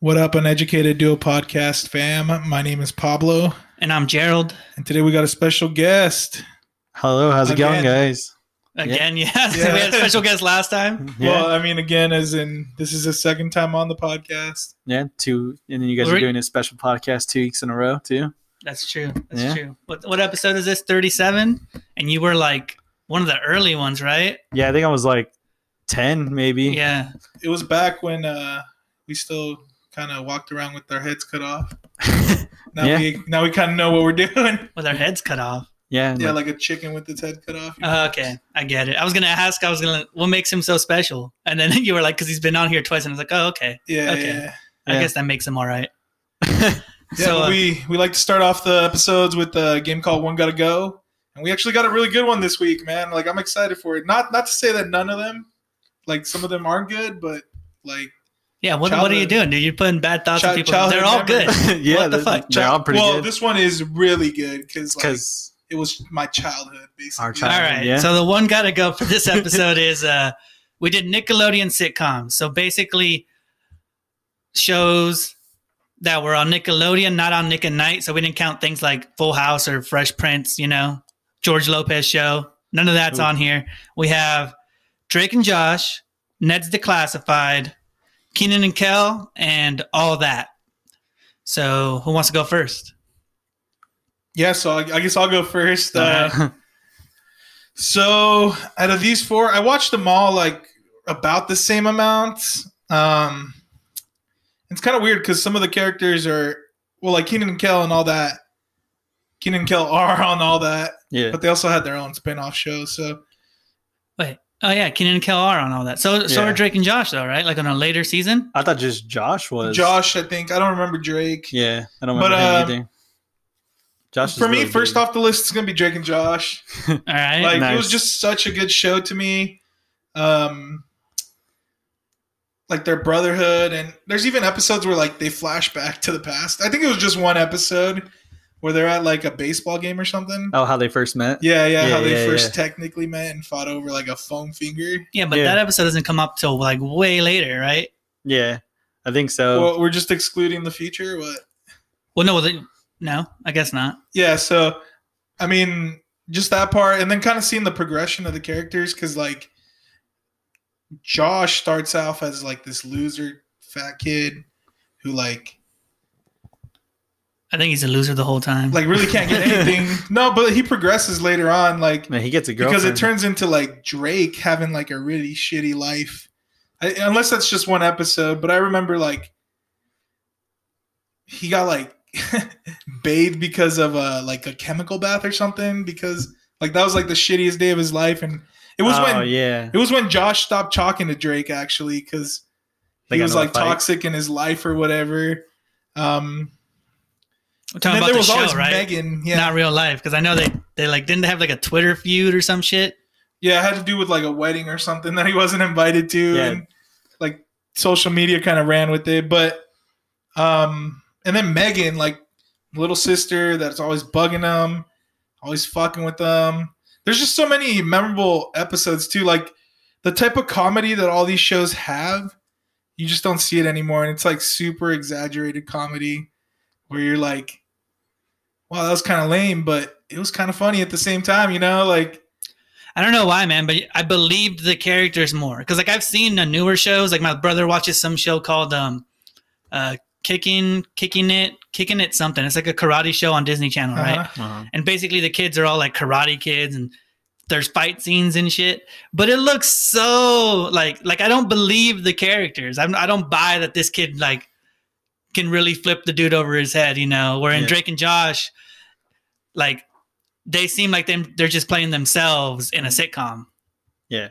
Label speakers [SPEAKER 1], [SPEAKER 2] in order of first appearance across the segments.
[SPEAKER 1] What up, Uneducated Duo Podcast fam? My name is Pablo,
[SPEAKER 2] And I'm Gerald.
[SPEAKER 1] and today we got a special guest.
[SPEAKER 3] Hello, how's it going,
[SPEAKER 1] Again.
[SPEAKER 3] guys?
[SPEAKER 2] Again, yes.
[SPEAKER 1] Yeah.
[SPEAKER 2] we had a special guest last time.
[SPEAKER 3] Yeah,
[SPEAKER 1] Well, I mean, again, as in this is his second time on the podcast.
[SPEAKER 3] yeah, two, and then you guys
[SPEAKER 2] We're-
[SPEAKER 3] are doing a special podcast two weeks in a row too.
[SPEAKER 2] That's true. That's
[SPEAKER 3] Yeah.
[SPEAKER 2] true. What what episode is this? 37? And you were like one of the early ones, right?
[SPEAKER 3] Yeah, I think I was like ten, maybe.
[SPEAKER 2] Yeah.
[SPEAKER 1] It was back when uh, we still kind of walked around with our heads cut off. Now
[SPEAKER 3] Yeah.
[SPEAKER 1] we now we kind of know what we're doing.
[SPEAKER 2] With our heads cut off.
[SPEAKER 3] yeah,
[SPEAKER 1] Yeah, like a chicken with its head cut off.
[SPEAKER 2] Uh, okay. I get it. I was going to ask, I was going to, what makes him so special? And then you were like, because he's been on here twice. And I was like, oh, okay.
[SPEAKER 1] Yeah,
[SPEAKER 2] okay.
[SPEAKER 1] yeah.
[SPEAKER 2] I
[SPEAKER 3] Yeah.
[SPEAKER 2] guess that makes him all right.
[SPEAKER 1] Yeah,
[SPEAKER 2] so,
[SPEAKER 1] but
[SPEAKER 2] uh,
[SPEAKER 1] we we like to start off the episodes with a game called One Gotta Go, and we actually got a really good one this week, man. Like I'm excited for it. Not not to say that none of them, like some of them aren't good, but like
[SPEAKER 2] yeah. What, what are you
[SPEAKER 1] childhood-
[SPEAKER 2] doing, dude? You're putting bad thoughts
[SPEAKER 1] Chi-
[SPEAKER 2] on people. They're all
[SPEAKER 1] childhood
[SPEAKER 2] good.
[SPEAKER 1] memories.
[SPEAKER 3] yeah,
[SPEAKER 2] What the
[SPEAKER 3] they're-
[SPEAKER 2] fuck?
[SPEAKER 3] They're all pretty
[SPEAKER 1] well,
[SPEAKER 3] good
[SPEAKER 1] this one is really good because like,
[SPEAKER 3] because
[SPEAKER 1] it was my childhood, basically.
[SPEAKER 3] Our
[SPEAKER 2] All
[SPEAKER 3] childhood.
[SPEAKER 2] right.
[SPEAKER 3] Yeah.
[SPEAKER 2] So the one gotta go for this episode is uh we did Nickelodeon sitcoms. So basically shows that were on Nickelodeon, not on Nick and Night. So we didn't count things like Full House or Fresh Prince, you know, George Lopez show. None of that's
[SPEAKER 3] Ooh.
[SPEAKER 2] on here. We have Drake and Josh, Ned's Declassified, Keenan and Kel, and all that. So who wants to go first?
[SPEAKER 1] Yeah, so I, I guess I'll go first. Uh,
[SPEAKER 2] All
[SPEAKER 1] So out of these four, I watched them all like about the same amount. Um, it's kind of weird because some of the characters are well, like Keenan and Kel and all that. Keenan and Kel are on all that,
[SPEAKER 3] yeah,
[SPEAKER 1] but they also had their own spin-off show. So
[SPEAKER 2] Wait. Oh yeah, Keenan and Kel are on all that. So so
[SPEAKER 3] Yeah.
[SPEAKER 2] are Drake and Josh though, right? Like on a later season.
[SPEAKER 3] I thought just Josh was
[SPEAKER 1] Josh, I think I don't remember Drake.
[SPEAKER 3] Yeah, I don't
[SPEAKER 1] But,
[SPEAKER 3] remember
[SPEAKER 1] um,
[SPEAKER 3] him either. Josh is
[SPEAKER 1] For me,
[SPEAKER 3] really
[SPEAKER 1] first
[SPEAKER 3] good.
[SPEAKER 1] off the list is gonna be Drake and Josh.
[SPEAKER 2] All right.
[SPEAKER 1] like it
[SPEAKER 3] Nice.
[SPEAKER 1] was just such a good show to me um like their brotherhood and there's even episodes where like they flash back to the past i think it was just one episode where they're at like a baseball game or something
[SPEAKER 3] oh, how they first met.
[SPEAKER 1] yeah, yeah how
[SPEAKER 3] Yeah,
[SPEAKER 1] they
[SPEAKER 3] yeah,
[SPEAKER 1] first
[SPEAKER 3] yeah.
[SPEAKER 1] technically met and fought over like a foam finger
[SPEAKER 2] yeah, but
[SPEAKER 3] yeah.
[SPEAKER 2] that episode doesn't come up till like way later, right?
[SPEAKER 3] Yeah, I think so.
[SPEAKER 1] well we're just excluding the future what
[SPEAKER 2] Well, no, they, no, I guess not.
[SPEAKER 1] yeah so i mean just that part and then kind of seeing the progression of the characters because like josh starts off as like this loser fat kid who like
[SPEAKER 2] I think he's a loser the whole time.
[SPEAKER 1] like really can't get anything no but he progresses later on like
[SPEAKER 3] Man, he gets a girlfriend
[SPEAKER 1] because it turns into like drake having like a really shitty life I, unless that's just one episode but i remember like he got like bathed because of a like a chemical bath or something because like that was like the shittiest day of his life and it was
[SPEAKER 3] oh,
[SPEAKER 1] when
[SPEAKER 3] yeah,
[SPEAKER 1] it was when josh stopped talking to drake actually because
[SPEAKER 3] They
[SPEAKER 1] he
[SPEAKER 3] got
[SPEAKER 1] was
[SPEAKER 3] into a
[SPEAKER 1] like
[SPEAKER 3] fight.
[SPEAKER 1] toxic in his life or whatever um
[SPEAKER 2] We're
[SPEAKER 1] and
[SPEAKER 2] talking
[SPEAKER 1] then
[SPEAKER 2] about
[SPEAKER 1] there
[SPEAKER 2] the
[SPEAKER 1] was always
[SPEAKER 2] show, right?
[SPEAKER 1] megan yeah
[SPEAKER 2] Not real life, because I know they they like didn't they have like a Twitter feud or some shit.
[SPEAKER 1] Yeah, it had to do with like a wedding or something that he wasn't invited to,
[SPEAKER 3] Yeah.
[SPEAKER 1] and like social media kind of ran with it. But um, and then Megan, like little sister, that's always bugging them, always fucking with them. There's just so many memorable episodes too, like the type of comedy that all these shows have. You just don't see it anymore, and it's like super exaggerated comedy where you're like, "Wow, that was kind of lame," but it was kind of funny at the same time, you know, like.
[SPEAKER 2] I don't know why, man, but I believed the characters more because like I've seen the newer shows. Like my brother watches some show called um, uh, kicking kicking it kicking it something. It's like a karate show on Disney Channel, right?
[SPEAKER 1] uh-huh.
[SPEAKER 3] Uh-huh.
[SPEAKER 2] and basically the kids are all like karate kids and there's fight scenes and shit but it looks so like like i don't believe the characters I'm, i don't buy that this kid like can really flip the dude over his head you know where in
[SPEAKER 3] Yeah.
[SPEAKER 2] drake and josh like they seem like them they're just playing themselves in a sitcom
[SPEAKER 3] they're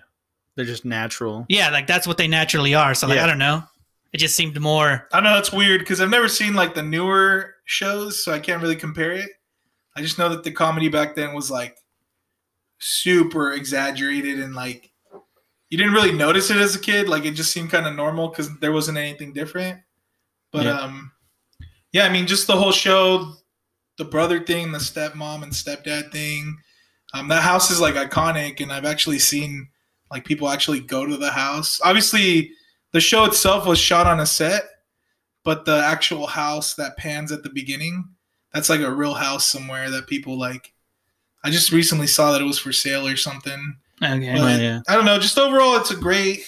[SPEAKER 3] just natural.
[SPEAKER 2] yeah like that's what they naturally are so like
[SPEAKER 3] Yeah.
[SPEAKER 2] i don't know it just seemed more
[SPEAKER 1] I know it's weird because I've never seen like the newer shows, so I can't really compare it. I just know that the comedy back then was like super exaggerated and like you didn't really notice it as a kid. Like it just seemed kind of normal because there wasn't anything different. But
[SPEAKER 3] Yeah.
[SPEAKER 1] um, yeah, I mean, just the whole show, the brother thing, the stepmom and stepdad thing, Um, that house is like iconic, and I've actually seen like people actually go to the house. Obviously, the show itself was shot on a set, but the actual house that pans at the beginning, that's like a real house somewhere that people like. I just recently saw that it was for sale or something.
[SPEAKER 2] Okay.
[SPEAKER 1] But
[SPEAKER 3] yeah.
[SPEAKER 1] I don't know. Just overall, it's a great,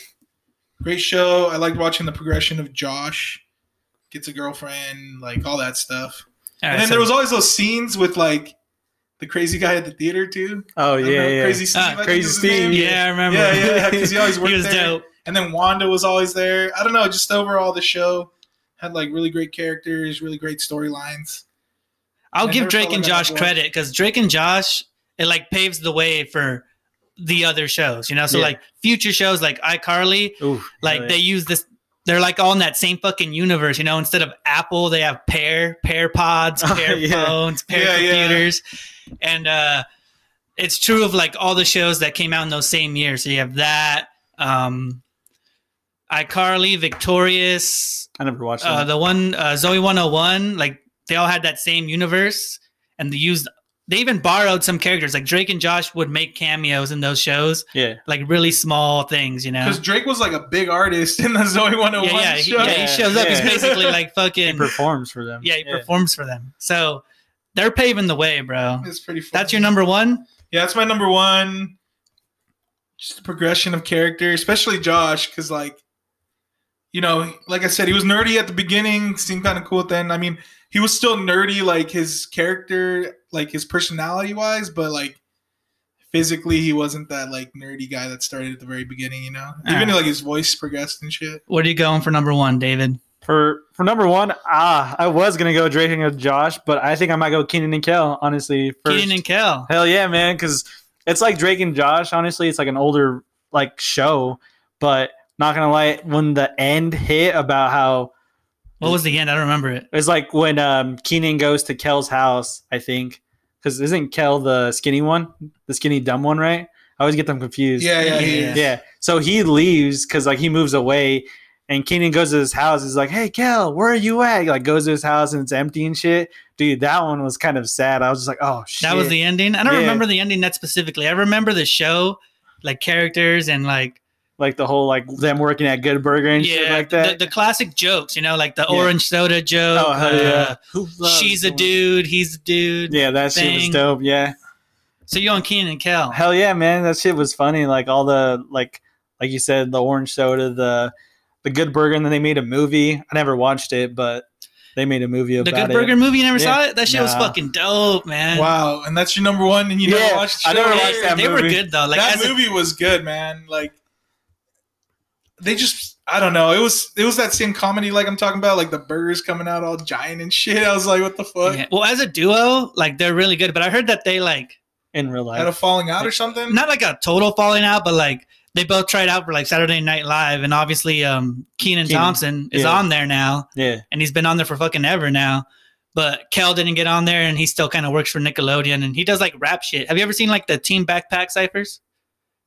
[SPEAKER 1] great show. I liked watching the progression of Josh gets a girlfriend, like all that stuff.
[SPEAKER 2] All right,
[SPEAKER 1] and then
[SPEAKER 2] so-
[SPEAKER 1] there was always those scenes with like the crazy guy at the theater too.
[SPEAKER 3] Oh
[SPEAKER 1] I don't know,
[SPEAKER 3] yeah, yeah.
[SPEAKER 1] crazy Steve.
[SPEAKER 2] Ah,
[SPEAKER 1] I think
[SPEAKER 3] Crazy
[SPEAKER 1] was his
[SPEAKER 3] Steve.
[SPEAKER 1] name.
[SPEAKER 2] yeah, I remember.
[SPEAKER 1] Yeah, yeah, because he always worked
[SPEAKER 2] he was
[SPEAKER 1] there.
[SPEAKER 2] dope.
[SPEAKER 1] And then Wanda was always there. I don't know. Just overall, the show had like really great characters, really great storylines.
[SPEAKER 2] I'll
[SPEAKER 1] I
[SPEAKER 2] give
[SPEAKER 1] never felt like
[SPEAKER 2] Drake and
[SPEAKER 1] I was
[SPEAKER 2] Josh
[SPEAKER 1] bored.
[SPEAKER 2] credit because Drake and Josh it like paves the way for the other shows, you know. So
[SPEAKER 3] Yeah.
[SPEAKER 2] like future shows like iCarly,
[SPEAKER 3] Ooh,
[SPEAKER 2] like
[SPEAKER 3] hell
[SPEAKER 2] they use this. They're like all in that same fucking universe, you know. Instead of Apple, they have Pear, Pear Pods,
[SPEAKER 3] Oh,
[SPEAKER 2] Pear
[SPEAKER 3] yeah.
[SPEAKER 2] phones, Pear
[SPEAKER 1] Yeah, yeah.
[SPEAKER 2] computers, and uh, it's true of like all the shows that came out in those same years. So you have that, um, iCarly, Victorious,
[SPEAKER 3] I never watched
[SPEAKER 2] uh,
[SPEAKER 3] that.
[SPEAKER 2] the one uh, Zoe 101, like they all had that same universe and they used they even borrowed some characters. Like Drake and Josh would make cameos in those shows,
[SPEAKER 3] yeah,
[SPEAKER 2] like really small things, you know.
[SPEAKER 1] Because Drake was like a big artist in the Zoe 101
[SPEAKER 2] Yeah, yeah, he,
[SPEAKER 1] show.
[SPEAKER 2] yeah, he shows up. He's
[SPEAKER 3] Yeah.
[SPEAKER 2] basically like
[SPEAKER 3] he
[SPEAKER 2] fucking
[SPEAKER 3] performs for them.
[SPEAKER 2] Yeah, he performs for them. So they're paving the way, bro.
[SPEAKER 1] It's pretty. Funny.
[SPEAKER 2] That's your number one?
[SPEAKER 1] Yeah, that's my number one. Just the progression of character, especially Josh, because like, you know, like I said, he was nerdy at the beginning, seemed kind of cool at the end. I mean, he was still nerdy, like his character, like his personality wise, but like physically, he wasn't that like nerdy guy that started at the very beginning. You know, even
[SPEAKER 2] Alright.
[SPEAKER 1] like his voice progressed and shit.
[SPEAKER 2] What are you going for number one, David?
[SPEAKER 3] For for number one, ah, I was gonna go Drake and Josh, but I think I might go Keenan and Kel. Honestly, first.
[SPEAKER 2] Keenan and Kel.
[SPEAKER 3] Hell yeah, man! Because it's like Drake and Josh. Honestly, it's like an older like show, but not gonna lie, when the end hit about how
[SPEAKER 2] What was the end? I don't remember it.
[SPEAKER 3] it's like when um Keenan goes to Kel's house, I think, because isn't Kel the skinny one, the skinny dumb one, right? I always get them confused.
[SPEAKER 1] Yeah, yeah, he
[SPEAKER 2] Yeah.
[SPEAKER 1] is.
[SPEAKER 3] Yeah. So he leaves because like he moves away, and Keenan goes to his house. He's like, "Hey, Kel, where are you at?" He, like goes to his house and it's empty and shit. Dude, that one was kind of sad. I was just like, "Oh shit."
[SPEAKER 2] That was the ending. I don't
[SPEAKER 3] Yeah.
[SPEAKER 2] remember the ending that specifically. I remember the show, like characters and like
[SPEAKER 3] like the whole like them working at Good Burger and shit like that.
[SPEAKER 2] The, the classic jokes, you know, like the
[SPEAKER 3] Yeah.
[SPEAKER 2] orange soda joke.
[SPEAKER 3] oh hell yeah!
[SPEAKER 2] uh,
[SPEAKER 3] Who loves
[SPEAKER 2] she's a
[SPEAKER 3] going-
[SPEAKER 2] dude, he's a dude.
[SPEAKER 3] Yeah, that shit was
[SPEAKER 2] thing.
[SPEAKER 3] dope. Yeah,
[SPEAKER 2] So you're on Keenan and Kel.
[SPEAKER 3] hell yeah, man, that shit was funny. Like all the like like you said, the orange soda, the the Good Burger, and then they made a movie. I never watched it, but they made a movie
[SPEAKER 2] the
[SPEAKER 3] about
[SPEAKER 2] Good
[SPEAKER 3] it.
[SPEAKER 2] Burger movie, you never
[SPEAKER 3] Yeah.
[SPEAKER 2] saw it? That shit was
[SPEAKER 3] Nah.
[SPEAKER 2] fucking dope, man.
[SPEAKER 1] Wow, and that's your number one, and you
[SPEAKER 3] Yeah,
[SPEAKER 1] never watched. the
[SPEAKER 3] I
[SPEAKER 1] show?
[SPEAKER 3] never
[SPEAKER 2] They,
[SPEAKER 3] watched that
[SPEAKER 2] they were
[SPEAKER 3] movie.
[SPEAKER 2] good though. Like
[SPEAKER 1] that
[SPEAKER 2] as a-
[SPEAKER 1] movie was good, man. Like they just I don't know. It was it was that same comedy like I'm talking about, like the burgers coming out all giant and shit. I was like, what the fuck?
[SPEAKER 2] yeah. well, as a duo, like they're really good. But I heard that they like
[SPEAKER 3] in real
[SPEAKER 1] Had a
[SPEAKER 3] life.
[SPEAKER 1] falling out or something?
[SPEAKER 2] not like a total falling out, but like they both tried out for like Saturday Night Live, and obviously um Keenan
[SPEAKER 3] Kenan.
[SPEAKER 2] Thompson is
[SPEAKER 3] Yeah.
[SPEAKER 2] on there now.
[SPEAKER 3] Yeah,
[SPEAKER 2] and he's been on there for fucking ever now. But Kel didn't get on there, and he still kind of works for Nickelodeon, and he does like rap shit. Have you ever seen like the Team Backpack ciphers?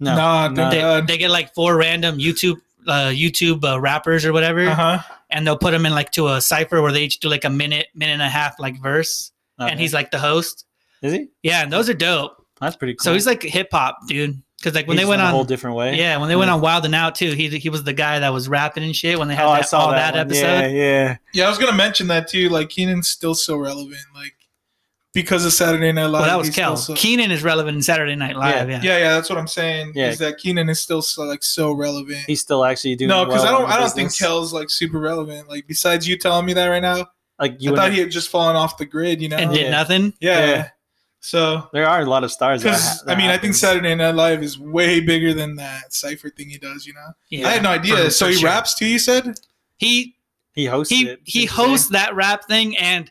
[SPEAKER 3] no,
[SPEAKER 1] Nah,
[SPEAKER 3] no.
[SPEAKER 1] dude.
[SPEAKER 2] They,
[SPEAKER 1] Uh,
[SPEAKER 2] they get like four random YouTube uh, YouTube uh, rappers or whatever,
[SPEAKER 1] Uh-huh.
[SPEAKER 2] and they'll put them in like to a cipher where they each do like a minute, minute and a half like verse,
[SPEAKER 3] Okay.
[SPEAKER 2] and he's like the host.
[SPEAKER 3] Uh, is he?
[SPEAKER 2] Yeah, and those are dope.
[SPEAKER 3] That's pretty cool.
[SPEAKER 2] So he's like hip hop dude, because like when
[SPEAKER 3] He's
[SPEAKER 2] they went
[SPEAKER 3] in a
[SPEAKER 2] on.
[SPEAKER 3] whole different way.
[SPEAKER 2] yeah, when they went
[SPEAKER 3] Yeah.
[SPEAKER 2] on Wild and Out too, he he was the guy that was rapping and shit when they had
[SPEAKER 3] Oh,
[SPEAKER 2] that,
[SPEAKER 3] I saw
[SPEAKER 2] all that,
[SPEAKER 3] that, one.
[SPEAKER 2] episode.
[SPEAKER 3] Yeah, yeah.
[SPEAKER 1] Yeah, I was gonna mention that too. Like Keenan's still so relevant, like because of Saturday Night Live.
[SPEAKER 2] Well, that was
[SPEAKER 1] he's still
[SPEAKER 2] Kel.
[SPEAKER 1] so-
[SPEAKER 2] Keenan is relevant in Saturday Night Live. Yeah,
[SPEAKER 1] yeah, yeah, that's what I'm saying.
[SPEAKER 3] Yeah.
[SPEAKER 1] Is that Keenan is still so like so relevant.
[SPEAKER 3] He's still actually doing
[SPEAKER 1] no, because
[SPEAKER 3] well
[SPEAKER 1] I
[SPEAKER 3] in
[SPEAKER 1] don't
[SPEAKER 3] the
[SPEAKER 1] I don't think
[SPEAKER 3] business.
[SPEAKER 1] Kel's like super relevant. Like besides you telling me that right now,
[SPEAKER 3] like you
[SPEAKER 1] I
[SPEAKER 3] and
[SPEAKER 1] thought he had just fallen off the grid, you know?
[SPEAKER 2] and did
[SPEAKER 3] yeah.
[SPEAKER 2] nothing.
[SPEAKER 1] yeah.
[SPEAKER 3] Yeah.
[SPEAKER 1] So
[SPEAKER 3] There are a lot of stars. that
[SPEAKER 1] Because
[SPEAKER 3] ha-
[SPEAKER 1] I
[SPEAKER 3] that
[SPEAKER 1] mean, I think
[SPEAKER 3] happens.
[SPEAKER 1] Saturday Night Live is way bigger than that cipher thing he does. You know,
[SPEAKER 2] Yeah,
[SPEAKER 1] I had no idea.
[SPEAKER 2] for-
[SPEAKER 1] so
[SPEAKER 2] for
[SPEAKER 1] he
[SPEAKER 2] sure.
[SPEAKER 1] raps too. You said
[SPEAKER 2] He
[SPEAKER 3] he hosts
[SPEAKER 2] he
[SPEAKER 3] it.
[SPEAKER 2] he
[SPEAKER 3] Yeah.
[SPEAKER 2] hosts that rap thing, and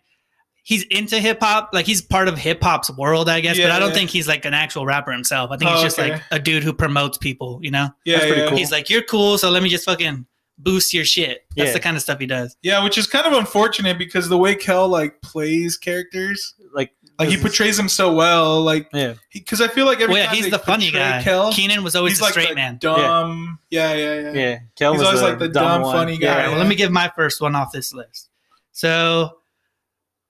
[SPEAKER 2] he's into hip hop. Like he's part of hip hop's world, I guess. but
[SPEAKER 1] Yeah,
[SPEAKER 2] I don't
[SPEAKER 1] yeah.
[SPEAKER 2] think he's like an actual rapper himself. I think
[SPEAKER 1] Oh,
[SPEAKER 2] he's just
[SPEAKER 1] okay.
[SPEAKER 2] like a dude who promotes people. You know,
[SPEAKER 1] yeah,
[SPEAKER 3] That's pretty
[SPEAKER 1] yeah.
[SPEAKER 3] cool.
[SPEAKER 2] he's like, "You're cool, so let me just fucking boost your shit." That's
[SPEAKER 3] Yeah.
[SPEAKER 2] the kind of stuff he does.
[SPEAKER 1] yeah, which is kind of unfortunate because the way Kel like plays characters,
[SPEAKER 3] like
[SPEAKER 1] like he
[SPEAKER 3] this is-
[SPEAKER 1] portrays them so well. Like,
[SPEAKER 3] Yeah.
[SPEAKER 1] because I feel like every
[SPEAKER 2] Well, yeah,
[SPEAKER 1] time
[SPEAKER 2] he's
[SPEAKER 1] they
[SPEAKER 2] the funny
[SPEAKER 1] portray
[SPEAKER 2] guy.
[SPEAKER 1] Kel,
[SPEAKER 2] Keenan was always
[SPEAKER 1] he's
[SPEAKER 2] a
[SPEAKER 1] like
[SPEAKER 2] straight
[SPEAKER 1] the
[SPEAKER 2] man.
[SPEAKER 1] dumb. Yeah, yeah, yeah.
[SPEAKER 3] Yeah, Kel
[SPEAKER 1] He's
[SPEAKER 3] was
[SPEAKER 1] always
[SPEAKER 3] the
[SPEAKER 1] like the
[SPEAKER 3] dumb,
[SPEAKER 1] dumb,
[SPEAKER 3] one.
[SPEAKER 1] funny
[SPEAKER 2] All
[SPEAKER 1] guy.
[SPEAKER 2] right, well, let me give my first one off this list. So,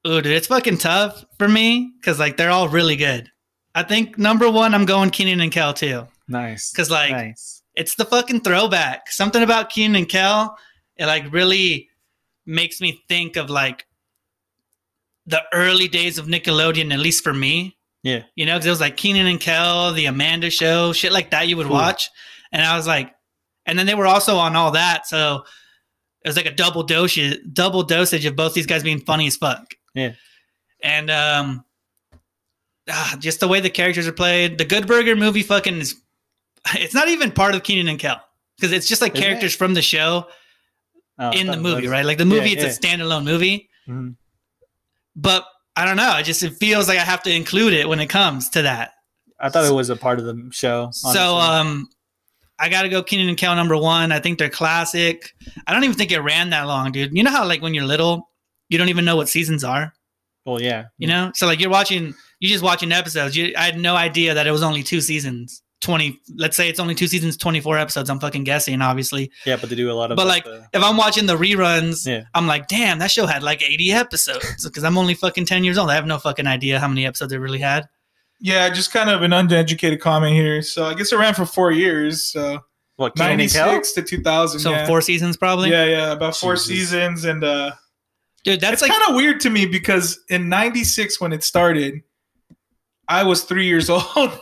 [SPEAKER 2] ooh, dude, it's fucking tough for me because like they're all really good. I think number one, I'm going Keenan and Kel too,
[SPEAKER 3] Nice.
[SPEAKER 2] because like
[SPEAKER 3] nice.
[SPEAKER 2] it's the fucking throwback. Something about Keenan and Kel, it like really makes me think of like the early days of Nickelodeon, at least for me.
[SPEAKER 3] Yeah.
[SPEAKER 2] You know, because it was like Keenan and Kel, the Amanda show, shit like that you would
[SPEAKER 3] Ooh.
[SPEAKER 2] watch. And I was like, and then they were also on all that. So it was like a double dosage, double dosage of both these guys being funny as fuck.
[SPEAKER 3] Yeah.
[SPEAKER 2] And um ah, just the way the characters are played. The Good Burger movie fucking is it's not even part of Keenan and Kel. Because it's just like
[SPEAKER 3] Isn't it?
[SPEAKER 2] characters from the show
[SPEAKER 3] Oh,
[SPEAKER 2] in the
[SPEAKER 3] that-
[SPEAKER 2] movie,
[SPEAKER 3] that's-
[SPEAKER 2] right? Like the movie,
[SPEAKER 3] Yeah,
[SPEAKER 2] it's a standalone movie.
[SPEAKER 3] Mhm.
[SPEAKER 2] But I don't know. I just it feels like I have to include it when it comes to that.
[SPEAKER 3] I thought it was a part of the show.
[SPEAKER 2] So
[SPEAKER 3] honestly.
[SPEAKER 2] um I gotta go Keenan and Kel number one. I think they're classic. I don't even think it ran that long, dude. You know how like when you're little, you don't even know what seasons are,
[SPEAKER 3] well, yeah,
[SPEAKER 2] you know? So like you're watching you're just watching episodes. You I had no idea that it was only two seasons. 20 let's say it's only two seasons 24 episodes i'm fucking guessing obviously
[SPEAKER 3] yeah, but they do a lot of.
[SPEAKER 2] But, like,
[SPEAKER 3] the-
[SPEAKER 2] if i'm watching the reruns
[SPEAKER 3] Yeah.
[SPEAKER 2] i'm like damn that show had like 80 episodes because i'm only fucking 10 years old i have no fucking idea how many episodes it really had
[SPEAKER 1] Yeah, just kind of an uneducated comment here. So I guess it ran for four years, so
[SPEAKER 3] what Keenan and Kel?
[SPEAKER 1] 96 to 2000.
[SPEAKER 2] so
[SPEAKER 1] yeah.
[SPEAKER 2] four seasons probably
[SPEAKER 1] Yeah, yeah, about four
[SPEAKER 3] Jesus.
[SPEAKER 1] seasons, and uh,
[SPEAKER 2] dude that's
[SPEAKER 1] it's
[SPEAKER 2] like
[SPEAKER 1] kind of weird to me because in '96 when it started, I was three years old.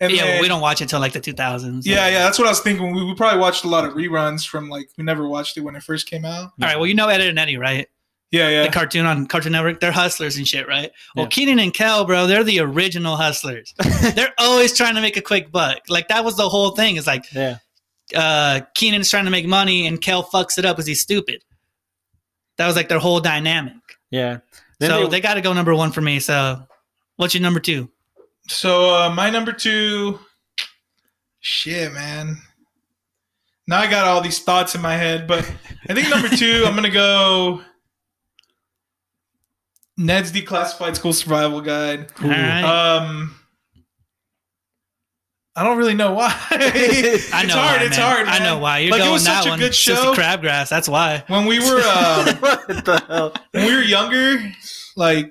[SPEAKER 1] And
[SPEAKER 2] yeah well,
[SPEAKER 1] then-
[SPEAKER 2] we don't watch it till like the 2000s
[SPEAKER 1] Yeah, yeah, that's what I was thinking. We, we probably watched a lot of reruns from like we never watched it when it first came out.
[SPEAKER 2] All right. Well, you know Ed and Eddie, right?
[SPEAKER 1] Yeah, yeah.
[SPEAKER 2] The cartoon on Cartoon Network. They're hustlers and shit, right? Well,
[SPEAKER 3] Yeah.
[SPEAKER 2] Keenan and Kel, bro, they're the original hustlers. they're always trying to make a quick buck. Like that was the whole thing. It's like
[SPEAKER 3] Yeah,
[SPEAKER 2] uh, Keenan's trying to make money and Kel fucks it up because he's stupid. That was like their whole dynamic.
[SPEAKER 3] yeah.
[SPEAKER 2] so they, got to go number one for me. So what's your number two?
[SPEAKER 1] So uh, my number two, shit, man. Now I got all these thoughts in my head, but I think number two, I'm gonna go. Ned's Declassified School Survival Guide.
[SPEAKER 2] All right.
[SPEAKER 1] Um, I don't really know why.
[SPEAKER 2] I
[SPEAKER 1] it's
[SPEAKER 2] know
[SPEAKER 1] hard.
[SPEAKER 2] why,
[SPEAKER 1] it's
[SPEAKER 2] man.
[SPEAKER 1] hard.
[SPEAKER 2] I
[SPEAKER 1] man.
[SPEAKER 2] know why. You're
[SPEAKER 1] Like, it
[SPEAKER 2] going
[SPEAKER 1] was
[SPEAKER 2] that
[SPEAKER 1] such a
[SPEAKER 2] one.
[SPEAKER 1] good
[SPEAKER 2] It's
[SPEAKER 1] show.
[SPEAKER 2] Just the crabgrass. That's why.
[SPEAKER 1] When we were um,
[SPEAKER 3] what the hell?
[SPEAKER 1] when we were younger, like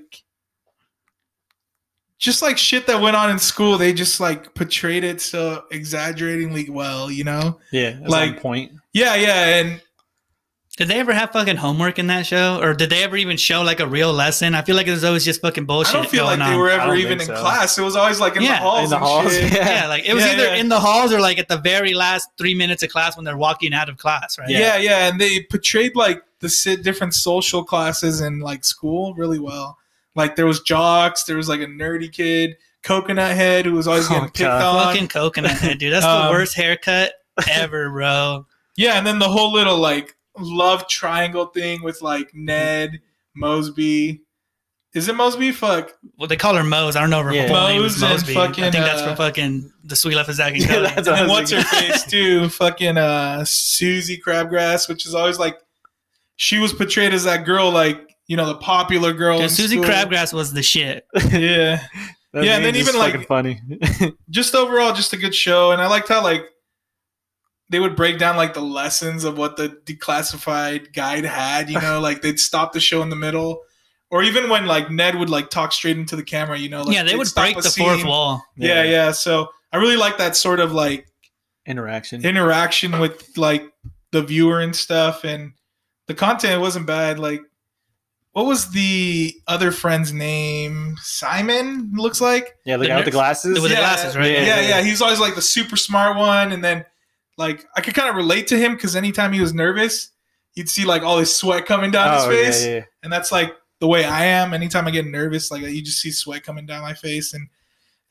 [SPEAKER 1] just like shit that went on in school, they just like portrayed it so exaggeratingly well, you know?
[SPEAKER 3] Yeah, that's
[SPEAKER 1] Like-
[SPEAKER 3] on point.
[SPEAKER 1] Yeah, yeah, and
[SPEAKER 2] Did they ever have fucking homework in that show, or did they ever even show like a real lesson? I feel like it was always just fucking bullshit.
[SPEAKER 1] I don't feel like
[SPEAKER 2] going on.
[SPEAKER 1] they were
[SPEAKER 3] I
[SPEAKER 1] ever
[SPEAKER 3] don't
[SPEAKER 1] even in
[SPEAKER 3] think so.
[SPEAKER 1] class. It was always like in the
[SPEAKER 2] Yeah,
[SPEAKER 1] halls
[SPEAKER 3] in the
[SPEAKER 1] and
[SPEAKER 3] halls.
[SPEAKER 1] shit.
[SPEAKER 3] Yeah.
[SPEAKER 2] yeah, like it was
[SPEAKER 1] Yeah,
[SPEAKER 2] either
[SPEAKER 1] yeah.
[SPEAKER 2] in the halls or like at the very last three minutes of class when they're walking out of class, right?
[SPEAKER 1] Yeah. yeah, and they portrayed like the si- different social classes in like school really well. Like there was jocks, there was like a nerdy kid, coconut head who was always
[SPEAKER 3] Oh,
[SPEAKER 1] getting picked
[SPEAKER 3] God.
[SPEAKER 1] on.
[SPEAKER 2] Fucking coconut head, dude. That's the
[SPEAKER 1] Um,
[SPEAKER 2] worst haircut ever, bro.
[SPEAKER 1] Yeah, and then the whole little like love triangle thing with like Ned, Mosby. Is it Mosby? Fuck.
[SPEAKER 2] Well, they call her Mose. I don't know if her
[SPEAKER 3] Yeah.
[SPEAKER 2] full name is
[SPEAKER 1] Mose and
[SPEAKER 2] Mosby.
[SPEAKER 1] fucking,
[SPEAKER 2] I think that's for
[SPEAKER 1] uh,
[SPEAKER 2] fucking the sweet life of Zach and
[SPEAKER 3] Yeah,
[SPEAKER 2] Cody.
[SPEAKER 3] that's
[SPEAKER 1] And then
[SPEAKER 3] what I
[SPEAKER 1] what's
[SPEAKER 3] was
[SPEAKER 1] her
[SPEAKER 3] thinking.
[SPEAKER 1] face too? Fucking uh Susie Crabgrass, which is always like she was portrayed as that girl, like, you know, the popular girl.
[SPEAKER 2] Dude,
[SPEAKER 1] in
[SPEAKER 2] Susie
[SPEAKER 1] school.
[SPEAKER 2] Crabgrass was the shit.
[SPEAKER 1] Yeah.
[SPEAKER 3] That
[SPEAKER 1] Yeah, and
[SPEAKER 3] name
[SPEAKER 1] then
[SPEAKER 3] is
[SPEAKER 1] even, like-
[SPEAKER 3] fucking funny.
[SPEAKER 1] Just overall, just a good show. And I liked how like they would break down like the lessons of what the declassified guide had, you know, like they'd stop the show in the middle. Or even when like Ned would like talk straight into the camera, you know, like
[SPEAKER 2] yeah, they
[SPEAKER 1] they'd
[SPEAKER 2] would
[SPEAKER 1] stop
[SPEAKER 2] break
[SPEAKER 1] a
[SPEAKER 2] the fourth
[SPEAKER 1] scene.
[SPEAKER 2] wall.
[SPEAKER 1] yeah yeah so i really like that sort of like
[SPEAKER 3] Interaction.
[SPEAKER 1] interaction with like the viewer and stuff and the content wasn't bad like what was the other friend's name simon looks like
[SPEAKER 3] yeah, the,
[SPEAKER 2] The
[SPEAKER 3] guy with the
[SPEAKER 2] nerd-
[SPEAKER 3] glasses.
[SPEAKER 2] With the
[SPEAKER 1] Yeah,
[SPEAKER 2] glasses, right?
[SPEAKER 1] yeah
[SPEAKER 3] Yeah,
[SPEAKER 1] yeah,
[SPEAKER 3] yeah.
[SPEAKER 1] he was always like the super smart one and then like i could kind of relate to him because anytime he was nervous you'd see like all his sweat coming down
[SPEAKER 3] oh,
[SPEAKER 1] his face
[SPEAKER 3] yeah, yeah.
[SPEAKER 1] and that's like the way i am anytime i get nervous like you just see sweat coming down my face and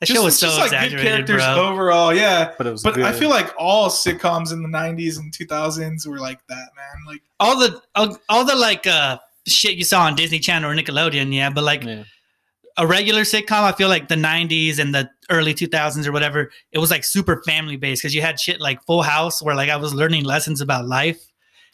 [SPEAKER 2] That
[SPEAKER 1] just,
[SPEAKER 2] show was so
[SPEAKER 1] just, like good
[SPEAKER 2] exaggerated,
[SPEAKER 1] characters
[SPEAKER 2] bro.
[SPEAKER 1] overall yeah
[SPEAKER 3] But it was.
[SPEAKER 1] but I
[SPEAKER 3] good.
[SPEAKER 1] feel like all sitcoms in the '90s and 2000s were like that, man. Like,
[SPEAKER 2] all the all, all the like uh shit you saw on Disney Channel or Nickelodeon, yeah, but like
[SPEAKER 3] Yeah.
[SPEAKER 2] a regular sitcom, I feel like the 90s and the early 2000s or whatever, it was like super family based cuz you had shit like Full House where like I was learning lessons about life.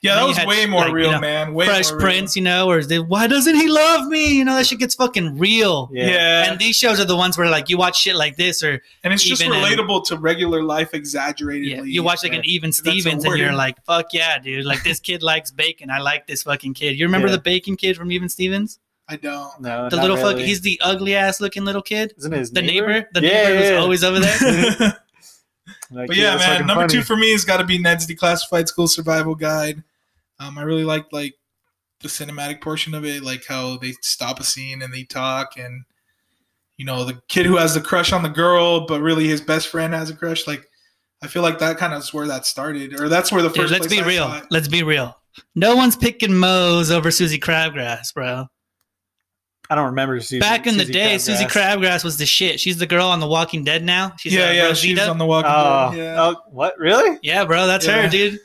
[SPEAKER 1] yeah,
[SPEAKER 2] And
[SPEAKER 1] that
[SPEAKER 2] then
[SPEAKER 1] was
[SPEAKER 2] you had,
[SPEAKER 1] way more
[SPEAKER 2] like, you
[SPEAKER 1] real,
[SPEAKER 2] know,
[SPEAKER 1] man. Way
[SPEAKER 2] Fresh
[SPEAKER 1] more real.
[SPEAKER 2] Prince, you know, or is it, why doesn't he love me? You know, that shit gets fucking real.
[SPEAKER 1] Yeah,
[SPEAKER 3] Yeah.
[SPEAKER 1] and,
[SPEAKER 2] And these shows are the ones where like you watch shit like this or
[SPEAKER 1] it's just
[SPEAKER 2] even in-
[SPEAKER 1] relatable to regular life exaggeratedly.
[SPEAKER 2] yeah, you watch like an
[SPEAKER 3] right.
[SPEAKER 2] even
[SPEAKER 1] a
[SPEAKER 2] Stevens and you're
[SPEAKER 1] word.
[SPEAKER 2] like, fuck yeah, dude. Like this kid likes bacon. I like this fucking kid. You remember
[SPEAKER 3] Yeah.
[SPEAKER 2] the bacon kid from Even Stevens?
[SPEAKER 1] I don't.
[SPEAKER 3] No,
[SPEAKER 2] The
[SPEAKER 3] not
[SPEAKER 2] little fuck,
[SPEAKER 3] really.
[SPEAKER 2] he's the ugly ass looking little kid.
[SPEAKER 3] isn't it his
[SPEAKER 2] The neighbor, the
[SPEAKER 3] Yeah,
[SPEAKER 2] neighbor
[SPEAKER 3] yeah.
[SPEAKER 2] who's always over there.
[SPEAKER 1] but
[SPEAKER 3] Like,
[SPEAKER 1] yeah,
[SPEAKER 3] that's
[SPEAKER 1] man,
[SPEAKER 3] fucking
[SPEAKER 1] number two
[SPEAKER 3] funny.
[SPEAKER 1] for me has got to be Ned's Declassified School Survival Guide. Um, I really liked like the cinematic portion of it, like how they stop a scene and they talk, and you know the kid who has the crush on the girl, but really his best friend has a crush. Like, I feel like that kind of is where that started, or that's where the
[SPEAKER 2] Dude,
[SPEAKER 1] first.
[SPEAKER 2] let's
[SPEAKER 1] place
[SPEAKER 2] be
[SPEAKER 1] I
[SPEAKER 2] real.
[SPEAKER 1] saw it-
[SPEAKER 2] Let's be real. No one's picking Moe's over Susie Crabgrass, bro.
[SPEAKER 3] I don't remember. Susie,
[SPEAKER 2] Back in the
[SPEAKER 3] Susie
[SPEAKER 2] day,
[SPEAKER 3] Crabgrass.
[SPEAKER 2] Susie Crabgrass was the shit. She's the girl on The Walking Dead now. She's
[SPEAKER 1] yeah,
[SPEAKER 2] uh,
[SPEAKER 1] yeah,
[SPEAKER 2] Rosita.
[SPEAKER 1] she's on the Walking
[SPEAKER 3] Oh,
[SPEAKER 1] Dead. Yeah.
[SPEAKER 3] oh, what? Really?
[SPEAKER 2] yeah, bro, that's
[SPEAKER 1] Yeah.
[SPEAKER 2] her, dude.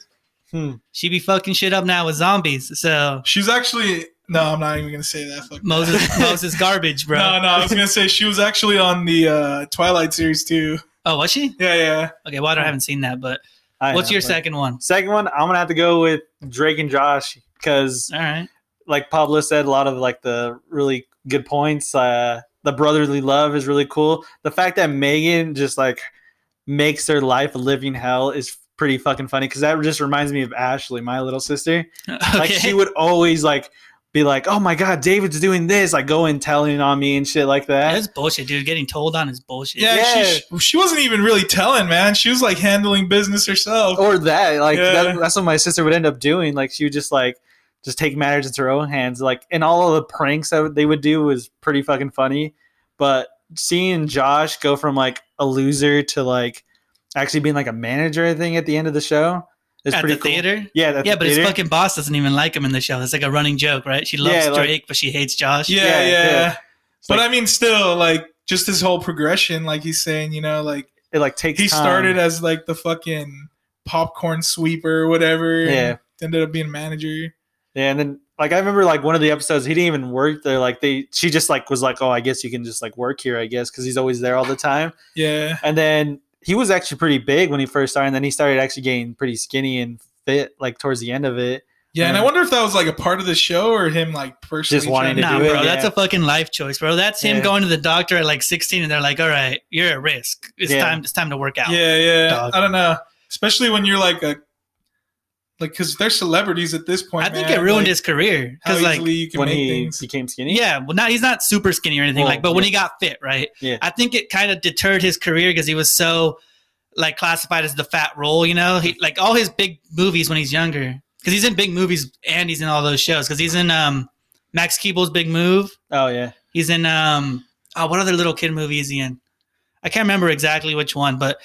[SPEAKER 3] Hmm.
[SPEAKER 2] She be fucking shit up now with zombies. So
[SPEAKER 1] She's actually no, I'm not even gonna say that. Fuck.
[SPEAKER 2] Moses, Moses, garbage, bro.
[SPEAKER 1] No, no, I was gonna say she was actually on the uh, Twilight series too.
[SPEAKER 2] Oh, was she?
[SPEAKER 1] Yeah, yeah.
[SPEAKER 2] Okay, well, I don't- I haven't seen that, but
[SPEAKER 3] I
[SPEAKER 2] what's
[SPEAKER 3] know,
[SPEAKER 2] your
[SPEAKER 3] but-
[SPEAKER 2] second one?
[SPEAKER 3] Second one, I'm gonna have to go with Drake and Josh because,
[SPEAKER 2] All right.
[SPEAKER 3] like Pablo said, a lot of like the really good points. Uh, the brotherly love is really cool. The fact that Megan just like makes their life a living hell is pretty fucking funny because that just reminds me of Ashley, my little sister.
[SPEAKER 2] Okay.
[SPEAKER 3] Like she would always like be like, "Oh my god, David's doing this!" Like go and telling on me and shit like that.
[SPEAKER 2] that's bullshit, dude. Getting told on is bullshit.
[SPEAKER 1] Yeah,
[SPEAKER 3] Yeah.
[SPEAKER 1] She, she wasn't even really telling, man. She was like handling business herself.
[SPEAKER 3] or that like
[SPEAKER 1] Yeah.
[SPEAKER 3] that, that's what my sister would end up doing like she would just like just take matters into her own hands like and all of the pranks that they would do was pretty fucking funny but seeing josh go from like a loser to like actually being like a manager i think at the end of the show is
[SPEAKER 2] At
[SPEAKER 3] pretty
[SPEAKER 2] the
[SPEAKER 3] cool
[SPEAKER 2] theater.
[SPEAKER 3] yeah at
[SPEAKER 2] yeah,
[SPEAKER 3] the
[SPEAKER 2] but
[SPEAKER 3] theater.
[SPEAKER 2] his fucking boss doesn't even like him in the show. It's like a running joke, right? She loves
[SPEAKER 3] Yeah, like-
[SPEAKER 2] Drake, but she hates Josh.
[SPEAKER 1] yeah,
[SPEAKER 3] yeah,
[SPEAKER 1] yeah.
[SPEAKER 3] yeah.
[SPEAKER 1] But
[SPEAKER 3] like-
[SPEAKER 1] I mean, still, like, just his whole progression, like he's saying, you know, like
[SPEAKER 3] it like takes
[SPEAKER 1] he
[SPEAKER 3] time.
[SPEAKER 1] started as like the fucking popcorn sweeper or whatever. and
[SPEAKER 3] Yeah.
[SPEAKER 1] Ended up being manager.
[SPEAKER 3] yeah and then like i remember like one of the episodes he didn't even work there like they she just like was like oh i guess you can just like work here i guess because he's always there all the time
[SPEAKER 1] Yeah.
[SPEAKER 3] And then he was actually pretty big when he first started. And then he started actually getting pretty skinny and fit, like towards the end of it.
[SPEAKER 1] Yeah. And I
[SPEAKER 3] Mm.
[SPEAKER 1] wonder if that was like a part of the show or him like personally
[SPEAKER 3] Just wanting
[SPEAKER 1] trying to
[SPEAKER 2] Nah,
[SPEAKER 3] do
[SPEAKER 2] bro,
[SPEAKER 3] it,
[SPEAKER 2] that's
[SPEAKER 3] yeah.
[SPEAKER 2] a fucking life choice, bro. That's him
[SPEAKER 3] Yeah.
[SPEAKER 2] going to the doctor at like 16, and they're like, "All right, you're at risk. It's
[SPEAKER 3] Yeah.
[SPEAKER 2] time. It's time to work out."
[SPEAKER 1] Yeah, yeah.
[SPEAKER 2] Dog.
[SPEAKER 1] I don't know. Especially when you're like a like because they're celebrities at this point.
[SPEAKER 2] I think
[SPEAKER 1] man.
[SPEAKER 2] it ruined
[SPEAKER 1] Like,
[SPEAKER 2] his career
[SPEAKER 1] how
[SPEAKER 2] because, like,
[SPEAKER 1] easily you can
[SPEAKER 3] when
[SPEAKER 1] make
[SPEAKER 3] he
[SPEAKER 1] things.
[SPEAKER 3] became skinny.
[SPEAKER 2] yeah, well, not he's not super skinny or anything,
[SPEAKER 3] Well,
[SPEAKER 2] like, but when
[SPEAKER 3] Oh, yeah.
[SPEAKER 2] he got fit, right?
[SPEAKER 3] Yeah.
[SPEAKER 2] I think it kind of deterred his career because he was so like classified as the fat role, you know? He like all his big movies when he's younger because he's in big movies and he's in all those shows because he's in um Max Keeble's Big Move.
[SPEAKER 3] Oh yeah.
[SPEAKER 2] He's in um oh what other little kid movie is he in? I can't remember exactly which one, but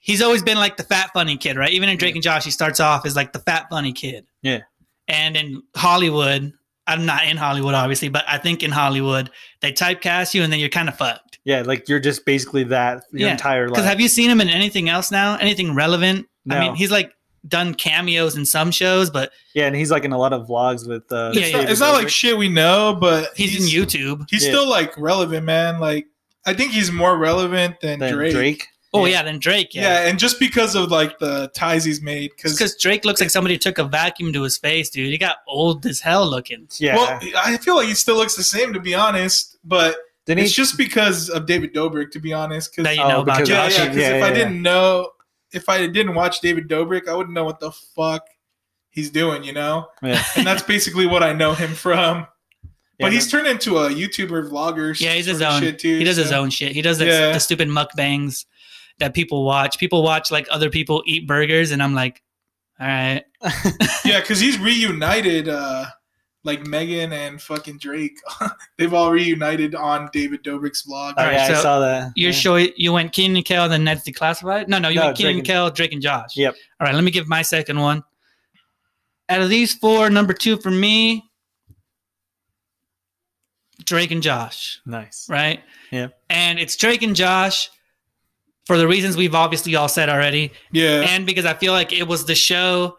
[SPEAKER 2] he's always been like the fat funny kid, right? Even in Drake and Josh, he starts off as like the fat funny kid.
[SPEAKER 3] Yeah.
[SPEAKER 2] And in Hollywood, I'm not in Hollywood obviously, but I think in Hollywood they typecast you and then you're kind of fucked.
[SPEAKER 3] Yeah. Like you're just basically that your
[SPEAKER 2] Yeah,
[SPEAKER 3] entire life.
[SPEAKER 2] Because have you seen him in anything else now? Anything relevant? I
[SPEAKER 3] No.
[SPEAKER 2] mean, he's like done cameos in some shows, but
[SPEAKER 3] yeah. And he's like in a lot of vlogs with, uh,
[SPEAKER 2] Yeah,
[SPEAKER 1] it's,
[SPEAKER 2] yeah.
[SPEAKER 1] not, it's not like shit we know, but
[SPEAKER 2] he's, in YouTube.
[SPEAKER 1] He's
[SPEAKER 3] Yeah.
[SPEAKER 1] still like relevant, man. Like I think he's more relevant than,
[SPEAKER 3] than Drake.
[SPEAKER 1] Drake.
[SPEAKER 2] Oh
[SPEAKER 3] Yeah.
[SPEAKER 2] yeah, then Drake.
[SPEAKER 1] Yeah.
[SPEAKER 2] Yeah.
[SPEAKER 1] and just because of like the ties he's made, because
[SPEAKER 2] Because Drake looks like somebody took a vacuum to his face, dude. He got old as hell looking.
[SPEAKER 3] Yeah.
[SPEAKER 1] well, I feel like he still looks the same to be honest. But
[SPEAKER 3] Didn't
[SPEAKER 1] it's
[SPEAKER 3] he?
[SPEAKER 1] just because of David Dobrik, to be honest. Because
[SPEAKER 2] that you
[SPEAKER 3] Oh,
[SPEAKER 2] know about
[SPEAKER 3] because
[SPEAKER 1] yeah,
[SPEAKER 2] Josh.
[SPEAKER 1] yeah,
[SPEAKER 3] Josh,
[SPEAKER 1] 'cause
[SPEAKER 3] yeah,
[SPEAKER 1] if
[SPEAKER 3] yeah,
[SPEAKER 1] I
[SPEAKER 3] yeah.
[SPEAKER 1] didn't know, if I didn't watch David Dobrik, I wouldn't know what the fuck he's doing, you know.
[SPEAKER 3] Yeah.
[SPEAKER 1] And that's basically what I know him from.
[SPEAKER 3] Yeah,
[SPEAKER 1] but he's turned into a YouTuber vlogger.
[SPEAKER 2] Yeah, he's his
[SPEAKER 1] sort of
[SPEAKER 2] own.
[SPEAKER 1] Shit too,
[SPEAKER 2] He does his
[SPEAKER 1] so-
[SPEAKER 2] own shit. He does the,
[SPEAKER 1] Yeah.
[SPEAKER 2] the stupid mukbangs that people watch. People watch like other people eat burgers, and I'm like, all right,
[SPEAKER 1] yeah, because he's reunited. Uh, like Megan and fucking Drake, they've all reunited on David Dobrik's vlog.
[SPEAKER 3] Oh,
[SPEAKER 2] Alright,
[SPEAKER 3] yeah, I
[SPEAKER 2] so
[SPEAKER 3] saw that.
[SPEAKER 2] your
[SPEAKER 3] yeah.
[SPEAKER 2] show you went Keenan and Kel, then Ned's declassified. No, no, you
[SPEAKER 3] No,
[SPEAKER 2] went Keenan
[SPEAKER 3] Drake
[SPEAKER 2] and Kel, Drake and Josh.
[SPEAKER 3] Yep.
[SPEAKER 2] All right, let me give my second one. Out of these four, number two for me, Drake and Josh.
[SPEAKER 3] Nice.
[SPEAKER 2] right?
[SPEAKER 3] Yeah.
[SPEAKER 2] And it's Drake and Josh for the reasons we've obviously all said already,
[SPEAKER 1] Yeah,
[SPEAKER 2] and because I feel like it was the show.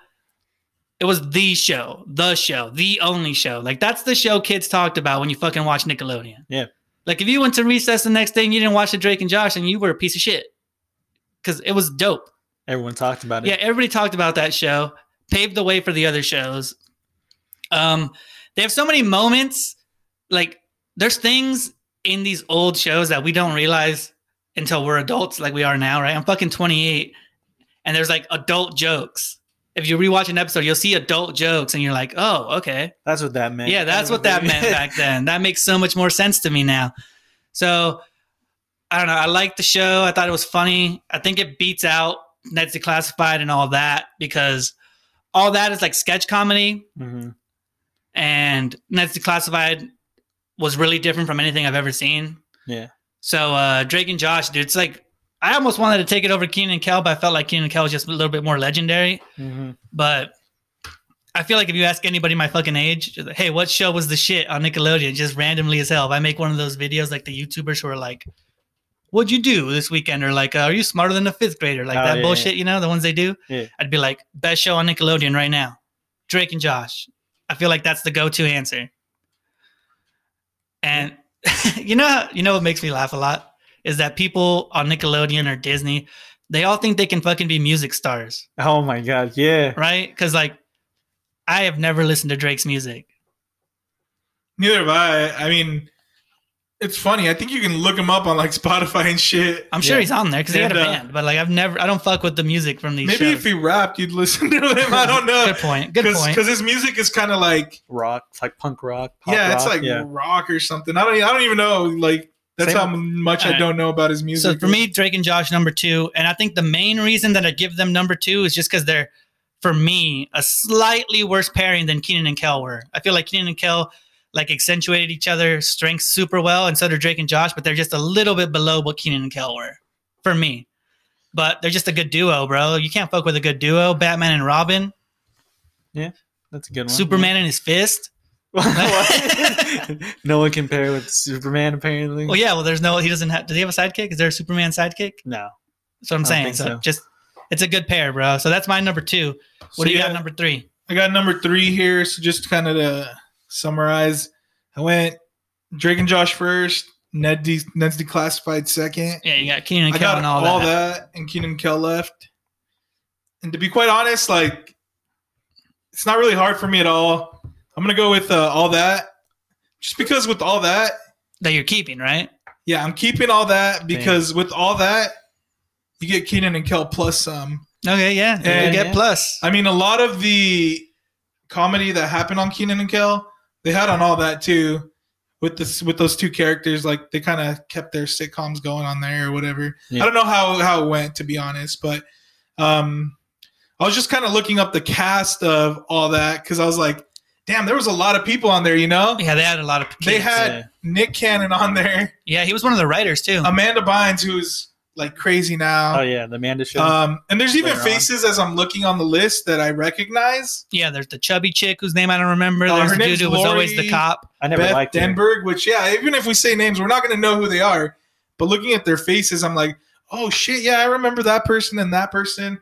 [SPEAKER 2] It was the show, the show, the only show. Like that's the show kids talked about when you fucking watch Nickelodeon.
[SPEAKER 3] Yeah.
[SPEAKER 2] Like if you went to recess the next day and you didn't watch the Drake and Josh, and you were a piece of shit, because it was dope.
[SPEAKER 3] Everyone talked about it.
[SPEAKER 2] Yeah, everybody talked about that show, paved the way for the other shows. Um, they have so many moments. Like, there's things in these old shows that we don't realize until we're adults, like we are now, right? I'm fucking 28, and there's like adult jokes if you rewatch an episode, you'll see adult jokes and you're like, oh, okay.
[SPEAKER 3] That's what that meant.
[SPEAKER 2] Yeah, that's what that meant back then. That makes so much more sense to me now. So I don't know. I liked the show. I thought it was funny. I think it beats out Ned's Declassified and all that because all that is like sketch comedy
[SPEAKER 3] Mhm.
[SPEAKER 2] and Ned's Declassified was really different from anything I've ever seen.
[SPEAKER 3] Yeah.
[SPEAKER 2] So uh Drake and Josh, dude, it's like I almost wanted to take it over Keenan and Kel, but I felt like Keenan and Kel was just a little bit more legendary.
[SPEAKER 3] Mhm.
[SPEAKER 2] But I feel like if you ask anybody my fucking age, just like, hey, what show was the shit on Nickelodeon? Just randomly as hell. If I make one of those videos, like the YouTubers who are like, "What'd you do this weekend?" or like, uh, "Are you smarter than a fifth grader?" Like
[SPEAKER 3] Oh,
[SPEAKER 2] that
[SPEAKER 3] yeah,
[SPEAKER 2] bullshit, you know, the ones they do.
[SPEAKER 3] Yeah.
[SPEAKER 2] I'd be like, "Best show on Nickelodeon right now, Drake and Josh." I feel like that's the go-to answer. And you know, you know what makes me laugh a lot is that people on Nickelodeon or Disney, they all think they can fucking be music stars
[SPEAKER 3] Oh my god. Yeah.
[SPEAKER 2] right? Because like, I have never listened to Drake's music.
[SPEAKER 1] Neither have I. I mean, it's funny. I think you can look him up on like Spotify and shit.
[SPEAKER 2] I'm sure
[SPEAKER 3] Yeah.
[SPEAKER 2] he's on there because he had a
[SPEAKER 1] And, uh,
[SPEAKER 2] band, but like, I've never, I don't fuck with the music from these
[SPEAKER 1] Maybe
[SPEAKER 2] shows.
[SPEAKER 1] if he rapped, you'd listen to him. I don't know.
[SPEAKER 2] Good point. Good point.
[SPEAKER 1] Because his music is kind of like
[SPEAKER 3] Rock. It's like punk rock. pop
[SPEAKER 1] yeah, it's
[SPEAKER 3] rock,
[SPEAKER 1] like
[SPEAKER 3] yeah.
[SPEAKER 1] rock or something. I don't I don't even know. Like that's
[SPEAKER 3] Same.
[SPEAKER 1] how much I
[SPEAKER 2] Alright.
[SPEAKER 1] don't know about his music.
[SPEAKER 2] So for me, Drake and Josh number two, and I think the main reason that I give them number two is just because they're, for me, a slightly worse pairing than Keenan and Kel were. I feel like Keenan and Kel like accentuated each other's strengths super well, and so did Drake and Josh, but they're just a little bit below what Keenan and Kel were for me. But they're just a good duo, bro. You can't fuck with a good duo. Batman and Robin,
[SPEAKER 3] That's a good one.
[SPEAKER 2] Superman and his fist.
[SPEAKER 1] Mm-hmm.
[SPEAKER 3] What? no one can pair with Superman apparently.
[SPEAKER 2] Well, yeah. Well, there's no. He doesn't have. Does he have a sidekick? Is there a Superman sidekick?
[SPEAKER 3] No.
[SPEAKER 2] That's what I'm
[SPEAKER 3] I don't
[SPEAKER 2] saying.
[SPEAKER 3] think
[SPEAKER 2] So,
[SPEAKER 3] so.
[SPEAKER 2] just, it's a good pair, bro. So that's my number two. What
[SPEAKER 1] So
[SPEAKER 2] do you
[SPEAKER 1] yeah,
[SPEAKER 2] got number three?
[SPEAKER 1] I got number three here. So just kind of to summarize, I went Drake and Josh first, Ned D, Ned's declassified second.
[SPEAKER 2] Yeah, you got Keenan and
[SPEAKER 1] I
[SPEAKER 2] Kel
[SPEAKER 1] got
[SPEAKER 2] and all, that.
[SPEAKER 1] that. and Keenan Kel left. And to be quite honest, like it's not really hard for me at all. I'm gonna go with uh, all that, just because with all that,
[SPEAKER 2] that you're keeping, right?
[SPEAKER 1] yeah, I'm keeping all that because with all that, you get Keenan and Kel plus some.
[SPEAKER 2] Okay, yeah.
[SPEAKER 1] Yeah, Uh,
[SPEAKER 2] you get
[SPEAKER 3] yeah.
[SPEAKER 2] plus.
[SPEAKER 1] I mean, a lot of the comedy that happened on Keenan and Kel, they had on all that too. With this, with those two characters, like they kind of kept their sitcoms going on there or whatever.
[SPEAKER 3] Yeah.
[SPEAKER 1] I don't know how how it went to be honest, but um, I was just kind of looking up the cast of all that because I was like, damn, there was a lot of people on there. You know,
[SPEAKER 2] Yeah, they had a lot of kids.
[SPEAKER 1] they had
[SPEAKER 3] yeah.
[SPEAKER 1] Nick Cannon on there,
[SPEAKER 2] Yeah, he was one of the writers too.
[SPEAKER 1] Amanda Bynes, who's like crazy now.
[SPEAKER 3] Oh yeah, the Amanda show.
[SPEAKER 1] Um, and there's even
[SPEAKER 3] Later on.
[SPEAKER 1] faces as I'm looking on the list that I recognize.
[SPEAKER 2] yeah, there's the chubby chick whose name I don't remember.
[SPEAKER 1] Uh,
[SPEAKER 2] there's
[SPEAKER 1] her
[SPEAKER 2] the dude
[SPEAKER 1] name's
[SPEAKER 2] who was always the
[SPEAKER 1] Lori-
[SPEAKER 2] cop.
[SPEAKER 3] I never
[SPEAKER 1] Beth
[SPEAKER 3] liked her.
[SPEAKER 1] Denberg, which yeah, even if we say names, we're not gonna know who they are. But looking at their faces, I'm like, oh shit, yeah, I remember that person and that person.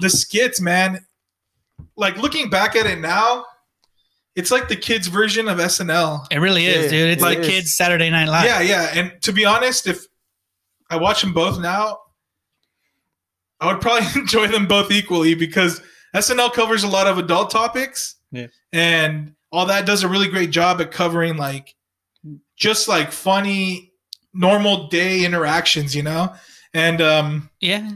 [SPEAKER 1] The skits, man. Like looking back at it now, it's like the kids' version of SNL.
[SPEAKER 2] It really is,
[SPEAKER 3] Yeah,
[SPEAKER 2] dude. It's
[SPEAKER 3] it
[SPEAKER 2] like
[SPEAKER 3] is.
[SPEAKER 2] kids Saturday Night Live.
[SPEAKER 1] Yeah, yeah. And to be honest, if I watch them both now, I would probably enjoy them both equally because SNL covers a lot of adult topics.
[SPEAKER 3] Yeah.
[SPEAKER 1] And all that does a really great job at covering like just like funny normal day interactions, you know? And um
[SPEAKER 2] yeah.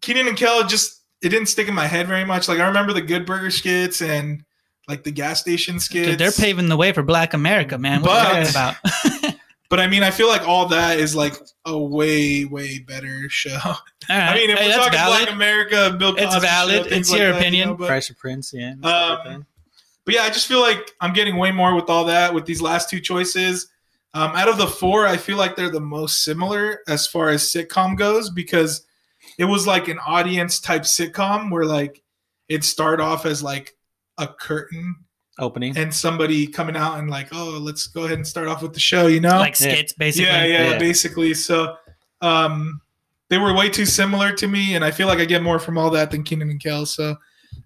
[SPEAKER 1] Keenan and Kel just it didn't stick in my head very much. Like I remember the Good Burger skits and like the gas station skits.
[SPEAKER 2] Dude, they're paving the way for Black America, man. What are you
[SPEAKER 1] But-
[SPEAKER 2] talking about?
[SPEAKER 1] But I mean, I feel like all that is like a way, way better show.
[SPEAKER 2] All right.
[SPEAKER 1] I mean, if
[SPEAKER 2] Hey,
[SPEAKER 1] we're
[SPEAKER 2] that's
[SPEAKER 1] talking
[SPEAKER 2] valid.
[SPEAKER 1] Black America, Bill
[SPEAKER 2] It's
[SPEAKER 1] Cosby show,
[SPEAKER 2] valid.
[SPEAKER 1] things
[SPEAKER 2] It's your
[SPEAKER 1] that, you
[SPEAKER 2] opinion.
[SPEAKER 1] know, but,
[SPEAKER 3] Fresh Prince, yeah. and
[SPEAKER 1] Um,
[SPEAKER 3] everything.
[SPEAKER 1] but yeah, I just feel like I'm getting way more with all that with these last two choices. Um, out of the four, I feel like they're the most similar as far as sitcom goes because it was like an audience type sitcom where like it started off as like a curtain
[SPEAKER 3] Opening.
[SPEAKER 1] and somebody coming out and like, oh, let's go ahead and start off with the show, you know?
[SPEAKER 2] like
[SPEAKER 3] Yeah.
[SPEAKER 2] skits, basically.
[SPEAKER 1] Yeah, yeah,
[SPEAKER 3] Yeah.
[SPEAKER 1] basically. So um, they were way too similar to me, and I feel like I get more from all that than Keenan and Kel. So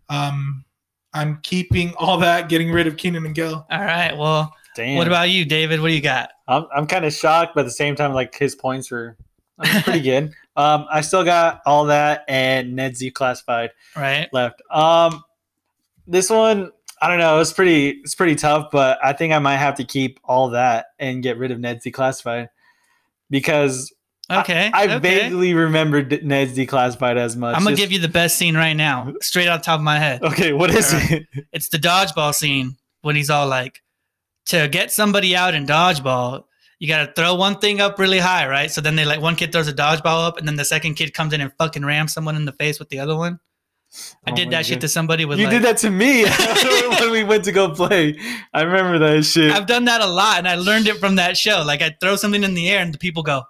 [SPEAKER 1] um, I'm keeping all that, getting rid of Keenan and Kel.
[SPEAKER 2] All right. Well,
[SPEAKER 3] Damn.
[SPEAKER 2] what about you, David? What do you got?
[SPEAKER 3] I'm, I'm kind of shocked, but at the same time, like his points were I mean, pretty good. Um, I still got all that and Ned Z classified
[SPEAKER 2] Right.
[SPEAKER 3] left. Um, this one, I don't know. It's pretty, it's pretty tough, but I think I might have to keep all that and get rid of Ned's declassified because
[SPEAKER 2] Okay.
[SPEAKER 3] I
[SPEAKER 2] okay.
[SPEAKER 3] vaguely remember D- Ned's declassified as much.
[SPEAKER 2] I'm gonna
[SPEAKER 3] Just-
[SPEAKER 2] give you the best scene right now, straight off the top of my head.
[SPEAKER 3] Okay, what is
[SPEAKER 2] All
[SPEAKER 3] it?
[SPEAKER 2] It's the dodgeball scene when he's all like, to get somebody out in dodgeball, you gotta throw one thing up really high, right? So then they like one kid throws a dodgeball up, and then the second kid comes in and fucking rams someone in the face with the other one. I
[SPEAKER 3] Oh
[SPEAKER 2] did
[SPEAKER 3] my
[SPEAKER 2] that shit
[SPEAKER 3] God.
[SPEAKER 2] to somebody with
[SPEAKER 3] You
[SPEAKER 2] like,
[SPEAKER 3] did that to me when we went to go play. I remember that shit.
[SPEAKER 2] I've done that a lot, and I learned it from that show. Like I throw something in the air, and the people go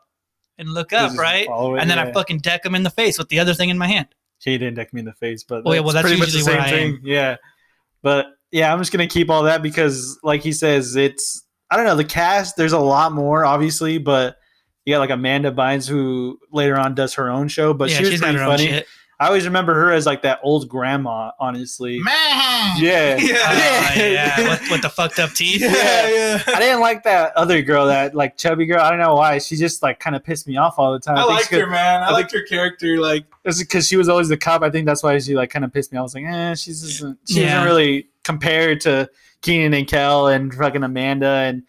[SPEAKER 2] and look
[SPEAKER 3] This
[SPEAKER 2] up,
[SPEAKER 3] is
[SPEAKER 2] right?
[SPEAKER 3] always-
[SPEAKER 2] And then I
[SPEAKER 3] yeah.
[SPEAKER 2] fucking deck them in the face with the other thing in my hand.
[SPEAKER 3] he didn't deck me in the face, but
[SPEAKER 2] Oh, yeah, well, that's
[SPEAKER 3] pretty much the
[SPEAKER 2] usually
[SPEAKER 3] same
[SPEAKER 2] where I am.
[SPEAKER 3] thing. Yeah, but yeah, I'm just gonna keep all that because, like he says, it's I don't know the cast. There's a lot more, obviously, but you got like Amanda Bynes who later on does her own show, but
[SPEAKER 2] yeah,
[SPEAKER 3] she was
[SPEAKER 2] she's got
[SPEAKER 3] pretty
[SPEAKER 2] her own
[SPEAKER 3] funny.
[SPEAKER 2] shit.
[SPEAKER 3] I always remember her as like that old grandma, honestly.
[SPEAKER 1] Man.
[SPEAKER 2] Yeah,
[SPEAKER 3] Yeah. Yeah.
[SPEAKER 2] Uh, yeah. With, with the fucked up teeth.
[SPEAKER 1] Yeah, yeah.
[SPEAKER 3] I didn't like that other girl, that like chubby girl. I don't know why. She just like kind of pissed me off all the time.
[SPEAKER 1] I,
[SPEAKER 3] think
[SPEAKER 1] liked
[SPEAKER 3] she could-
[SPEAKER 1] her, man. I,
[SPEAKER 3] I
[SPEAKER 1] liked her character. Like,
[SPEAKER 3] It's because she was always the cop. I think that's why she like kind of pissed me. off. I was like, eh, she's just isn't, she
[SPEAKER 2] Yeah.
[SPEAKER 3] isn't really compared to Keenan and Kel and fucking Amanda. And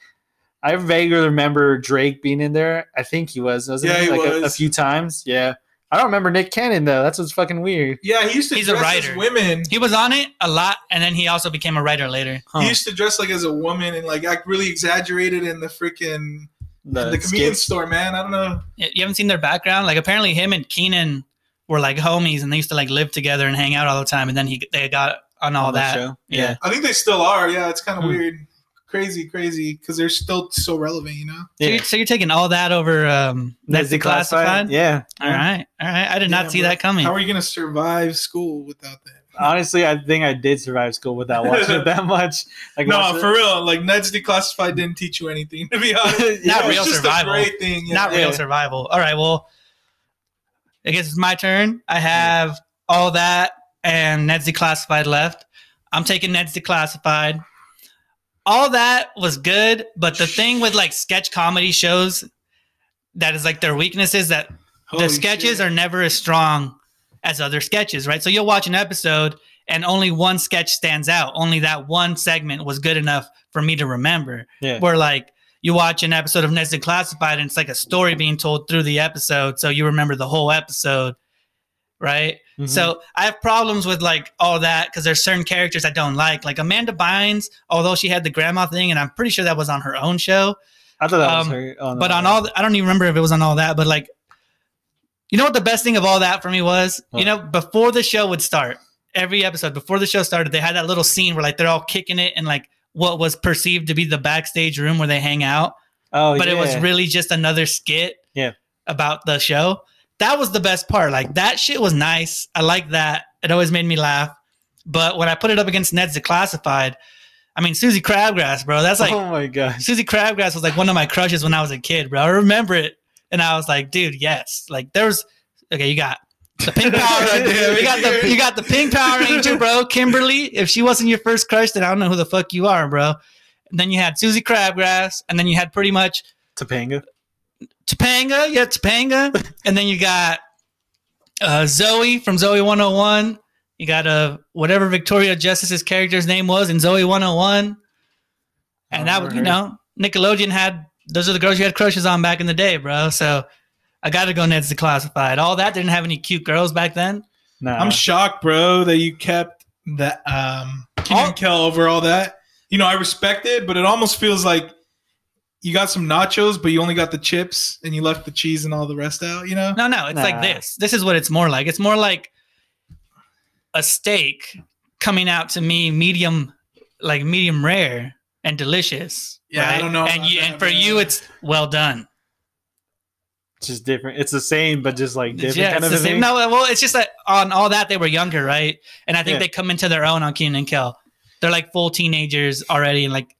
[SPEAKER 3] I vaguely remember Drake being in there. I think he was. Wasn't
[SPEAKER 1] Yeah, he
[SPEAKER 3] like A, a
[SPEAKER 1] was.
[SPEAKER 3] few times. Yeah, I don't remember Nick Cannon though. That's what's fucking weird.
[SPEAKER 1] yeah, he used to
[SPEAKER 2] He's a
[SPEAKER 1] dress as
[SPEAKER 2] writer.
[SPEAKER 1] women.
[SPEAKER 2] He was on it a lot, and then he also became a writer later.
[SPEAKER 3] Huh.
[SPEAKER 1] He used to dress like as a woman and like act really exaggerated in the freaking the, the comedian
[SPEAKER 3] skits.
[SPEAKER 1] store, man. I don't know.
[SPEAKER 2] Y- You haven't seen their background? Like apparently, him and Keenan were like homies, and they used to like live together and hang out all the time. And then he they got on all
[SPEAKER 3] on
[SPEAKER 2] that.
[SPEAKER 3] show.
[SPEAKER 2] Yeah.
[SPEAKER 3] Yeah.
[SPEAKER 1] I think they still are. Yeah, it's kind of
[SPEAKER 2] Hmm.
[SPEAKER 1] weird, crazy, crazy, because they're still so relevant. You know.
[SPEAKER 2] So,
[SPEAKER 3] yeah.
[SPEAKER 2] you're, so you're taking all that over um, that's declassified.
[SPEAKER 3] Yeah.
[SPEAKER 2] All right, all right. I did
[SPEAKER 1] Yeah,
[SPEAKER 2] not see
[SPEAKER 1] bro.
[SPEAKER 2] that coming.
[SPEAKER 1] How are you gonna survive school without that?
[SPEAKER 3] Honestly, I think I did survive school without watching it that much. Like watching
[SPEAKER 1] No,
[SPEAKER 3] it-
[SPEAKER 1] for real. Like Ned's declassified didn't teach you anything, to be honest.
[SPEAKER 2] Not
[SPEAKER 1] It was
[SPEAKER 2] real
[SPEAKER 1] just a
[SPEAKER 2] survival.
[SPEAKER 1] great thing. yeah.
[SPEAKER 2] not
[SPEAKER 3] Yeah.
[SPEAKER 2] real survival. All right, well, I guess it's my turn. I have all that and Ned's Declassified left. I'm taking Ned's Declassified. All that was good, but the thing with like sketch comedy shows that is like their weaknesses that
[SPEAKER 1] Holy
[SPEAKER 2] the sketches
[SPEAKER 1] shit.
[SPEAKER 2] are never as strong as other sketches, right? So you'll watch an episode and only one sketch stands out. Only that one segment was good enough for me to remember.
[SPEAKER 3] Yeah.
[SPEAKER 2] Where like you watch an episode of Nested Classified and it's like a story being told through the episode, so you remember the whole episode, right?
[SPEAKER 3] Mhm.
[SPEAKER 2] So I have problems with like all that because there's certain characters I don't like. Like Amanda Bynes, although she had the grandma thing, and I'm pretty sure that was on her own show
[SPEAKER 3] I thought that was
[SPEAKER 2] um,
[SPEAKER 3] her. Oh, no.
[SPEAKER 2] but on all the, I don't even remember if it was on all that, but like you know what the best thing of all that for me was? You
[SPEAKER 3] What?
[SPEAKER 2] know, before the show would start, every episode before the show started, they had that little scene where like they're all kicking it in like what was perceived to be the backstage room where they hang out,
[SPEAKER 3] oh,
[SPEAKER 2] but it was
[SPEAKER 3] yeah.
[SPEAKER 2] really just another skit
[SPEAKER 3] Yeah.
[SPEAKER 2] about the show. That was the best part. Like that shit was nice. I like that. It always made me laugh. But when I put it up against Ned's Declassified, I mean Susie Crabgrass, bro, that's like
[SPEAKER 3] oh my gosh.
[SPEAKER 2] Susie Crabgrass was like one of my crushes when I was a kid, bro. I remember it, and I was like, dude, yes. Like there was, okay, you got the pink power.
[SPEAKER 1] Damn
[SPEAKER 2] you got the you got the pink Power Ranger, bro. Kimberly, if she wasn't your first crush, then I don't know who the fuck you are, bro. And then you had Susie Crabgrass, and then you had pretty much
[SPEAKER 3] Topanga.
[SPEAKER 2] Topanga, yeah, Topanga, and then you got uh, Zoe from Zoe 101. You got uh, whatever Victoria Justice's character's name was in Zoe 101, and that was you know Nickelodeon had those are the girls you had crushes on back in the day, bro. So I got to go Ned's Declassified. All that didn't have any cute girls back then.
[SPEAKER 3] Nah.
[SPEAKER 1] I'm shocked, bro, that you kept that um Keenan
[SPEAKER 2] All-
[SPEAKER 1] Kel over all that. You know, I respect it, but it almost feels like you got some nachos, but you only got the chips and you left the cheese and all the rest out, you know?
[SPEAKER 2] No, no, it's like
[SPEAKER 3] Nah.
[SPEAKER 2] this. This is what it's more like. It's more like a steak coming out to me medium, like medium rare and delicious.
[SPEAKER 1] Yeah, I
[SPEAKER 2] right?
[SPEAKER 1] don't know
[SPEAKER 2] And
[SPEAKER 1] about
[SPEAKER 2] you,
[SPEAKER 1] that,
[SPEAKER 2] and for
[SPEAKER 1] man.
[SPEAKER 2] you, it's well done.
[SPEAKER 3] just different. It's the same, but just like different
[SPEAKER 2] Yeah,
[SPEAKER 3] kind
[SPEAKER 2] it's
[SPEAKER 3] of
[SPEAKER 2] the
[SPEAKER 3] a
[SPEAKER 2] same.
[SPEAKER 3] thing.
[SPEAKER 2] No, well, it's just that on all that they were younger, right? And I think
[SPEAKER 3] Yeah.
[SPEAKER 2] they come into their own on Keenan and Kel. They're like full teenagers already, and like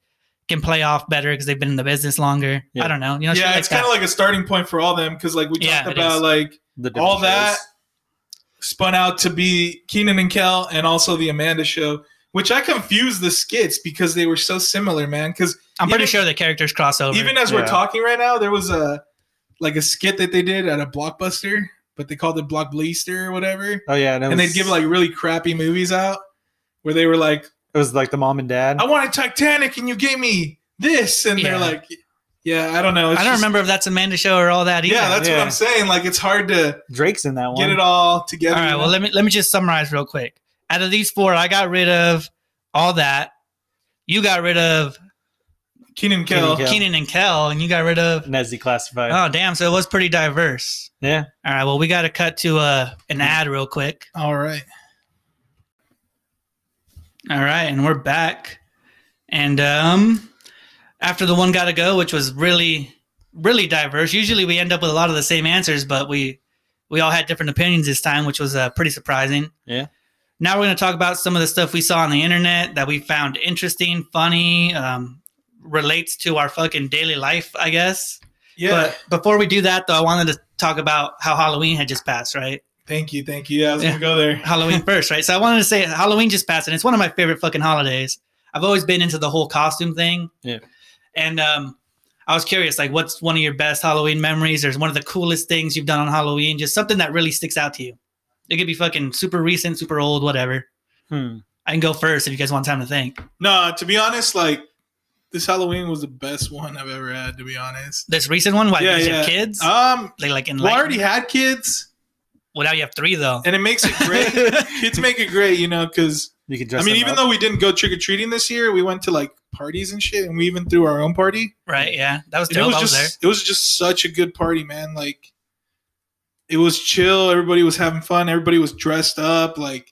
[SPEAKER 2] can play off better because they've been in the business longer.
[SPEAKER 3] Yeah.
[SPEAKER 2] I don't know. You know, shit
[SPEAKER 1] yeah,
[SPEAKER 2] like
[SPEAKER 1] it's
[SPEAKER 2] that.
[SPEAKER 1] kind of like a starting point for all them because, like, we talked
[SPEAKER 2] Yeah, it
[SPEAKER 1] about,
[SPEAKER 2] is.
[SPEAKER 1] like,
[SPEAKER 3] The different
[SPEAKER 1] all that
[SPEAKER 3] shows.
[SPEAKER 1] spun out to be Keenan and Kel and also the Amanda show, which I confused the skits because they were so similar, man. Because
[SPEAKER 2] I'm pretty
[SPEAKER 1] even-
[SPEAKER 2] sure the characters cross over.
[SPEAKER 1] even as we're
[SPEAKER 3] Yeah.
[SPEAKER 1] talking right now, there was a like a skit that they did at a blockbuster, but they called it Block Bleaster or whatever.
[SPEAKER 3] Oh yeah, it
[SPEAKER 1] And
[SPEAKER 3] was-
[SPEAKER 1] they'd give like really crappy movies out where they were like,
[SPEAKER 3] it was like the mom and dad.
[SPEAKER 1] I wanted Titanic and you gave me this. And
[SPEAKER 2] Yeah.
[SPEAKER 1] they're like, Yeah, I don't know. It's
[SPEAKER 2] I don't
[SPEAKER 1] just-
[SPEAKER 2] remember if that's Amanda Show or all that either.
[SPEAKER 1] Yeah, that's
[SPEAKER 3] Yeah.
[SPEAKER 1] what I'm saying. Like it's hard to
[SPEAKER 3] Drake's in that one.
[SPEAKER 1] get it all together.
[SPEAKER 2] all right.
[SPEAKER 1] you
[SPEAKER 2] Well,
[SPEAKER 1] know?
[SPEAKER 2] let me let me just summarize real quick. Out of these four, I got rid of all that. You got rid of
[SPEAKER 1] Keenan
[SPEAKER 3] Keenan
[SPEAKER 1] Kell.
[SPEAKER 3] Kel. Yeah.
[SPEAKER 2] Keenan and Kel, and you got rid of.
[SPEAKER 3] Nezzy classified.
[SPEAKER 2] Oh damn! So it was pretty diverse.
[SPEAKER 3] yeah.
[SPEAKER 2] All right. Well, we got to cut to uh, an ad real quick.
[SPEAKER 1] All right.
[SPEAKER 2] All right, and we're back. And um, after the one got to go, which was really, really diverse. Usually we end up with a lot of the same answers, but we we all had different opinions this time, which was uh, pretty surprising.
[SPEAKER 3] Yeah.
[SPEAKER 2] Now we're going to talk about some of the stuff we saw on the internet that we found interesting, funny, um, relates to our fucking daily life, I guess.
[SPEAKER 1] Yeah.
[SPEAKER 2] But before we do that, though, I wanted to talk about how Halloween had just passed, right?
[SPEAKER 1] thank you. Thank you. Yeah, I was
[SPEAKER 2] Yeah.
[SPEAKER 1] gonna go there.
[SPEAKER 2] Halloween first, right? So I wanted to say Halloween just passed, and it's one of my favorite fucking holidays. I've always been into the whole costume thing.
[SPEAKER 3] Yeah.
[SPEAKER 2] And um, I was curious, like, what's one of your best Halloween memories, or one of the coolest things you've done on Halloween? Just something that really sticks out to you. It could be fucking super recent, super old, whatever.
[SPEAKER 3] Hmm.
[SPEAKER 2] I can go first if you guys want time to think.
[SPEAKER 1] No, to be honest, like this Halloween was the best one I've ever had. To be honest.
[SPEAKER 2] This recent one, why
[SPEAKER 1] Yeah,
[SPEAKER 2] because you have
[SPEAKER 1] yeah.
[SPEAKER 2] kids?
[SPEAKER 1] Um,
[SPEAKER 2] they like in
[SPEAKER 1] well, I
[SPEAKER 2] like,
[SPEAKER 1] already had kids,
[SPEAKER 2] well now you have three though.
[SPEAKER 1] and it makes it great. kids make it great, you know, because
[SPEAKER 3] You can dress.
[SPEAKER 1] I mean,
[SPEAKER 3] them
[SPEAKER 1] even
[SPEAKER 3] up.
[SPEAKER 1] though we didn't go trick or treating this year, we went to like parties and shit, and we even threw our own party.
[SPEAKER 2] right? Yeah, that was
[SPEAKER 1] And it
[SPEAKER 2] dope.
[SPEAKER 1] was
[SPEAKER 2] I was
[SPEAKER 1] just it
[SPEAKER 2] there.
[SPEAKER 1] was just such a good party, man. Like it was chill. Everybody was having fun. Everybody was dressed up. Like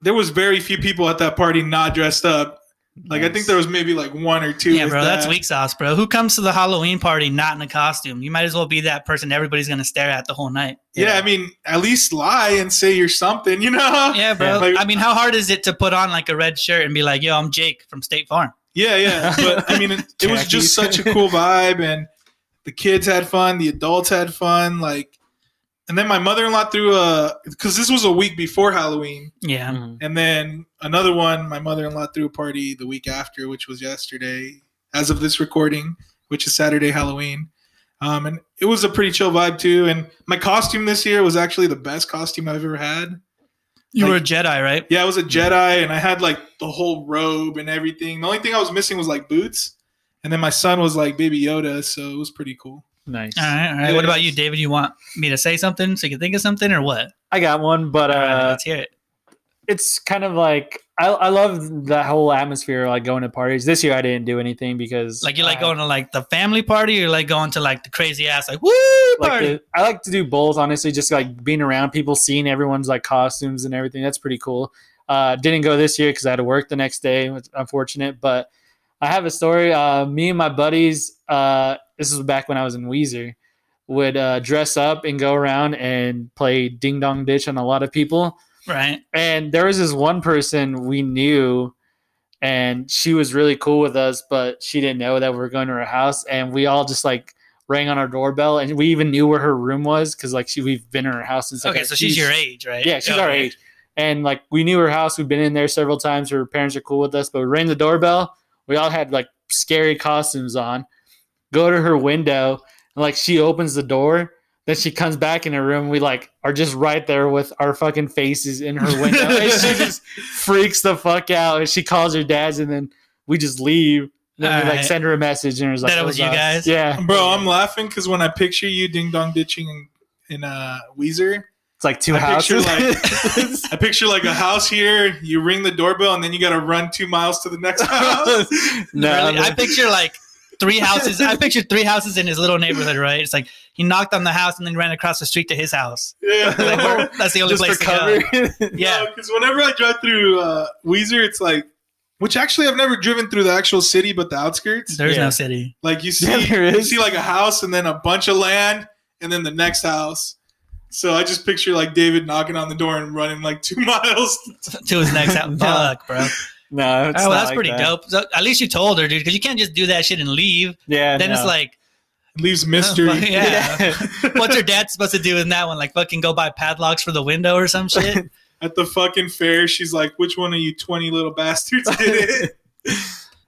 [SPEAKER 1] there was very few people at that party not dressed up. Like I think
[SPEAKER 3] Nice.
[SPEAKER 1] there was maybe like one or two.
[SPEAKER 2] Yeah,
[SPEAKER 1] if
[SPEAKER 2] bro, that's
[SPEAKER 1] that.
[SPEAKER 2] weak sauce, bro. Who comes to the Halloween party not in a costume? You might as well be that person everybody's gonna stare at the whole night.
[SPEAKER 1] Yeah, I mean, at least lie and say you're something, you know?
[SPEAKER 2] Yeah, bro.
[SPEAKER 1] Like-
[SPEAKER 2] I mean, how hard is it to put on like a red shirt and be like, "Yo, I'm Jake from State Farm"?
[SPEAKER 1] Yeah, yeah. But I mean, it, it was
[SPEAKER 3] Khakis.
[SPEAKER 1] just such a cool vibe, and the kids had fun, the adults had fun, like. And then my mother-in-law threw a because this was a week before Halloween,
[SPEAKER 2] Yeah,
[SPEAKER 3] Mhm.
[SPEAKER 1] and then another one. My mother-in-law threw a party the week after, which was yesterday, as of this recording, which is Saturday Halloween. Um, and it was a pretty chill vibe too. And my costume this year was actually the best costume I've ever had.
[SPEAKER 2] you
[SPEAKER 1] Like-
[SPEAKER 2] were a Jedi, right?
[SPEAKER 1] Yeah, I was a Jedi, and I had like the whole robe and everything. The only thing I was missing was like boots, and then my son was like Baby Yoda, so it was pretty cool.
[SPEAKER 3] nice.
[SPEAKER 2] All right, all right. What
[SPEAKER 1] Yeah.
[SPEAKER 2] about you, David? You want me to say something so you can think of something, or what?
[SPEAKER 3] I got one, but
[SPEAKER 2] All right,
[SPEAKER 3] uh,
[SPEAKER 2] let's hear it.
[SPEAKER 3] it's kind of like I, I love that whole atmosphere, like going to parties. This year I didn't do anything because
[SPEAKER 2] Like you like
[SPEAKER 3] I-
[SPEAKER 2] going to like the family party, or like going to like the crazy ass like woo
[SPEAKER 3] uh, like
[SPEAKER 2] party.
[SPEAKER 3] the, I like to do both, honestly, just like being around people, seeing everyone's like costumes and everything. That's pretty cool. Uh, didn't go this year because I had to work the next day. It was unfortunate, but I have a story. Uh, me and my buddies, uh, this was back when I was in Weezer, would uh, dress up and go around and play ding dong ditch on a lot of people.
[SPEAKER 2] right?
[SPEAKER 3] And there was this one person we knew, and she was really cool with us, but she didn't know that we were going to her house. And we all just like rang on our doorbell, and we even knew where her room was because like she we've been in her house since. like,
[SPEAKER 2] okay,
[SPEAKER 3] our-
[SPEAKER 2] so she's your age, right?
[SPEAKER 3] Yeah, she's
[SPEAKER 2] Okay.
[SPEAKER 3] our age, and like we knew her house. We've been in there several times. Her parents are cool with us, but we rang the doorbell. We all had like scary costumes on. Go to her window, and like she opens the door. Then she comes back in her room. We like are just right there with our fucking faces in her window. and she just freaks the fuck out. And she calls her dad's, and then we just leave. Then we like
[SPEAKER 2] Alright.
[SPEAKER 3] send her a message, and it was like
[SPEAKER 2] That it was you
[SPEAKER 3] us."
[SPEAKER 2] guys?
[SPEAKER 3] Yeah,
[SPEAKER 1] Bro, I'm laughing because when I picture you ding dong ditching in, in uh, Weezer,
[SPEAKER 3] it's like two
[SPEAKER 1] I picture,
[SPEAKER 3] houses.
[SPEAKER 1] I picture like a house here. You ring the doorbell, and then you got to run two miles to the next house.
[SPEAKER 3] no,
[SPEAKER 2] Really? I picture like three houses. I picture three houses in his little neighborhood, right? It's like he knocked on the house and then ran across the street to his house.
[SPEAKER 1] yeah,
[SPEAKER 2] Like, where- that's the only
[SPEAKER 3] just for
[SPEAKER 2] place to go.
[SPEAKER 3] cover.
[SPEAKER 2] Yeah.
[SPEAKER 1] because whenever I drive through uh, Weezer, it's like, which actually I've never driven through the actual city, but the outskirts.
[SPEAKER 2] There's
[SPEAKER 3] Yeah.
[SPEAKER 2] no city.
[SPEAKER 1] Like you see,
[SPEAKER 3] Yeah, there
[SPEAKER 1] you
[SPEAKER 3] is.
[SPEAKER 1] see like a house and then a bunch of land and then the next house. So I just picture like David knocking on the door and running like two miles.
[SPEAKER 2] To his next house.
[SPEAKER 3] No.
[SPEAKER 2] Fuck, bro.
[SPEAKER 3] No, it's
[SPEAKER 2] Oh,
[SPEAKER 3] not
[SPEAKER 2] that's
[SPEAKER 3] like
[SPEAKER 2] pretty
[SPEAKER 3] that.
[SPEAKER 2] dope. So, at least you told her, dude, because you can't just do that shit and leave.
[SPEAKER 3] Yeah,
[SPEAKER 2] Then it's
[SPEAKER 3] no.
[SPEAKER 2] like,
[SPEAKER 1] Leaves mystery.
[SPEAKER 2] Oh, fuck, yeah. what's your dad supposed to do in that one? Like, fucking go buy padlocks for the window or some shit?
[SPEAKER 1] At the fucking fair, she's like, "Which one of you twenty little bastards did it?"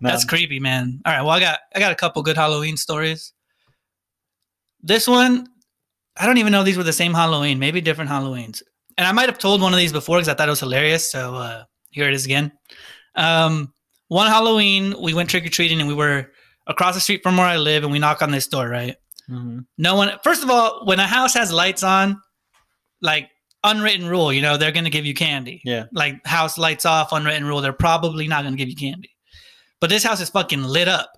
[SPEAKER 3] No.
[SPEAKER 2] That's creepy, man. All right, well, I got I got a couple good Halloween stories. This one, I don't even know if these were the same Halloween, maybe different Halloweens. And I might have told one of these before because I thought it was hilarious. So uh, here it is again. Um, one Halloween, we went trick or treating and we were across the street from where I live, and we knock on this door, right?
[SPEAKER 3] Mm-hmm.
[SPEAKER 2] No one, first of all, when a house has lights on, like unwritten rule, you know, they're going to give you candy.
[SPEAKER 3] Yeah.
[SPEAKER 2] Like house lights off, unwritten rule, they're probably not going to give you candy. But this house is fucking lit up.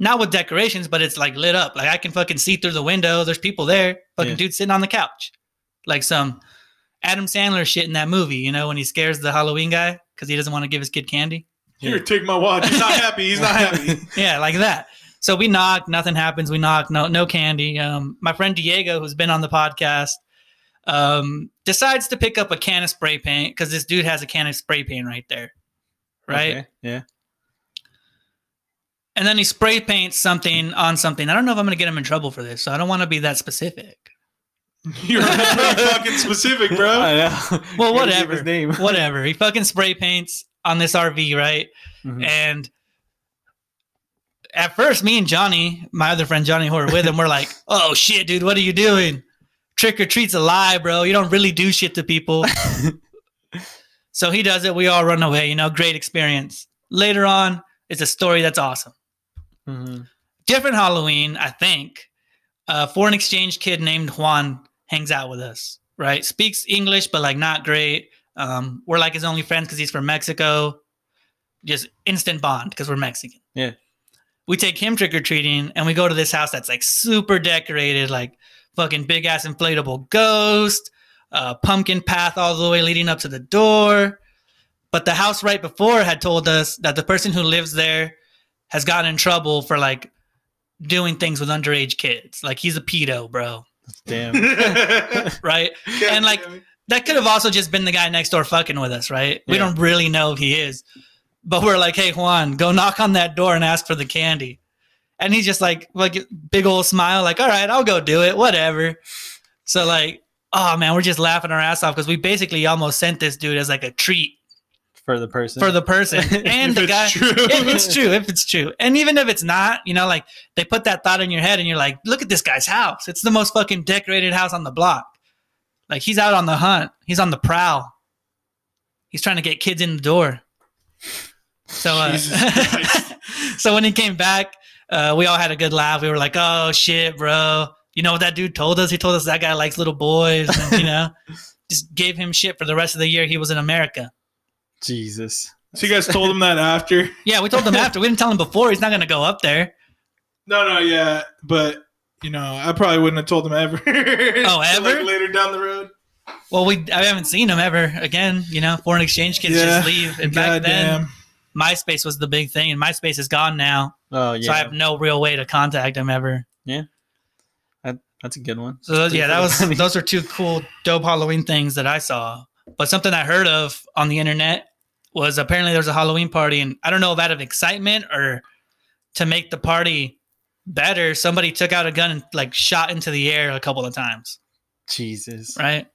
[SPEAKER 2] Not with decorations, but it's like lit up. Like I can fucking see through the window. There's people there. Fucking
[SPEAKER 3] Yeah.
[SPEAKER 2] dude sitting on the couch. Like some Adam Sandler shit in that movie, you know, when he scares the Halloween guy because he doesn't want to give his kid candy.
[SPEAKER 1] Here, take my watch. He's not happy. He's not happy.
[SPEAKER 2] yeah, like that. So we knock, nothing happens. We knock, no, no candy. Um, my friend Diego, who's been on the podcast, um, decides to pick up a can of spray paint because this dude has a can of spray paint right there, right?
[SPEAKER 3] Okay. Yeah.
[SPEAKER 2] And then he spray paints something on something. I don't know if I'm gonna get him in trouble for this, so I don't want to be that specific.
[SPEAKER 1] You're pretty fucking specific, bro.
[SPEAKER 3] I know.
[SPEAKER 2] Well,
[SPEAKER 3] You gotta keep
[SPEAKER 2] whatever.
[SPEAKER 3] His name.
[SPEAKER 2] Whatever. he fucking spray paints on this RV, right?
[SPEAKER 3] Mhm.
[SPEAKER 2] And at first, me and Johnny, my other friend Johnny, who were with him, were like, "Oh shit, dude, what are you doing? Trick or treat's a lie, bro. You don't really do shit to people." so he does it. We all run away. You know, great experience. Later on, it's a story that's awesome.
[SPEAKER 3] Mhm.
[SPEAKER 2] Different Halloween, I think. A foreign exchange kid named Juan hangs out with us. Right, speaks English, but like not great. Um, we're like his only friends because he's from Mexico. Just instant bond because we're Mexican we take him trick or treating and we go to this house that's like super decorated, like fucking big ass inflatable ghost, uh, pumpkin path all the way leading up to the door. But the house right before had told us that the person who lives there has gotten in trouble for like doing things with underage kids. Like he's a pedo, bro.
[SPEAKER 3] Damn.
[SPEAKER 2] Right? And, like, that could have also just been the guy next door fucking with us, right? We
[SPEAKER 3] Yeah.
[SPEAKER 2] don't really know if he is. But we're like, hey, Juan, go knock on that door and ask for the candy. And he's just like, like big old smile, like, all right, I'll go do it, whatever. So, like, oh man, we're just laughing our ass off because we basically almost sent this dude as like a treat
[SPEAKER 3] For the person.
[SPEAKER 2] for the person and
[SPEAKER 1] If
[SPEAKER 2] the
[SPEAKER 1] it's
[SPEAKER 2] guy.
[SPEAKER 1] true.
[SPEAKER 2] If it's true, if it's true. And even if it's not, you know, like they put that thought in your head and you're like, look at this guy's house. It's the most fucking decorated house on the block. Like he's out on the hunt, he's on the prowl. He's trying to get kids in the door. So, uh,
[SPEAKER 1] Jesus Christ.
[SPEAKER 2] so when he came back, uh, we all had a good laugh. We were like, oh shit, bro. You know what that dude told us? He told us that guy likes little boys, and, you know, just gave him shit for the rest of the year he was in America.
[SPEAKER 3] Jesus.
[SPEAKER 1] so you guys told him that after?
[SPEAKER 2] Yeah, we told him after. We didn't tell him before. He's not going to go up there.
[SPEAKER 1] No, no, yeah, but you know, I probably wouldn't have told him ever. oh,
[SPEAKER 2] ever?
[SPEAKER 1] later down the road.
[SPEAKER 2] Well, we I haven't seen him ever again. You know, foreign exchange kids
[SPEAKER 1] Yeah.
[SPEAKER 2] just leave. And back then,
[SPEAKER 1] Goddamn.
[SPEAKER 2] MySpace was the big thing, and MySpace is gone now.
[SPEAKER 3] Oh yeah.
[SPEAKER 2] So I have no real way to contact him ever.
[SPEAKER 3] That's a good one.
[SPEAKER 2] So those,
[SPEAKER 3] Pretty
[SPEAKER 2] yeah, that was
[SPEAKER 3] funny.
[SPEAKER 2] those are two cool, dope Halloween things that I saw. But something I heard of on the internet was apparently there was a Halloween party, and I don't know if out of excitement or to make the party better, somebody took out a gun and like shot into the air a couple of times.
[SPEAKER 3] Jesus.
[SPEAKER 2] right?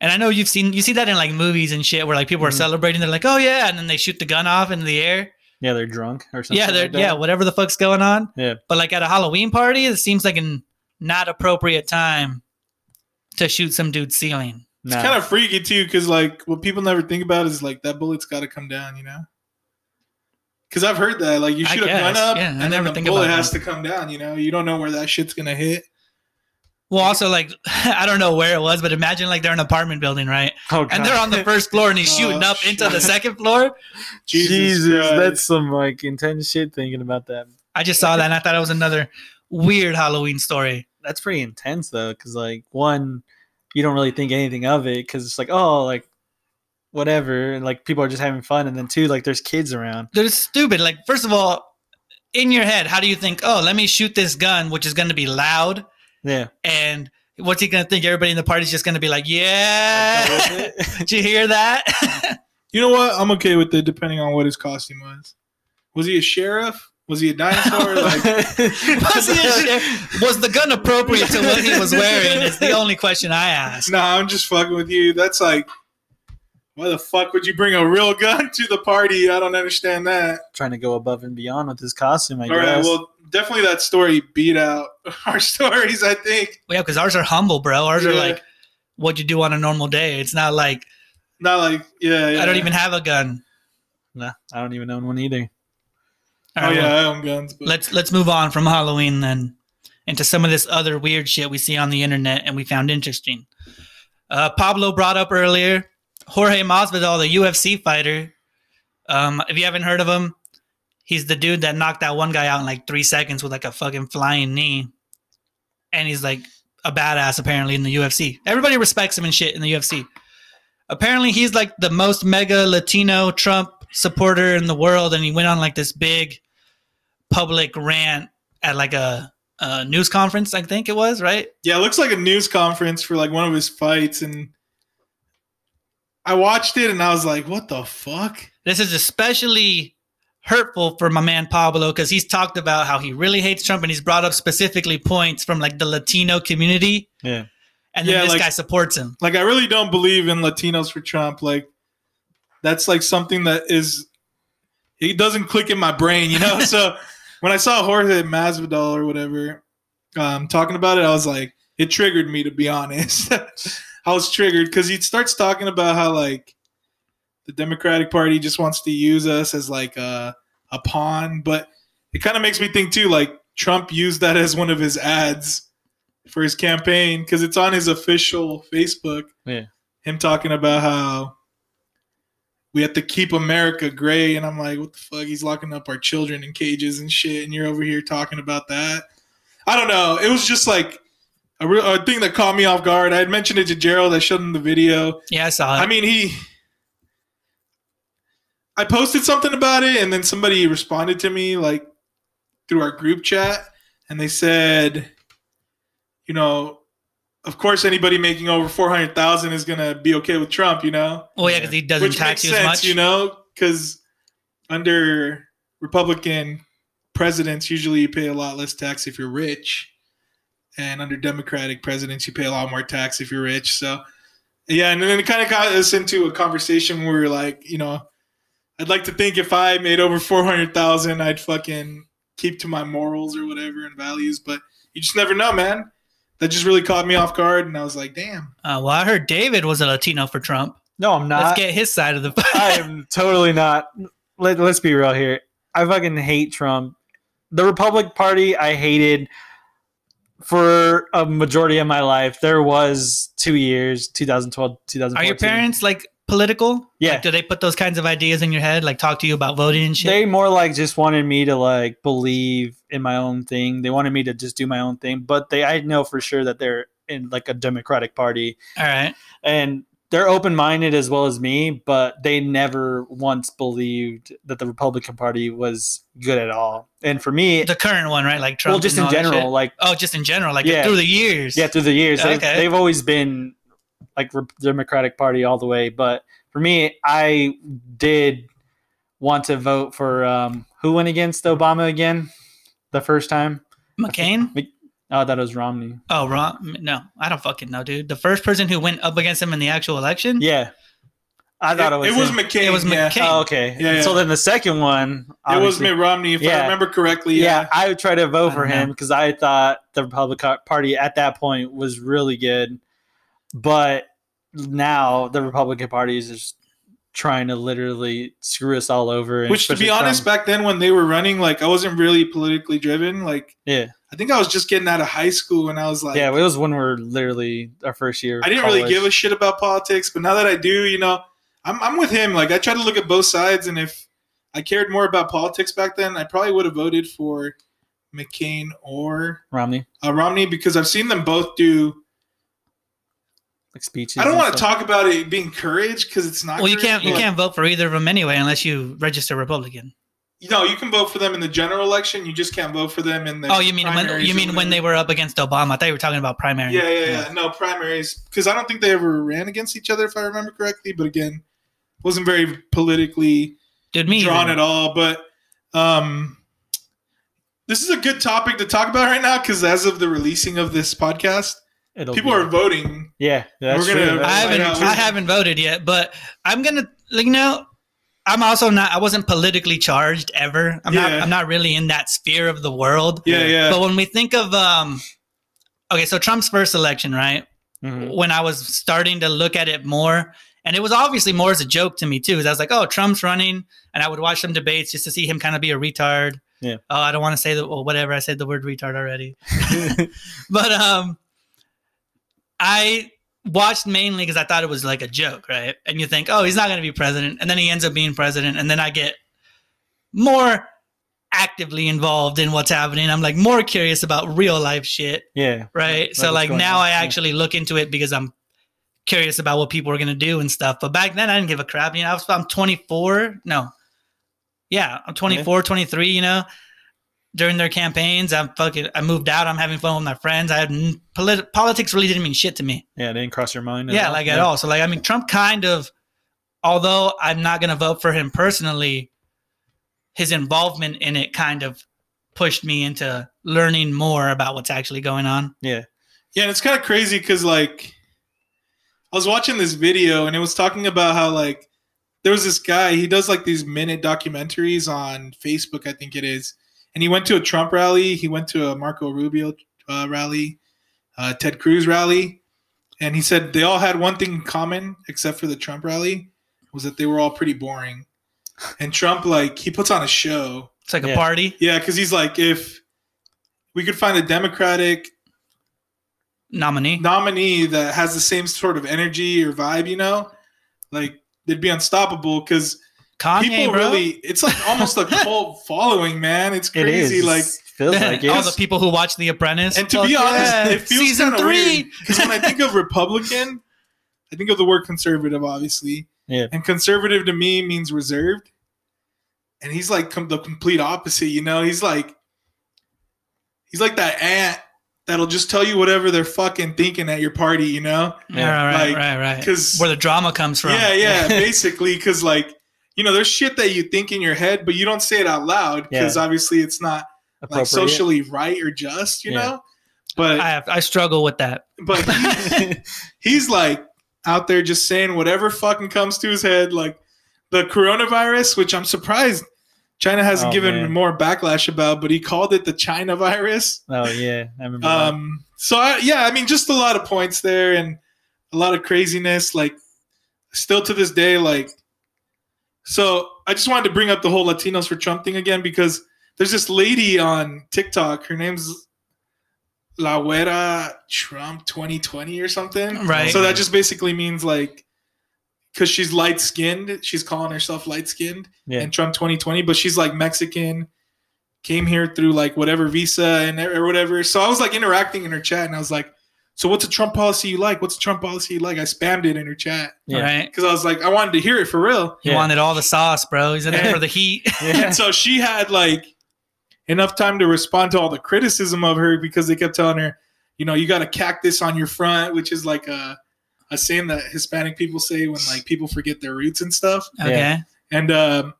[SPEAKER 2] And I know you've seen you see that in like movies and shit where like people are
[SPEAKER 3] Mhm.
[SPEAKER 2] celebrating, they're like, oh yeah, and then they shoot the gun off into the air.
[SPEAKER 3] Yeah, they're drunk or something.
[SPEAKER 2] yeah, they're
[SPEAKER 3] like that.
[SPEAKER 2] yeah, whatever the fuck's going on.
[SPEAKER 3] Yeah.
[SPEAKER 2] But like at a Halloween party, it seems like an not appropriate time to shoot some dude's ceiling.
[SPEAKER 1] It's
[SPEAKER 3] Nah.
[SPEAKER 1] kind of freaky too, because like what people never think about is like that bullet's got to come down, you know. Because I've heard that, like you
[SPEAKER 2] I
[SPEAKER 1] shoot a gun
[SPEAKER 2] guess,
[SPEAKER 1] up,
[SPEAKER 2] yeah, I
[SPEAKER 1] and then
[SPEAKER 2] never
[SPEAKER 1] the
[SPEAKER 2] think
[SPEAKER 1] bullet
[SPEAKER 2] about
[SPEAKER 1] has to come down. You know, you don't know where that shit's gonna hit.
[SPEAKER 2] Well, also like I don't know where it was, but imagine like they're in an apartment building, right?
[SPEAKER 3] Oh,
[SPEAKER 2] And they're on the first floor and he's
[SPEAKER 1] Oh,
[SPEAKER 2] shooting up into the
[SPEAKER 1] shit.
[SPEAKER 2] second floor.
[SPEAKER 1] Jesus, Christ.
[SPEAKER 3] that's some like intense shit thinking about that.
[SPEAKER 2] I just saw that and I thought it was another weird Halloween story.
[SPEAKER 3] That's pretty intense though, because like one, you don't really think anything of it because it's like oh like whatever, and like people are just having fun, and then two like there's kids around.
[SPEAKER 2] they're stupid. Like, first of all, in your head, how do you think, oh, let me shoot this gun, which is going to be loud?
[SPEAKER 3] Yeah.
[SPEAKER 2] And what's he going to think? Everybody in the party's just going to be like,
[SPEAKER 3] Like,
[SPEAKER 2] yeah.
[SPEAKER 3] go with it.
[SPEAKER 2] Did you hear that?
[SPEAKER 1] You know what? I'm okay with it, depending on what his costume was. Was he a sheriff? Was he a dinosaur? like,
[SPEAKER 2] was, he a sheriff? Was the gun appropriate to what he was wearing? It's the only question I ask.
[SPEAKER 1] nah, I'm just fucking with you. That's like, why the fuck would you bring a real gun to the party? I don't understand that.
[SPEAKER 3] Trying to go above and beyond with his costume, I
[SPEAKER 1] All
[SPEAKER 3] guess.
[SPEAKER 1] right, well, definitely that story beat out our stories. I think
[SPEAKER 2] Yeah, because ours are humble, bro. Ours are
[SPEAKER 1] Yeah.
[SPEAKER 2] like what you do on a normal day. It's not like
[SPEAKER 1] not like yeah. yeah.
[SPEAKER 2] I don't even have a gun.
[SPEAKER 3] nah, I don't even own one either.
[SPEAKER 2] All
[SPEAKER 1] oh
[SPEAKER 2] right,
[SPEAKER 1] yeah,
[SPEAKER 2] well,
[SPEAKER 1] I own guns. But
[SPEAKER 2] let's let's move on from Halloween then into some of this other weird shit we see on the internet and we found interesting. Uh, Pablo brought up earlier Jorge Masvidal, the UFC fighter. Um, if you haven't heard of him, he's the dude that knocked that one guy out in like three seconds with like a fucking flying knee, and he's like a badass apparently in the UFC. Everybody respects him and shit in the UFC. Apparently, he's like the most mega Latino Trump supporter in the world, and he went on like this big public rant at like a, a news conference, I think it was, right?
[SPEAKER 1] yeah, it looks like a news conference for like one of his fights, and I watched it and I was like, what the fuck?
[SPEAKER 2] This is especially hurtful for my man Pablo because he's talked about how he really hates Trump and he's brought up specifically points from like the Latino community.
[SPEAKER 3] Yeah.
[SPEAKER 2] And then
[SPEAKER 1] Yeah,
[SPEAKER 2] this
[SPEAKER 1] like-
[SPEAKER 2] guy supports him.
[SPEAKER 1] Like, I really don't believe in Latinos for Trump. Like, that's like something that is it doesn't click in my brain, you know. so when I saw Jorge Masvidal or whatever um, talking about it, I was like, it triggered me to be honest. I was triggered because he starts talking about how like the Democratic Party just wants to use us as like a, a pawn, but it kind of makes me think too like Trump used that as one of his ads for his campaign because it's on his official Facebook.
[SPEAKER 3] Yeah.
[SPEAKER 1] him talking about how we have to keep America gray. And I'm like, what the fuck? He's locking up our children in cages and shit. And you're over here talking about that. I don't know. It was just like a, real, a thing that caught me off guard. I had mentioned it to Gerald. I showed him the video.
[SPEAKER 2] Yeah, I saw it.
[SPEAKER 1] I mean, he. I posted something about it, and then somebody responded to me like through our group chat, and they said, you know, of course, anybody making over four hundred thousand is gonna be okay with Trump, you know.
[SPEAKER 2] well, Oh, yeah, because he doesn't tax you as much.
[SPEAKER 1] You know, because under Republican presidents, usually you pay a lot less tax if you're rich, and under Democratic presidents, you pay a lot more tax if you're rich. So, yeah, and then it kind of got us into a conversation where we were like, you know, I'd like to think if I made over four hundred thousand, I'd fucking keep to my morals or whatever and values, but you just never know, man. That just really caught me off guard, and I was like, damn.
[SPEAKER 2] Uh, well, I heard David was a Latino for Trump.
[SPEAKER 3] No, I'm not.
[SPEAKER 2] Let's get his side of the
[SPEAKER 3] I am totally not. Let, let's be real here. I fucking hate Trump. The Republic Party, I hated for a majority of my life. There was two years, 2012, 2014.
[SPEAKER 2] Are your parents like political?
[SPEAKER 3] Yeah.
[SPEAKER 2] Like, do they put those kinds of ideas in your head? Like talk to you about voting and shit?
[SPEAKER 3] They more like just wanted me to like believe in my own thing. They wanted me to just do my own thing. But they, I know for sure that they're in like a Democratic Party.
[SPEAKER 2] All right.
[SPEAKER 3] and they're open minded as well as me, but they never once believed that the Republican Party was good at all. And for me,
[SPEAKER 2] The current one, right? Like Trump.
[SPEAKER 3] well, just
[SPEAKER 2] and
[SPEAKER 3] in
[SPEAKER 2] all that shit?
[SPEAKER 3] general, like
[SPEAKER 2] Oh, just in general, like
[SPEAKER 3] Yeah.
[SPEAKER 2] through the years.
[SPEAKER 3] yeah, through the years, they've,
[SPEAKER 2] Okay.
[SPEAKER 3] they've always been like Re- Democratic Party all the way. But for me, I did want to vote for um, who went against Obama again the first time.
[SPEAKER 2] McCain?
[SPEAKER 3] Oh, that was Romney.
[SPEAKER 2] Oh, Ron? No, I don't fucking know, dude. The first person who went up against him in the actual election?
[SPEAKER 3] Yeah, I thought it, was. him.
[SPEAKER 1] McCain.
[SPEAKER 2] It was
[SPEAKER 1] yeah.
[SPEAKER 2] McCain.
[SPEAKER 3] Oh, okay.
[SPEAKER 1] Yeah, yeah.
[SPEAKER 3] So then the second one,
[SPEAKER 1] It was
[SPEAKER 3] obviously-
[SPEAKER 1] Mitt Romney, if I
[SPEAKER 3] Yeah.
[SPEAKER 1] remember correctly.
[SPEAKER 3] yeah,
[SPEAKER 1] Yeah.
[SPEAKER 3] I would try to
[SPEAKER 2] I
[SPEAKER 3] vote for
[SPEAKER 2] don't
[SPEAKER 3] him because I thought the Republican Party at that point was really good, but now the Republican Party is just trying to literally screw us all over. and
[SPEAKER 1] Which, to be
[SPEAKER 3] especially
[SPEAKER 1] honest,
[SPEAKER 3] Trump.
[SPEAKER 1] back then when they were running, like I wasn't really politically driven. Like
[SPEAKER 3] yeah,
[SPEAKER 1] I think I was just getting out of high school, and I was like,
[SPEAKER 3] yeah, it was when we we're literally our first year. of
[SPEAKER 1] I didn't really
[SPEAKER 3] college.
[SPEAKER 1] give a shit about politics, but now that I do, you know, I'm, I'm with him. Like I try to look at both sides, and if I cared more about politics back then, I probably would have voted for McCain or
[SPEAKER 3] Romney
[SPEAKER 1] uh, Romney because I've seen them both do.
[SPEAKER 3] like speeches.
[SPEAKER 1] I don't
[SPEAKER 3] and
[SPEAKER 1] want to
[SPEAKER 3] stuff.
[SPEAKER 1] talk about it being courage because it's not.
[SPEAKER 2] Well, you
[SPEAKER 1] courage,
[SPEAKER 2] can't you
[SPEAKER 1] but-
[SPEAKER 2] can't vote for either of them anyway unless you register Republican.
[SPEAKER 1] No, you can vote for them in the general election. You just can't vote for them in the.
[SPEAKER 2] Oh, you mean when
[SPEAKER 1] primaries
[SPEAKER 2] you
[SPEAKER 1] or
[SPEAKER 2] mean when
[SPEAKER 1] whatever.
[SPEAKER 2] they were up against Obama? I thought you were talking about primary.
[SPEAKER 1] Yeah, yeah, yeah. No primaries because I don't think they ever ran against each other, if I remember correctly. But again, wasn't very politically
[SPEAKER 2] Dude, me.
[SPEAKER 1] drawn
[SPEAKER 2] either.
[SPEAKER 1] at all. But um, this is a good topic to talk about right now because as of the releasing of this podcast,
[SPEAKER 3] It'll
[SPEAKER 1] people
[SPEAKER 3] be-
[SPEAKER 1] are voting.
[SPEAKER 3] yeah, that's
[SPEAKER 1] We're gonna-
[SPEAKER 3] true.
[SPEAKER 2] I
[SPEAKER 1] I
[SPEAKER 2] haven't
[SPEAKER 1] know.
[SPEAKER 2] I haven't voted yet, but I'm gonna like you know, I'm also not I wasn't politically charged ever. I'm not
[SPEAKER 1] Yeah.
[SPEAKER 2] I'm not really in that sphere of the world.
[SPEAKER 1] Yeah, yeah.
[SPEAKER 2] But when we think of um okay, so Trump's first election, right?
[SPEAKER 3] Mhm.
[SPEAKER 2] when I was starting to look at it more. And it was obviously more as a joke to me too, because I was like, "Oh, Trump's running," and I would watch some debates just to see him kind of be a retard.
[SPEAKER 3] Yeah.
[SPEAKER 2] Oh, I don't want to say the well, whatever. I said the word retard already. but um, I watched mainly because I thought it was like a joke, right? And you think, oh, he's not going to be president, and then he ends up being president, and then I get more actively involved in what's happening. I'm like more curious about real life shit,
[SPEAKER 3] yeah.
[SPEAKER 2] right?
[SPEAKER 3] Like
[SPEAKER 2] so
[SPEAKER 3] what's
[SPEAKER 2] like
[SPEAKER 3] going
[SPEAKER 2] now
[SPEAKER 3] on,
[SPEAKER 2] I
[SPEAKER 3] yeah.
[SPEAKER 2] actually look into it because I'm curious about what people are going to do and stuff. But back then I didn't give a crap. You know, I was, I'm 24. No. Yeah, I'm 24, 23, you know. During their campaigns, I'm fucking I moved out. I'm having fun with my friends. I had n- polit- politics really didn't mean shit to me.
[SPEAKER 3] Yeah, it didn't cross your mind.
[SPEAKER 2] Yeah, like at all. So like I mean Trump kind of although I'm not going to vote for him personally, his involvement in it kind of pushed me into learning more about what's actually going on.
[SPEAKER 1] Yeah, and it's kind of crazy because like I was watching this video and it was talking about how like there was this guy he does like these minute documentaries on Facebook, I think it is, and he went to a Trump rally, he went to a Marco Rubio uh, rally, uh, Ted Cruz rally, and he said they all had one thing in common except for the Trump rally was that they were all pretty boring, and Trump like he puts on a show
[SPEAKER 2] It's like a
[SPEAKER 3] Yeah.
[SPEAKER 2] party.
[SPEAKER 1] yeah, because he's like, if we could find a Democratic
[SPEAKER 2] nominee.
[SPEAKER 1] nominee that has the same sort of energy or vibe, you know, like they'd be unstoppable. Because
[SPEAKER 2] Kanye,
[SPEAKER 1] people
[SPEAKER 2] bro.
[SPEAKER 1] really, it's like almost a cult following, man. It's
[SPEAKER 3] It is.
[SPEAKER 1] crazy. Like,
[SPEAKER 3] feels like it.
[SPEAKER 2] all the people who watch The Apprentice.
[SPEAKER 1] and to
[SPEAKER 2] Fuck
[SPEAKER 1] be honest,
[SPEAKER 2] yeah.
[SPEAKER 1] it feels
[SPEAKER 2] season
[SPEAKER 1] kind of
[SPEAKER 2] three.
[SPEAKER 1] weird. Because when I think of Republican, I think of the word conservative, obviously.
[SPEAKER 3] Yeah.
[SPEAKER 1] And conservative to me means reserved. And he's like com- the complete opposite, you know? He's like, he's like that aunt that'll just tell you whatever they're fucking thinking at your party, you know?
[SPEAKER 2] Yeah, right,
[SPEAKER 1] Like,
[SPEAKER 2] right, right.
[SPEAKER 1] Because,
[SPEAKER 2] Where the drama comes from.
[SPEAKER 1] yeah, yeah, basically. Because, like, you know, there's shit that you think in your head, but you don't say it out loud because
[SPEAKER 3] Yeah.
[SPEAKER 1] obviously it's not like
[SPEAKER 3] Appropriate.
[SPEAKER 1] socially right or just, you
[SPEAKER 3] Yeah.
[SPEAKER 1] know? But,
[SPEAKER 2] I have, I struggle with that.
[SPEAKER 1] but he's like out there just saying whatever fucking comes to his head like the coronavirus which i'm surprised china hasn't
[SPEAKER 3] Oh,
[SPEAKER 1] given
[SPEAKER 3] man.
[SPEAKER 1] more backlash about but he called it the china virus
[SPEAKER 3] oh yeah, I remember. that.
[SPEAKER 1] um so I, yeah i mean just a lot of points there and a lot of craziness like still to this day like so i just wanted to bring up the whole latinos for trump thing again because there's this lady on tiktok her name's la Güera trump 2020 or
[SPEAKER 3] Hmm.
[SPEAKER 1] something
[SPEAKER 2] Right.
[SPEAKER 1] so that just basically means like because she's light skinned she's calling herself light skinned
[SPEAKER 3] Yeah.
[SPEAKER 1] and trump 2020 but she's like mexican came here through like whatever visa and e-, or whatever. So I was like interacting in her chat, and I was like, "So what's a Trump policy you like? What's a Trump policy you like?" I spammed it in her chat
[SPEAKER 3] Yeah.
[SPEAKER 2] Right.
[SPEAKER 1] because I was like, I wanted to hear it for real.
[SPEAKER 2] He
[SPEAKER 3] Yeah.
[SPEAKER 2] wanted all the sauce, bro. He's in there
[SPEAKER 1] Yeah.
[SPEAKER 2] for the heat.
[SPEAKER 3] yeah.
[SPEAKER 1] And so she had like enough time to respond to all the criticism of her because they kept telling her, you know, you got a cactus on your front, which is like a a saying that Hispanic people say when like people forget their roots and stuff.
[SPEAKER 2] Okay.
[SPEAKER 1] And um,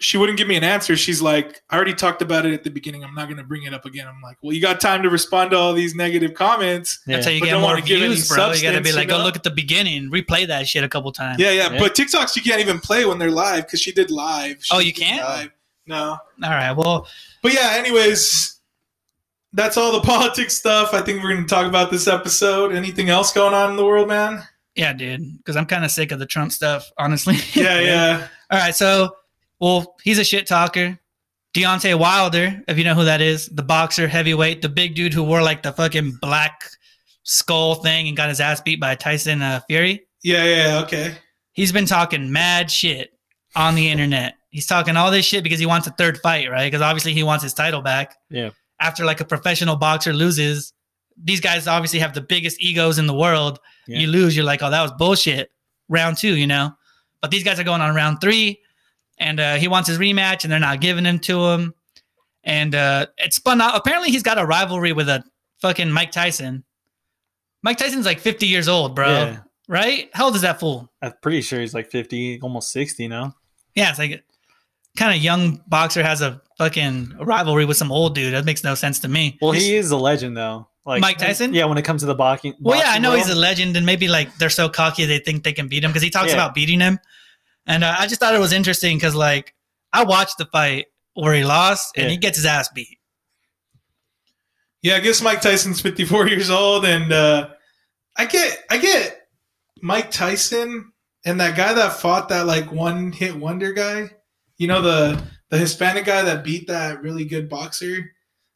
[SPEAKER 1] she wouldn't give me an answer. She's like, I already talked about it at the beginning. I'm not going to bring it up again. I'm like, well, you got time to respond to all these negative comments.
[SPEAKER 2] That's how you
[SPEAKER 1] But
[SPEAKER 2] get
[SPEAKER 1] don't
[SPEAKER 2] more
[SPEAKER 1] wanna give any
[SPEAKER 2] views, bro. You gotta
[SPEAKER 1] substance,
[SPEAKER 2] be
[SPEAKER 1] you
[SPEAKER 2] like,
[SPEAKER 1] know?
[SPEAKER 2] go look at the beginning, replay that shit a couple times.
[SPEAKER 1] Yeah, yeah.
[SPEAKER 3] Yeah.
[SPEAKER 1] But TikToks, you can't even play when they're live because she did live. She
[SPEAKER 2] Oh, you
[SPEAKER 1] did
[SPEAKER 2] can't?
[SPEAKER 1] live. No.
[SPEAKER 2] All right. Well,
[SPEAKER 1] But yeah, anyways, that's all the politics stuff I think we're going to talk about this episode. Anything else going on in the world, man?
[SPEAKER 2] yeah, dude. Because I'm kind of sick of the Trump stuff, honestly.
[SPEAKER 1] Yeah, yeah.
[SPEAKER 2] All right, so well, he's a shit talker. Deontay Wilder, if you know who that is, the boxer, heavyweight, the big dude who wore like the fucking black skull thing and got his ass beat by Tyson uh, Fury.
[SPEAKER 1] Yeah, yeah. Okay.
[SPEAKER 2] He's been talking mad shit on the internet. He's talking all this shit because he wants a third fight, right? Because obviously he wants his title back.
[SPEAKER 3] Yeah.
[SPEAKER 2] After like a professional boxer loses, these guys obviously have the biggest egos in the world.
[SPEAKER 3] Yeah.
[SPEAKER 2] You lose, you're like, oh, that was bullshit. Round two, you know? But these guys are going on round three, and uh, he wants his rematch, and they're not giving him to him. And uh, it spun out. Apparently, he's got a rivalry with a fucking Mike Tyson. Mike Tyson's like 50 years old, bro.
[SPEAKER 3] Yeah.
[SPEAKER 2] Right? How old is that fool?
[SPEAKER 3] I'm pretty sure he's like 50, almost 60 now.
[SPEAKER 2] Yeah, it's like kind of young boxer has a fucking rivalry with some old dude. That makes no sense to me.
[SPEAKER 3] Well, he is a legend though. Like
[SPEAKER 2] Mike Tyson?
[SPEAKER 3] Yeah, when it comes to the boxing.
[SPEAKER 2] Well, yeah, I
[SPEAKER 3] boxing
[SPEAKER 2] know he's a
[SPEAKER 3] world.
[SPEAKER 2] legend, and maybe like they're so cocky they think they can beat him because he talks
[SPEAKER 3] Yeah.
[SPEAKER 2] about beating him. And uh, I just thought it was interesting because like I watched the fight where he lost and
[SPEAKER 3] Yeah.
[SPEAKER 2] he gets his ass beat.
[SPEAKER 1] Yeah, I guess Mike Tyson's 54 years old, and uh, I get I get Mike Tyson and that guy that fought that like one hit wonder guy. You know the the Hispanic guy that beat that really good boxer.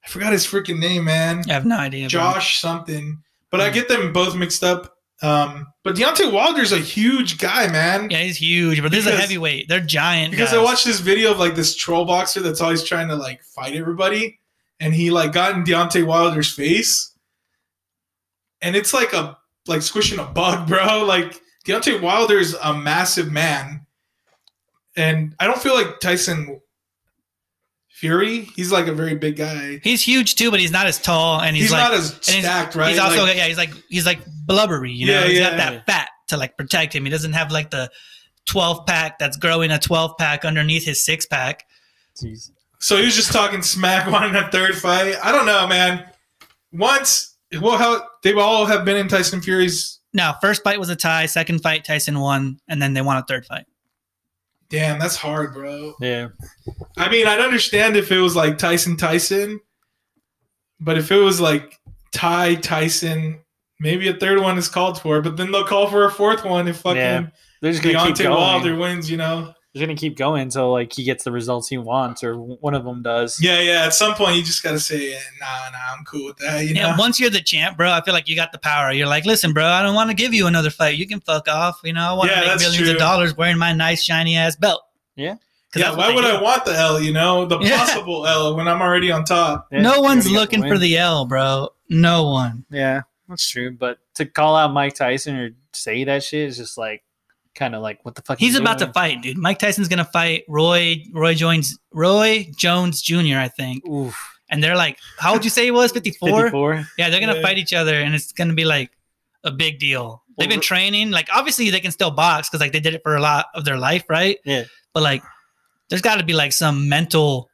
[SPEAKER 1] I forgot his freaking name, man.
[SPEAKER 2] I have no idea. bro.
[SPEAKER 1] Josh something. But
[SPEAKER 2] Hmm.
[SPEAKER 1] I get them both mixed up. Um, but Deontay Wilder's a huge guy, man.
[SPEAKER 2] Yeah, he's huge, but this is a
[SPEAKER 1] Because-
[SPEAKER 2] heavyweight. They're giant.
[SPEAKER 1] Because I
[SPEAKER 2] guys.
[SPEAKER 1] watched this video of like this troll boxer that's always trying to like fight everybody, and he like got in Deontay Wilder's face, and it's like a like squishing a bug, bro. Like Deontay Wilder's a massive man, and I don't feel like Tyson Fury. He's like a very big guy.
[SPEAKER 2] He's huge too, but he's not as tall, and
[SPEAKER 1] He's,
[SPEAKER 2] he's, like
[SPEAKER 1] not as
[SPEAKER 2] he's-
[SPEAKER 1] stacked, right?
[SPEAKER 2] he's also
[SPEAKER 1] Like,
[SPEAKER 2] yeah, he's like he's like blubbery. You know,
[SPEAKER 1] Yeah,
[SPEAKER 2] he's
[SPEAKER 1] yeah.
[SPEAKER 2] not that fat to like protect him. He doesn't have like the twelve pack that's growing a twelve pack underneath his six pack.
[SPEAKER 3] Jeez.
[SPEAKER 1] So he was just talking smack, wanting a third fight. I don't know, man. Once, well, how they all have been in Tyson Fury's.
[SPEAKER 2] No, first fight was a tie. Second fight, Tyson won, and then they won a third fight.
[SPEAKER 1] Damn, that's hard, bro.
[SPEAKER 3] Yeah.
[SPEAKER 1] I mean, I'd understand if it was like Tyson Tyson, but if it was like Ty Tyson, maybe a third one is called for. But then they'll call for a fourth one if fucking
[SPEAKER 3] Yeah. They're just gonna keep
[SPEAKER 1] Deontay
[SPEAKER 3] going.
[SPEAKER 1] Wilder wins. You know?
[SPEAKER 3] They're gonna keep going until like he gets the results he wants, or one of them does.
[SPEAKER 1] Yeah, yeah. At some point, you just gotta say, eh, nah, nah, I'm cool with that. You know?
[SPEAKER 2] Yeah, once you're the champ, bro, I feel like you got the power. You're like, listen, bro, I don't want to give you another fight. You can fuck off. You know, I want to
[SPEAKER 1] Yeah,
[SPEAKER 2] make
[SPEAKER 1] that's
[SPEAKER 2] millions of
[SPEAKER 1] true.
[SPEAKER 2] dollars wearing my nice shiny ass belt.
[SPEAKER 3] Yeah.
[SPEAKER 2] 'Cause
[SPEAKER 1] yeah.
[SPEAKER 2] that's what
[SPEAKER 1] Why
[SPEAKER 2] they
[SPEAKER 1] would
[SPEAKER 2] do.
[SPEAKER 1] I want the L? You know, the
[SPEAKER 2] Yeah.
[SPEAKER 1] possible L when I'm already on top.
[SPEAKER 3] Yeah,
[SPEAKER 2] no
[SPEAKER 3] you
[SPEAKER 2] one's
[SPEAKER 3] already got
[SPEAKER 2] looking for
[SPEAKER 3] win.
[SPEAKER 2] the L, bro. No one.
[SPEAKER 3] Yeah, that's true. But to call out Mike Tyson or say that shit is just like kind of like what the fuck.
[SPEAKER 2] He's
[SPEAKER 3] you
[SPEAKER 2] about to
[SPEAKER 3] doing?
[SPEAKER 2] fight, dude. Mike Tyson's gonna fight Roy Roy Jones Roy Jones Jr. I think,
[SPEAKER 3] Oof.
[SPEAKER 2] and they're like, how would you say he was fifty four?
[SPEAKER 3] 54.
[SPEAKER 2] Yeah, they're gonna
[SPEAKER 1] Yeah.
[SPEAKER 2] fight each other, and it's gonna be like a big deal. They've been
[SPEAKER 3] Well,
[SPEAKER 2] training. Like, obviously, they can still box because like they did it for a lot of their life, right?
[SPEAKER 3] Yeah.
[SPEAKER 2] But like, there's got to be like some mental,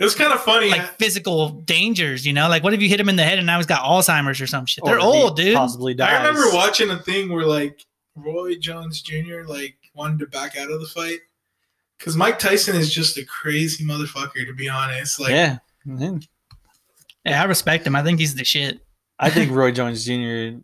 [SPEAKER 1] It was kind of funny.
[SPEAKER 2] like physical dangers, you know? Like, what if you hit him in the head and now he's got Alzheimer's or some shit?
[SPEAKER 3] Or
[SPEAKER 2] They're
[SPEAKER 3] he
[SPEAKER 2] old, dude.
[SPEAKER 3] Possibly dies.
[SPEAKER 1] I remember watching a thing where like Roy Jones Jr. like wanted to back out of the fight because Mike Tyson is just a crazy motherfucker. To be honest, like
[SPEAKER 3] yeah. Mhm.
[SPEAKER 2] Yeah, I respect him. I think he's the shit.
[SPEAKER 3] I think Roy Jones Jr.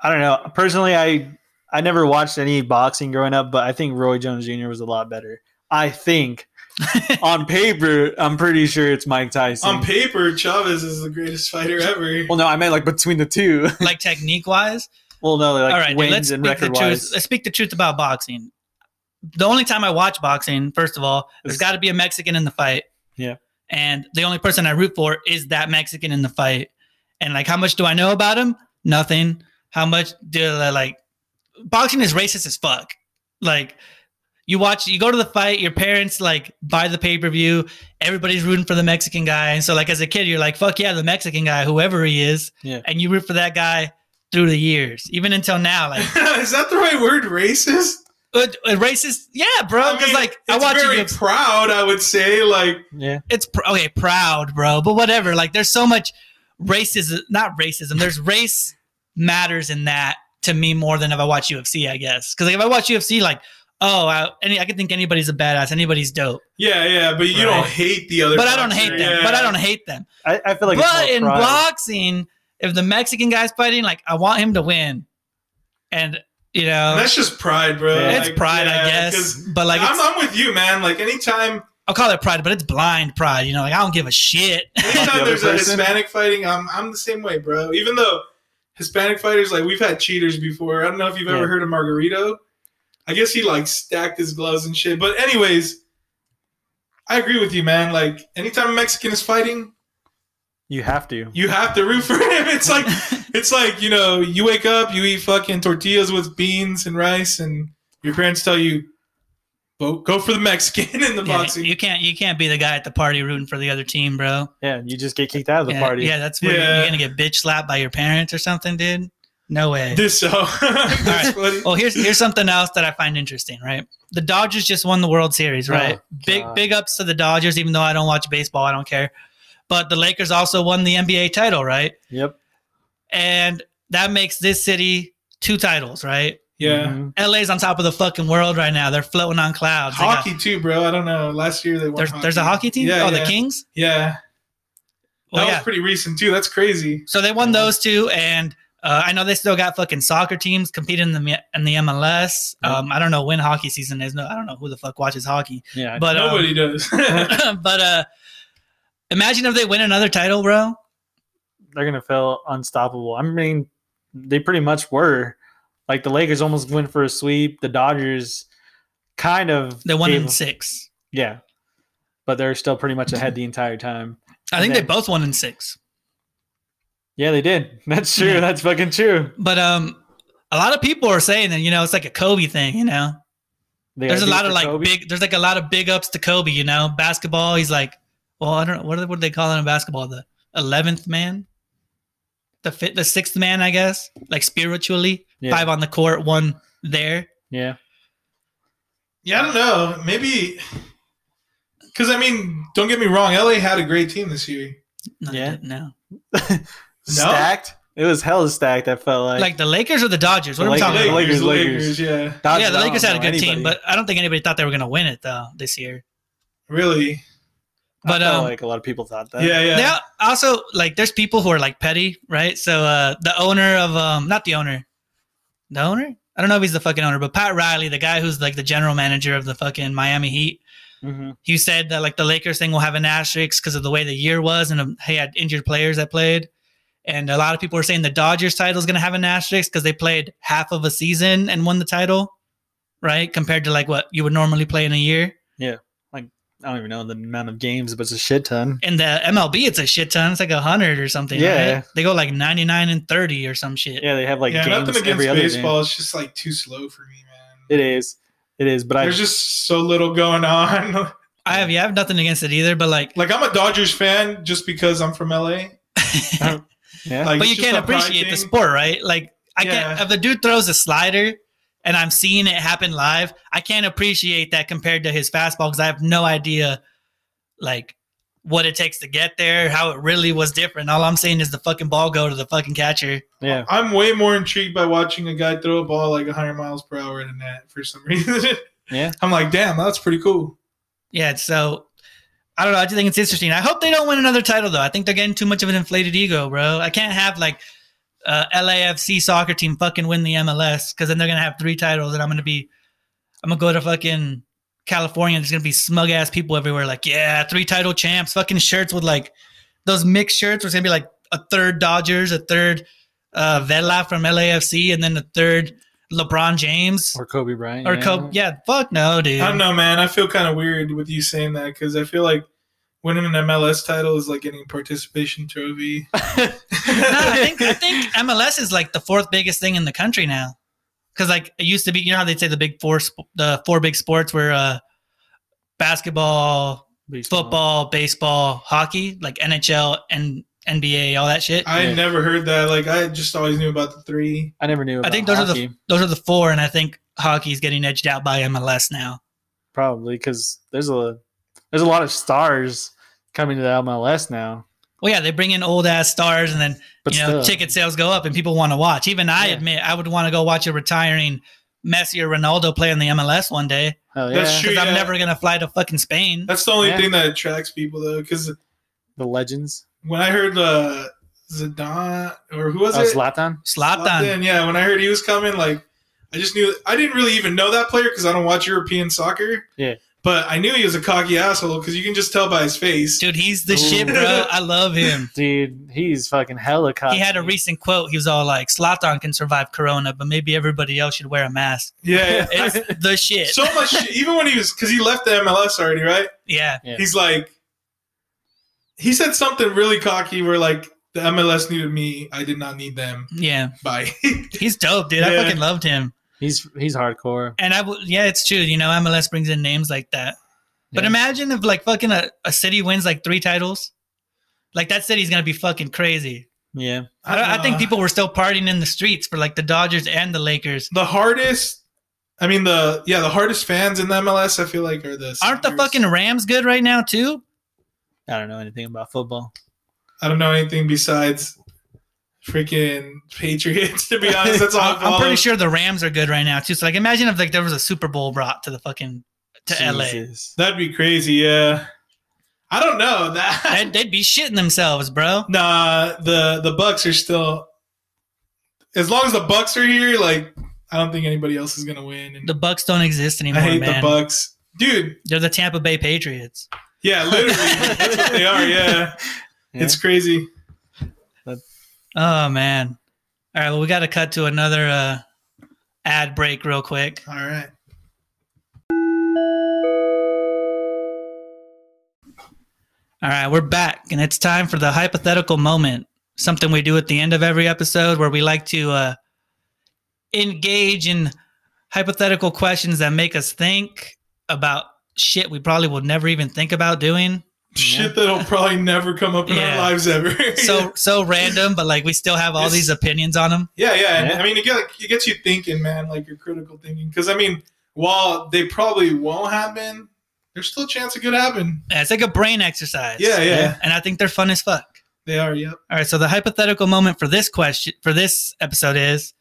[SPEAKER 3] I don't know. Personally, I I never watched any boxing growing up, but I think Roy Jones Jr. was a lot better. I think on paper, I'm pretty sure it's Mike Tyson.
[SPEAKER 1] on paper, Chavez is the greatest fighter ever.
[SPEAKER 3] well, no, I meant like between the two.
[SPEAKER 2] Like technique wise.
[SPEAKER 3] well, no, like
[SPEAKER 2] All right, dude,
[SPEAKER 3] wins
[SPEAKER 2] let's
[SPEAKER 3] and
[SPEAKER 2] speak the
[SPEAKER 3] record
[SPEAKER 2] truth.
[SPEAKER 3] wise.
[SPEAKER 2] Let's speak the truth about boxing. The only time I watch boxing, first of all, there's
[SPEAKER 3] It's-
[SPEAKER 2] got to be a Mexican in the fight.
[SPEAKER 3] Yeah.
[SPEAKER 2] And the only person I root for is that Mexican in the fight. And like, how much do I know about him? Nothing. How much do I like? Boxing is racist as fuck. Like, you watch, you go to the fight. Your parents like buy the pay per view. Everybody's rooting for the Mexican guy, and so like as a kid, you're like, "Fuck yeah, the Mexican guy, whoever he is."
[SPEAKER 3] Yeah.
[SPEAKER 2] And you root for that guy through the years, even until now. Like,
[SPEAKER 1] is that the right word? Racist?
[SPEAKER 2] uh, uh, racist? Yeah, bro. Because
[SPEAKER 1] mean,
[SPEAKER 2] like I
[SPEAKER 1] it's
[SPEAKER 2] watch
[SPEAKER 1] very
[SPEAKER 2] you.
[SPEAKER 1] proud. I would say like
[SPEAKER 3] Yeah.
[SPEAKER 2] It's pr- okay, proud, bro. But whatever. Like there's so much racism. Not racism. There's race matters in that to me more than if I watch UFC. I guess because like if I watch UFC, like oh, I, any I can think anybody's a badass, anybody's dope.
[SPEAKER 1] yeah, yeah, but you don't
[SPEAKER 3] Right.
[SPEAKER 1] hate the other.
[SPEAKER 2] But I don't
[SPEAKER 1] boxer.
[SPEAKER 2] hate them.
[SPEAKER 1] Yeah.
[SPEAKER 2] But I don't hate them.
[SPEAKER 3] I, I feel like it's
[SPEAKER 2] but
[SPEAKER 3] more
[SPEAKER 2] in
[SPEAKER 3] pride.
[SPEAKER 2] boxing, if the Mexican guy's fighting, like I want him to win, and you know
[SPEAKER 1] And that's just pride, bro.
[SPEAKER 3] Yeah.
[SPEAKER 2] it's
[SPEAKER 1] Like,
[SPEAKER 2] pride,
[SPEAKER 1] yeah,
[SPEAKER 2] I
[SPEAKER 1] 'cause
[SPEAKER 2] guess. But like it's,
[SPEAKER 1] I'm, I'm with you, man. Like anytime,
[SPEAKER 2] I'll call it pride, but it's blind pride. You know, like I don't give a shit.
[SPEAKER 1] Anytime
[SPEAKER 3] other
[SPEAKER 1] there's a
[SPEAKER 3] person.
[SPEAKER 1] Hispanic fighting, I'm I'm the same way, bro. Even though Hispanic fighters, like we've had cheaters before. I don't know if you've
[SPEAKER 3] Yeah.
[SPEAKER 1] ever heard of Margarito. I guess he like stacked his gloves and shit. But anyways, I agree with you, man. Like anytime a Mexican is fighting,
[SPEAKER 3] You have to.
[SPEAKER 1] you have to root for him. It's like it's like you know, you wake up, you eat fucking tortillas with beans and rice, and your parents tell you, go go for the Mexican in the
[SPEAKER 2] Yeah,
[SPEAKER 1] boxing.
[SPEAKER 2] you can't you can't be the guy at the party rooting for the other team, bro.
[SPEAKER 3] Yeah, you just get kicked out of the
[SPEAKER 2] yeah,
[SPEAKER 3] party.
[SPEAKER 2] yeah, that's where you're-
[SPEAKER 1] Yeah.
[SPEAKER 2] you're gonna get bitch slapped by your parents or something, dude. No way.
[SPEAKER 1] This so that's
[SPEAKER 2] right.
[SPEAKER 1] funny.
[SPEAKER 2] Well, here's here's something else that I find interesting, right? The Dodgers just won the World Series, right?
[SPEAKER 3] Oh,
[SPEAKER 2] big
[SPEAKER 3] God.
[SPEAKER 2] big ups to the Dodgers, even though I don't watch baseball, I don't care. But the Lakers also won the NBA title, right?
[SPEAKER 3] Yep.
[SPEAKER 2] And that makes this city two titles, right?
[SPEAKER 1] Yeah.
[SPEAKER 3] Mhm.
[SPEAKER 2] LA's on top of the fucking world right now. They're floating on clouds. They got-
[SPEAKER 1] Hockey too, bro. I don't know. Last year they won.
[SPEAKER 2] There's, there's a hockey team.
[SPEAKER 1] Yeah,
[SPEAKER 2] oh,
[SPEAKER 1] yeah.
[SPEAKER 2] the Kings.
[SPEAKER 1] Yeah, that
[SPEAKER 2] Well,
[SPEAKER 1] was
[SPEAKER 2] yeah.
[SPEAKER 1] pretty recent too. That's crazy.
[SPEAKER 2] So they won
[SPEAKER 3] Yeah.
[SPEAKER 2] those two, and Uh, I know they still got fucking soccer teams competing in the M- in the MLS. Um, I don't know when hockey season is. No, I don't know who the fuck watches hockey.
[SPEAKER 3] Yeah.
[SPEAKER 2] But um,
[SPEAKER 1] Nobody does.
[SPEAKER 2] but uh, imagine if they win another title, bro.
[SPEAKER 3] they're gonna feel unstoppable. I mean, they pretty much were. Like the Lakers almost went for a sweep. The Dodgers kind of
[SPEAKER 2] They won
[SPEAKER 3] gave-
[SPEAKER 2] in six.
[SPEAKER 3] Yeah. But they're still pretty much ahead the entire time.
[SPEAKER 2] I think
[SPEAKER 3] Okay.
[SPEAKER 2] they both won in six.
[SPEAKER 3] Yeah, they did. That's true.
[SPEAKER 2] Yeah.
[SPEAKER 3] That's fucking true.
[SPEAKER 2] But um, a lot of people are saying that you know it's like a Kobe thing. You know,
[SPEAKER 3] They
[SPEAKER 2] there's a
[SPEAKER 3] gotta do it
[SPEAKER 2] lot of
[SPEAKER 3] for
[SPEAKER 2] like
[SPEAKER 3] Kobe.
[SPEAKER 2] big. There's like a lot of big ups to Kobe. You know, basketball. He's like, well, I don't know what are, what are they calling in basketball? The eleventh man, the fit, the sixth man, I guess. Like spiritually,
[SPEAKER 3] Yeah.
[SPEAKER 2] five on the court, one there.
[SPEAKER 3] Yeah.
[SPEAKER 1] Yeah, I don't know. Maybe because I mean, don't get me wrong. LA had a great team this year.
[SPEAKER 2] No,
[SPEAKER 3] Yeah.
[SPEAKER 2] no.
[SPEAKER 3] Stacked. It was hella stacked, I felt like.
[SPEAKER 2] Like, the Lakers or the Dodgers. What
[SPEAKER 3] The
[SPEAKER 2] are we
[SPEAKER 1] Lakers,
[SPEAKER 2] talking about?
[SPEAKER 1] Lakers,
[SPEAKER 3] Lakers,
[SPEAKER 1] Lakers, yeah.
[SPEAKER 3] Dodgers,
[SPEAKER 2] yeah, the
[SPEAKER 3] I
[SPEAKER 2] Lakers
[SPEAKER 3] don't
[SPEAKER 2] had a
[SPEAKER 3] know
[SPEAKER 2] good team,
[SPEAKER 3] anybody.
[SPEAKER 2] but I don't think anybody thought they were going to win it though this year.
[SPEAKER 1] Really?
[SPEAKER 3] I
[SPEAKER 2] But
[SPEAKER 3] felt
[SPEAKER 2] um,
[SPEAKER 3] like a lot of people thought that.
[SPEAKER 1] Yeah, yeah.
[SPEAKER 2] They al- also like there's people who are like petty, right? So uh the owner of um not the owner. The owner? I don't know if he's the fucking owner, but Pat Riley, the guy who's like the general manager of the fucking Miami Heat,
[SPEAKER 3] Mhm.
[SPEAKER 2] he said that like the Lakers thing will have an asterisk because of the way the year was and um, he had injured players that played. And a lot of people are saying the Dodgers title is going to have an asterisk because they played half of a season and won the title, right? Compared to like what you would normally play in a year.
[SPEAKER 3] I don't even know the amount of games, but it's a shit ton.
[SPEAKER 2] in the MLB, it's a shit ton. It's like a hundred or something.
[SPEAKER 3] Yeah.
[SPEAKER 2] right? they go like ninety nine and thirty or some shit.
[SPEAKER 3] Yeah, they have like
[SPEAKER 1] yeah,
[SPEAKER 3] games
[SPEAKER 1] nothing against
[SPEAKER 3] every other
[SPEAKER 1] baseball.
[SPEAKER 3] baseball.
[SPEAKER 1] It's just like too slow for me, man.
[SPEAKER 3] It is. It is. But I
[SPEAKER 1] There's just so little going on.
[SPEAKER 2] I have, yeah, I have nothing against it either, but like,
[SPEAKER 1] like I'm a Dodgers fan just because I'm from LA. Like,
[SPEAKER 3] yeah.
[SPEAKER 2] but
[SPEAKER 1] it's
[SPEAKER 2] you
[SPEAKER 1] just
[SPEAKER 2] can't
[SPEAKER 1] a pride
[SPEAKER 2] appreciate the
[SPEAKER 1] thing.
[SPEAKER 2] sport, right? Like, I can't.
[SPEAKER 1] Yeah.
[SPEAKER 2] If the dude throws a slider and I'm seeing it happen live, I can't appreciate that compared to his fastball because I have no idea, like, what it takes to get there, how it really was different. All I'm seeing is the fucking ball go to the fucking catcher.
[SPEAKER 3] yeah.
[SPEAKER 1] I'm way more intrigued by watching a guy throw a ball like 100 miles per hour in a net for some reason.
[SPEAKER 3] Yeah.
[SPEAKER 1] I'm like, damn, that's pretty cool.
[SPEAKER 2] Yeah, so I don't know. I just think it's interesting. I hope they don't win another title though. I think they're getting too much of an inflated ego, bro. I can't have like uh, LAFC soccer team fucking win the MLS because then they're gonna have three titles, and I'm gonna be, I'm gonna go to fucking California. And there's gonna be smug ass people everywhere. Like, yeah, three title champs. Fucking shirts with like those mixed shirts. Where it's gonna be like a third Dodgers, a third uh, Vela from LAFC, and then a third LeBron James
[SPEAKER 3] Or Kobe Bryant.
[SPEAKER 2] or
[SPEAKER 3] yeah.
[SPEAKER 2] Kobe. Yeah, fuck no, dude.
[SPEAKER 1] I don't know, man. I feel kind of weird with you saying that because I feel like winning an MLS title is like getting a participation trophy.
[SPEAKER 2] no, I think I think MLS is like the fourth biggest thing in the country now. Cause like it used to be, you know how they'd say the big four, sp- the four big sports were uh, basketball,
[SPEAKER 3] Baseball.
[SPEAKER 2] football, baseball, hockey, like NHL and NBA, all that shit. I,
[SPEAKER 1] I
[SPEAKER 3] Yeah.
[SPEAKER 1] never heard that. Like, I just always knew about the three.
[SPEAKER 3] I never knew. About
[SPEAKER 2] think those
[SPEAKER 3] hockey,
[SPEAKER 2] are the those are the four, and I think hockey's getting edged out by MLS now.
[SPEAKER 3] probably because there's a there's a lot of stars coming to the MLS now.
[SPEAKER 2] Well, yeah, they bring in old ass stars, and then
[SPEAKER 3] But
[SPEAKER 2] you know
[SPEAKER 3] still,
[SPEAKER 2] ticket sales go up, and people want to watch. Even I
[SPEAKER 3] Yeah.
[SPEAKER 2] admit, I would want to go watch a retiring Messi or Ronaldo play in the MLS one day.
[SPEAKER 3] hell
[SPEAKER 1] That's
[SPEAKER 3] yeah,
[SPEAKER 1] true.
[SPEAKER 2] Because I'm
[SPEAKER 1] yeah.
[SPEAKER 2] never gonna fly to fucking Spain.
[SPEAKER 1] That's the only
[SPEAKER 3] Yeah.
[SPEAKER 1] thing that attracts people, though. Because
[SPEAKER 3] the legends.
[SPEAKER 1] when I heard uh, Zidane or who was
[SPEAKER 3] Oh,
[SPEAKER 1] it?
[SPEAKER 3] Zlatan.
[SPEAKER 2] Slatan.
[SPEAKER 1] Zlatan, Yeah, when I heard he was coming, like I just knew I didn't really even know that player because I don't watch European soccer.
[SPEAKER 3] Yeah.
[SPEAKER 1] But I knew he was a cocky asshole because you can just tell by his face.
[SPEAKER 2] Dude, he's the
[SPEAKER 3] Ooh.
[SPEAKER 2] shit, bro. I love him.
[SPEAKER 3] Dude, he's fucking hella cocky.
[SPEAKER 2] He had a recent quote. He was all like, Slatan can survive corona, but maybe everybody else should wear a mask.
[SPEAKER 1] Yeah.
[SPEAKER 2] It's the
[SPEAKER 1] yeah.
[SPEAKER 2] shit.
[SPEAKER 1] so much. Even when he was, because he left the MLS already, right?
[SPEAKER 2] yeah.
[SPEAKER 3] Yeah.
[SPEAKER 1] He's like, he said something really cocky where like the MLS needed me, I did not need them.
[SPEAKER 2] Yeah.
[SPEAKER 1] Bye.
[SPEAKER 2] He's dope, dude. I
[SPEAKER 1] Yeah.
[SPEAKER 2] fucking loved him.
[SPEAKER 3] He's he's hardcore.
[SPEAKER 2] And I w- yeah, it's true. You know, MLS brings in names like that. But
[SPEAKER 3] Yeah.
[SPEAKER 2] imagine if like fucking a, a city wins like three titles. Like that city's gonna be fucking crazy.
[SPEAKER 3] Yeah,
[SPEAKER 2] I, don't, I think
[SPEAKER 1] Uh,
[SPEAKER 2] people were still partying in the streets for like the Dodgers and the Lakers.
[SPEAKER 1] the hardest. I mean the yeah the hardest fans in the MLS I feel like are the
[SPEAKER 2] Aren't the
[SPEAKER 1] Sounders.
[SPEAKER 2] fucking Rams good right now too?
[SPEAKER 3] I don't know anything about football.
[SPEAKER 1] I don't know anything besides freaking Patriots. To be honest, that's all. I
[SPEAKER 2] I'm, I'm pretty
[SPEAKER 1] follow.
[SPEAKER 2] sure the Rams are good right now too. So like, imagine if like there was a Super Bowl brought to the fucking to LA,
[SPEAKER 3] Jesus.
[SPEAKER 1] that'd be crazy. Yeah, I don't know that.
[SPEAKER 2] they'd, they'd be shitting themselves, bro.
[SPEAKER 1] nah, the the Bucks are still as long as the Bucks are here, like I don't think anybody else is gonna win. And
[SPEAKER 2] The Bucks don't exist anymore,
[SPEAKER 1] I hate
[SPEAKER 2] man.
[SPEAKER 1] the Bucks, dude.
[SPEAKER 2] They're the Tampa Bay Patriots.
[SPEAKER 1] Yeah, literally, that's what they are. Yeah.
[SPEAKER 3] Yeah.
[SPEAKER 1] it's crazy.
[SPEAKER 2] Oh man. All right, well, we got to cut to another uh, ad break real quick.
[SPEAKER 1] All right.
[SPEAKER 2] All right, we're back, and it's time for the hypothetical moment. Something we do at the end of every episode where we like to uh, engage in hypothetical questions that make us think about shit we probably will never even think about doing.
[SPEAKER 1] Shit that'll probably never come up in
[SPEAKER 2] Yeah.
[SPEAKER 1] our lives ever.
[SPEAKER 2] So so random, but like we still have all
[SPEAKER 1] It's-
[SPEAKER 2] these opinions on them.
[SPEAKER 1] Yeah, yeah. And,
[SPEAKER 3] Yeah.
[SPEAKER 1] I mean, it, get, like, it gets you thinking, man, like your critical thinking. Because, I mean, while they probably won't happen, there's still a chance it could happen.
[SPEAKER 2] It's like a brain exercise.
[SPEAKER 1] Yeah, yeah.
[SPEAKER 2] And I think they're fun as fuck.
[SPEAKER 1] They are, yep.
[SPEAKER 2] All right, so the hypothetical moment for this question for this episode is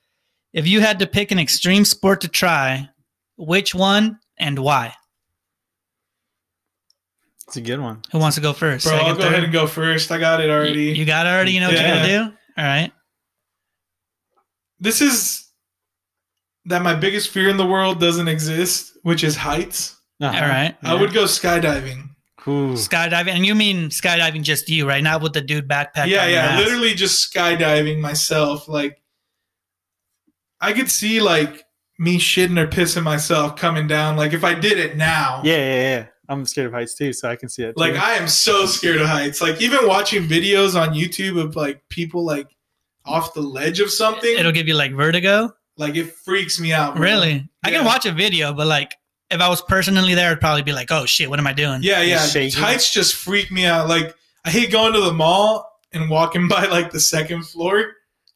[SPEAKER 2] if you had to pick an extreme sport to try, which one and why?
[SPEAKER 3] It's a good one.
[SPEAKER 2] Who wants to go first?
[SPEAKER 1] Bro, I'll
[SPEAKER 2] Second,
[SPEAKER 1] go
[SPEAKER 2] third?
[SPEAKER 1] ahead and go first. I got it
[SPEAKER 2] You-
[SPEAKER 1] already.
[SPEAKER 2] You, got it already, you know what you're
[SPEAKER 1] Yeah.
[SPEAKER 2] gonna do? All right.
[SPEAKER 1] this is that my biggest fear in the world doesn't exist, which is heights.
[SPEAKER 3] Uh-huh.
[SPEAKER 2] All right.
[SPEAKER 1] I would go skydiving.
[SPEAKER 3] Ooh.
[SPEAKER 2] Skydiving and you mean skydiving just you, right? Not with the dude backpack.
[SPEAKER 1] yeah,
[SPEAKER 2] on your
[SPEAKER 1] yeah.
[SPEAKER 2] ass.
[SPEAKER 1] Literally just skydiving myself. Like, I could see, like, me shitting or pissing myself coming down. Like, if I did it now.
[SPEAKER 3] Yeah, yeah, yeah. I'm scared of heights too, so I can see it.
[SPEAKER 1] Like
[SPEAKER 3] too.
[SPEAKER 1] I am so scared of heights. Like even watching videos on YouTube of like people like off the ledge of something,
[SPEAKER 2] It'll give you like vertigo.
[SPEAKER 1] like it freaks me out. bro.
[SPEAKER 2] Really? I can
[SPEAKER 1] Yeah.
[SPEAKER 2] watch a video, but like if I was personally there, I'd probably be like, Oh shit, what am I doing?
[SPEAKER 1] Yeah, yeah.
[SPEAKER 3] It's shaky.
[SPEAKER 1] Heights just freak me out. Like I hate going to the mall and walking by like the second floor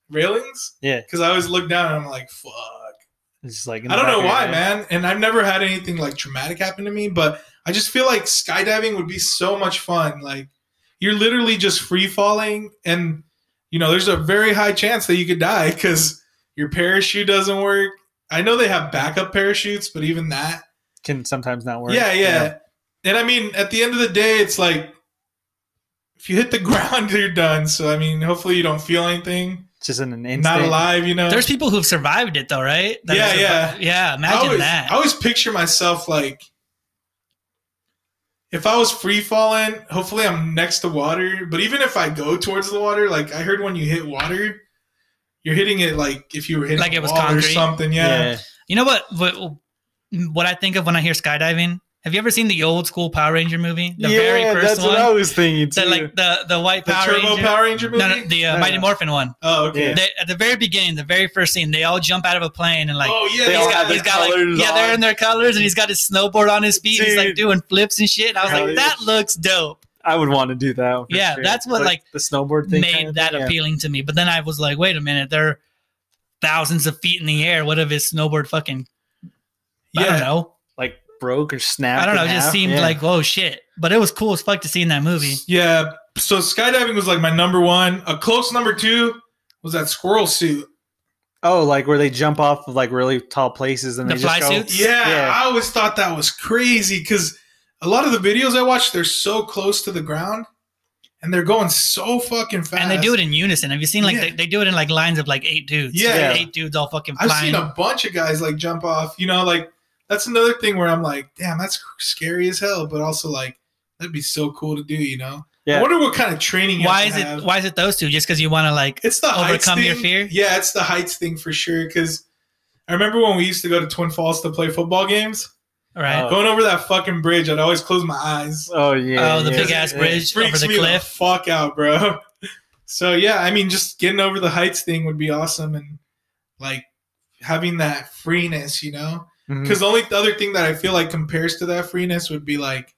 [SPEAKER 1] railings
[SPEAKER 3] yeah,
[SPEAKER 1] because I always look down and I'm like, fuck.
[SPEAKER 3] it's just like in
[SPEAKER 1] I
[SPEAKER 3] the
[SPEAKER 1] don't
[SPEAKER 3] back
[SPEAKER 1] know
[SPEAKER 3] of your
[SPEAKER 1] why,
[SPEAKER 3] head.
[SPEAKER 1] man. And I've never had anything like traumatic happen to me, but I just feel like skydiving would be so much fun. Like you're literally just free falling, and you know there's a very high chance that you could die because your parachute doesn't work. I know they have backup parachutes, but even that,
[SPEAKER 3] Can sometimes not work.
[SPEAKER 1] yeah, yeah, And I mean, at the end of the day, it's like if you hit the ground, you're done. So I mean, hopefully you don't feel anything,
[SPEAKER 3] It's Just in an instant.
[SPEAKER 1] not alive, you know.
[SPEAKER 2] There's people who've survived it though, right?
[SPEAKER 1] Yeah,
[SPEAKER 2] have survived- Yeah,
[SPEAKER 1] I
[SPEAKER 2] imagine
[SPEAKER 1] always,
[SPEAKER 2] that.
[SPEAKER 1] I always picture myself like if I was free falling, hopefully I'm next to water. But even if I go towards the water, like I heard when you hit water, you're hitting it like if you were hitting
[SPEAKER 2] Like it
[SPEAKER 1] a
[SPEAKER 2] was
[SPEAKER 1] wall or
[SPEAKER 2] concrete?
[SPEAKER 1] something. Yeah.
[SPEAKER 3] yeah.
[SPEAKER 2] You know what, what? What I think of when I hear skydiving? Have you ever seen the old school Power Ranger movie, the very
[SPEAKER 3] Yeah,
[SPEAKER 2] first
[SPEAKER 3] that's what I
[SPEAKER 2] one?
[SPEAKER 3] was thinking
[SPEAKER 2] The,
[SPEAKER 3] too.
[SPEAKER 2] like the the white
[SPEAKER 1] The
[SPEAKER 2] Power
[SPEAKER 1] Turbo
[SPEAKER 2] Ranger.
[SPEAKER 1] Power Ranger movie.
[SPEAKER 2] no, no, the uh,
[SPEAKER 3] No,
[SPEAKER 2] Mighty
[SPEAKER 3] no.
[SPEAKER 2] Morphin one.
[SPEAKER 1] oh, okay.
[SPEAKER 3] Yeah.
[SPEAKER 2] They, at the very beginning, the very first scene, they all jump out of a plane and like
[SPEAKER 1] oh yeah,
[SPEAKER 3] they
[SPEAKER 1] yeah.
[SPEAKER 3] all
[SPEAKER 2] he's got,
[SPEAKER 3] have their
[SPEAKER 2] he's got like
[SPEAKER 3] colors
[SPEAKER 2] yeah, they're
[SPEAKER 3] on.
[SPEAKER 2] in their colors, and he's got his snowboard on his feet. and He's like
[SPEAKER 3] Dude.
[SPEAKER 2] doing flips and shit. And I was
[SPEAKER 3] Hell
[SPEAKER 2] like,
[SPEAKER 3] yeah.
[SPEAKER 2] that looks dope.
[SPEAKER 3] I would want to do that. one for
[SPEAKER 2] Yeah,
[SPEAKER 3] sure.
[SPEAKER 2] that's what, like,
[SPEAKER 3] the snowboard thing
[SPEAKER 2] Made
[SPEAKER 3] kind of
[SPEAKER 2] that
[SPEAKER 3] thing, yeah.
[SPEAKER 2] appealing to me. But then I was like, wait a minute, they're thousands of feet in the air. What if his snowboard fucking? I
[SPEAKER 1] Yeah.
[SPEAKER 2] don't know.
[SPEAKER 3] Like broke or snapped.
[SPEAKER 2] I don't know.
[SPEAKER 3] in
[SPEAKER 2] It just
[SPEAKER 3] half.
[SPEAKER 2] seemed
[SPEAKER 3] Yeah.
[SPEAKER 2] like, oh shit. But it was cool as fuck to see in that movie.
[SPEAKER 1] Yeah. So skydiving was like my number one. A close number two was that squirrel suit.
[SPEAKER 3] oh, like where they jump off of like really tall places and
[SPEAKER 2] The
[SPEAKER 3] they just
[SPEAKER 2] fly
[SPEAKER 3] go,
[SPEAKER 2] suits?
[SPEAKER 1] Yeah,
[SPEAKER 3] Yeah.
[SPEAKER 1] I always thought that was crazy because a lot of the videos I watch, they're so close to the ground and they're going so fucking fast.
[SPEAKER 2] And they do it in unison. Have you seen like
[SPEAKER 1] Yeah.
[SPEAKER 2] they, they do it in like lines of like eight dudes?
[SPEAKER 1] Yeah.
[SPEAKER 2] Like, eight dudes all fucking
[SPEAKER 1] I've
[SPEAKER 2] flying.
[SPEAKER 1] seen a bunch of guys like jump off. You know, like that's another thing where I'm like, damn, that's scary as hell, but also like that'd be so cool to do. You know? I
[SPEAKER 3] Yeah.
[SPEAKER 1] wonder what kind of training. You
[SPEAKER 2] why
[SPEAKER 1] have
[SPEAKER 2] is
[SPEAKER 1] to
[SPEAKER 2] it
[SPEAKER 1] have.
[SPEAKER 2] why is it those two? Just because you want to like
[SPEAKER 1] It's the heights
[SPEAKER 2] overcome your
[SPEAKER 1] thing.
[SPEAKER 2] fear?
[SPEAKER 1] Yeah, it's the heights thing for sure. Because I remember when we used to go to Twin Falls to play football games.
[SPEAKER 2] right?
[SPEAKER 3] Oh.
[SPEAKER 1] Going over that fucking bridge, I'd always close my eyes.
[SPEAKER 3] Oh yeah.
[SPEAKER 2] Oh, the
[SPEAKER 3] yeah,
[SPEAKER 2] big ass
[SPEAKER 3] yeah.
[SPEAKER 2] bridge over the cliff.
[SPEAKER 1] fuck out, bro. So yeah, I mean, just getting over the heights thing would be awesome, and like having that freeness, you know.
[SPEAKER 3] Mhm.
[SPEAKER 1] Because the only the other thing that I feel like compares to that freeness would be like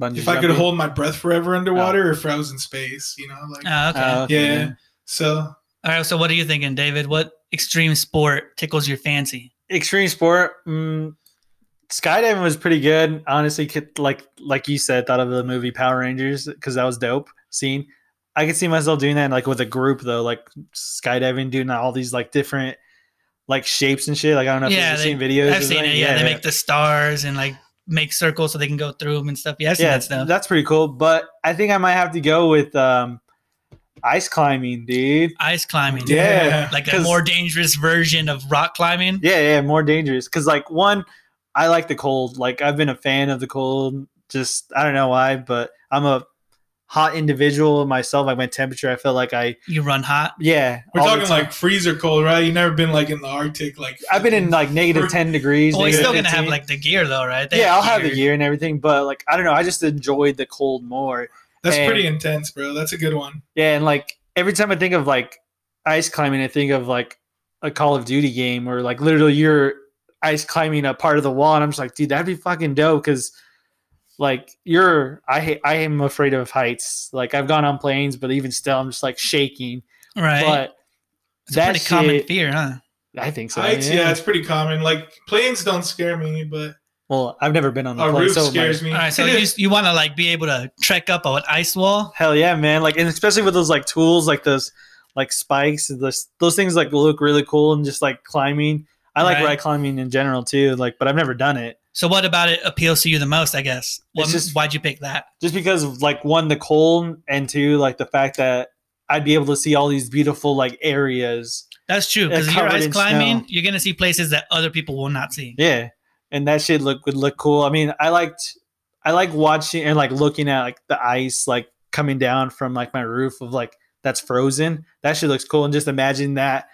[SPEAKER 3] Bungee
[SPEAKER 1] if I could
[SPEAKER 3] jumping.
[SPEAKER 1] hold my breath forever underwater or if I was in space, you know. Like
[SPEAKER 2] Oh, okay.
[SPEAKER 3] Oh, okay,
[SPEAKER 1] Yeah.
[SPEAKER 3] yeah.
[SPEAKER 1] so,
[SPEAKER 2] all right. So what are you thinking, David? What extreme sport tickles your fancy?
[SPEAKER 3] extreme sport mm, skydiving was pretty good honestly could- like like you said thought of the movie power rangers because that was dope scene i could see myself doing that like with a group though like skydiving doing all these like different like shapes and shit like i don't know if
[SPEAKER 2] Yeah,
[SPEAKER 3] you've
[SPEAKER 2] they-
[SPEAKER 3] seen videos
[SPEAKER 2] I've
[SPEAKER 3] or
[SPEAKER 2] seen it.
[SPEAKER 3] something.
[SPEAKER 2] Yeah, they make the stars and like make circles so they can go through them and stuff. Yeah, I've seen
[SPEAKER 3] yeah
[SPEAKER 2] that stuff.
[SPEAKER 3] that's pretty cool but i think i might have to go with um ice climbing, dude.
[SPEAKER 2] Ice climbing.
[SPEAKER 3] Yeah.
[SPEAKER 2] Like a
[SPEAKER 3] 'Cause-
[SPEAKER 2] more dangerous version of rock climbing.
[SPEAKER 3] Yeah, yeah, more dangerous. Cause like one, I like the cold. Like I've been a fan of the cold. Just I don't know why, but I'm a hot individual myself. Like my temperature, I feel like I
[SPEAKER 2] You run hot.
[SPEAKER 3] yeah.
[SPEAKER 1] We're
[SPEAKER 3] all the
[SPEAKER 1] talking
[SPEAKER 3] time.
[SPEAKER 1] like freezer cold, right? You've never been like in the Arctic, like
[SPEAKER 3] I've been in like negative ten degrees.
[SPEAKER 2] Well, he's
[SPEAKER 3] negative
[SPEAKER 2] still gonna have
[SPEAKER 3] 15.
[SPEAKER 2] like the gear though, right? They
[SPEAKER 3] yeah, I'll have the
[SPEAKER 2] gear.
[SPEAKER 3] year and everything, but like I don't know, I just enjoyed the cold more.
[SPEAKER 1] That's
[SPEAKER 3] and-
[SPEAKER 1] pretty intense, bro. That's a good one.
[SPEAKER 3] Yeah, and like every time I think of like ice climbing, I think of like a Call of Duty game or like literally you're ice climbing a part of the wall, and I'm just like, dude, that'd be fucking dope because like you're I hate I am afraid of heights. Like I've gone on planes, but even still, I'm just like shaking.
[SPEAKER 2] Right.
[SPEAKER 3] But
[SPEAKER 2] it's a
[SPEAKER 3] that
[SPEAKER 2] pretty common
[SPEAKER 3] shit-
[SPEAKER 2] fear, huh?
[SPEAKER 3] I think so.
[SPEAKER 1] Heights, yeah.
[SPEAKER 3] yeah.
[SPEAKER 1] it's pretty common. Like planes don't scare me, but
[SPEAKER 3] Well, I've never been on the
[SPEAKER 1] a
[SPEAKER 3] plane,
[SPEAKER 1] roof
[SPEAKER 3] so my-
[SPEAKER 1] scares me.
[SPEAKER 2] All right, so you just- you want to like be able to trek up an ice wall?
[SPEAKER 3] Hell yeah, man! Like, and especially with those like tools, like those like spikes, and those those things like look really cool and just like climbing. I like
[SPEAKER 2] Right.
[SPEAKER 3] ride climbing in general too, like, but I've never done it
[SPEAKER 2] So what about it appeals to you the most? I guess. What,
[SPEAKER 3] It's just-
[SPEAKER 2] why'd you pick that?
[SPEAKER 3] just because of like one the cold and two like the fact that I'd be able to see all these beautiful like areas.
[SPEAKER 2] That's true. Because
[SPEAKER 3] Yeah,
[SPEAKER 2] if you're
[SPEAKER 3] covered
[SPEAKER 2] ice
[SPEAKER 3] in
[SPEAKER 2] climbing,
[SPEAKER 3] snow.
[SPEAKER 2] you're gonna see places that other people will not see.
[SPEAKER 3] Yeah, and that shit look would look cool. I mean, I liked I like watching and like looking at like the ice like coming down from like my roof of like that's frozen. That shit looks cool. And just imagine that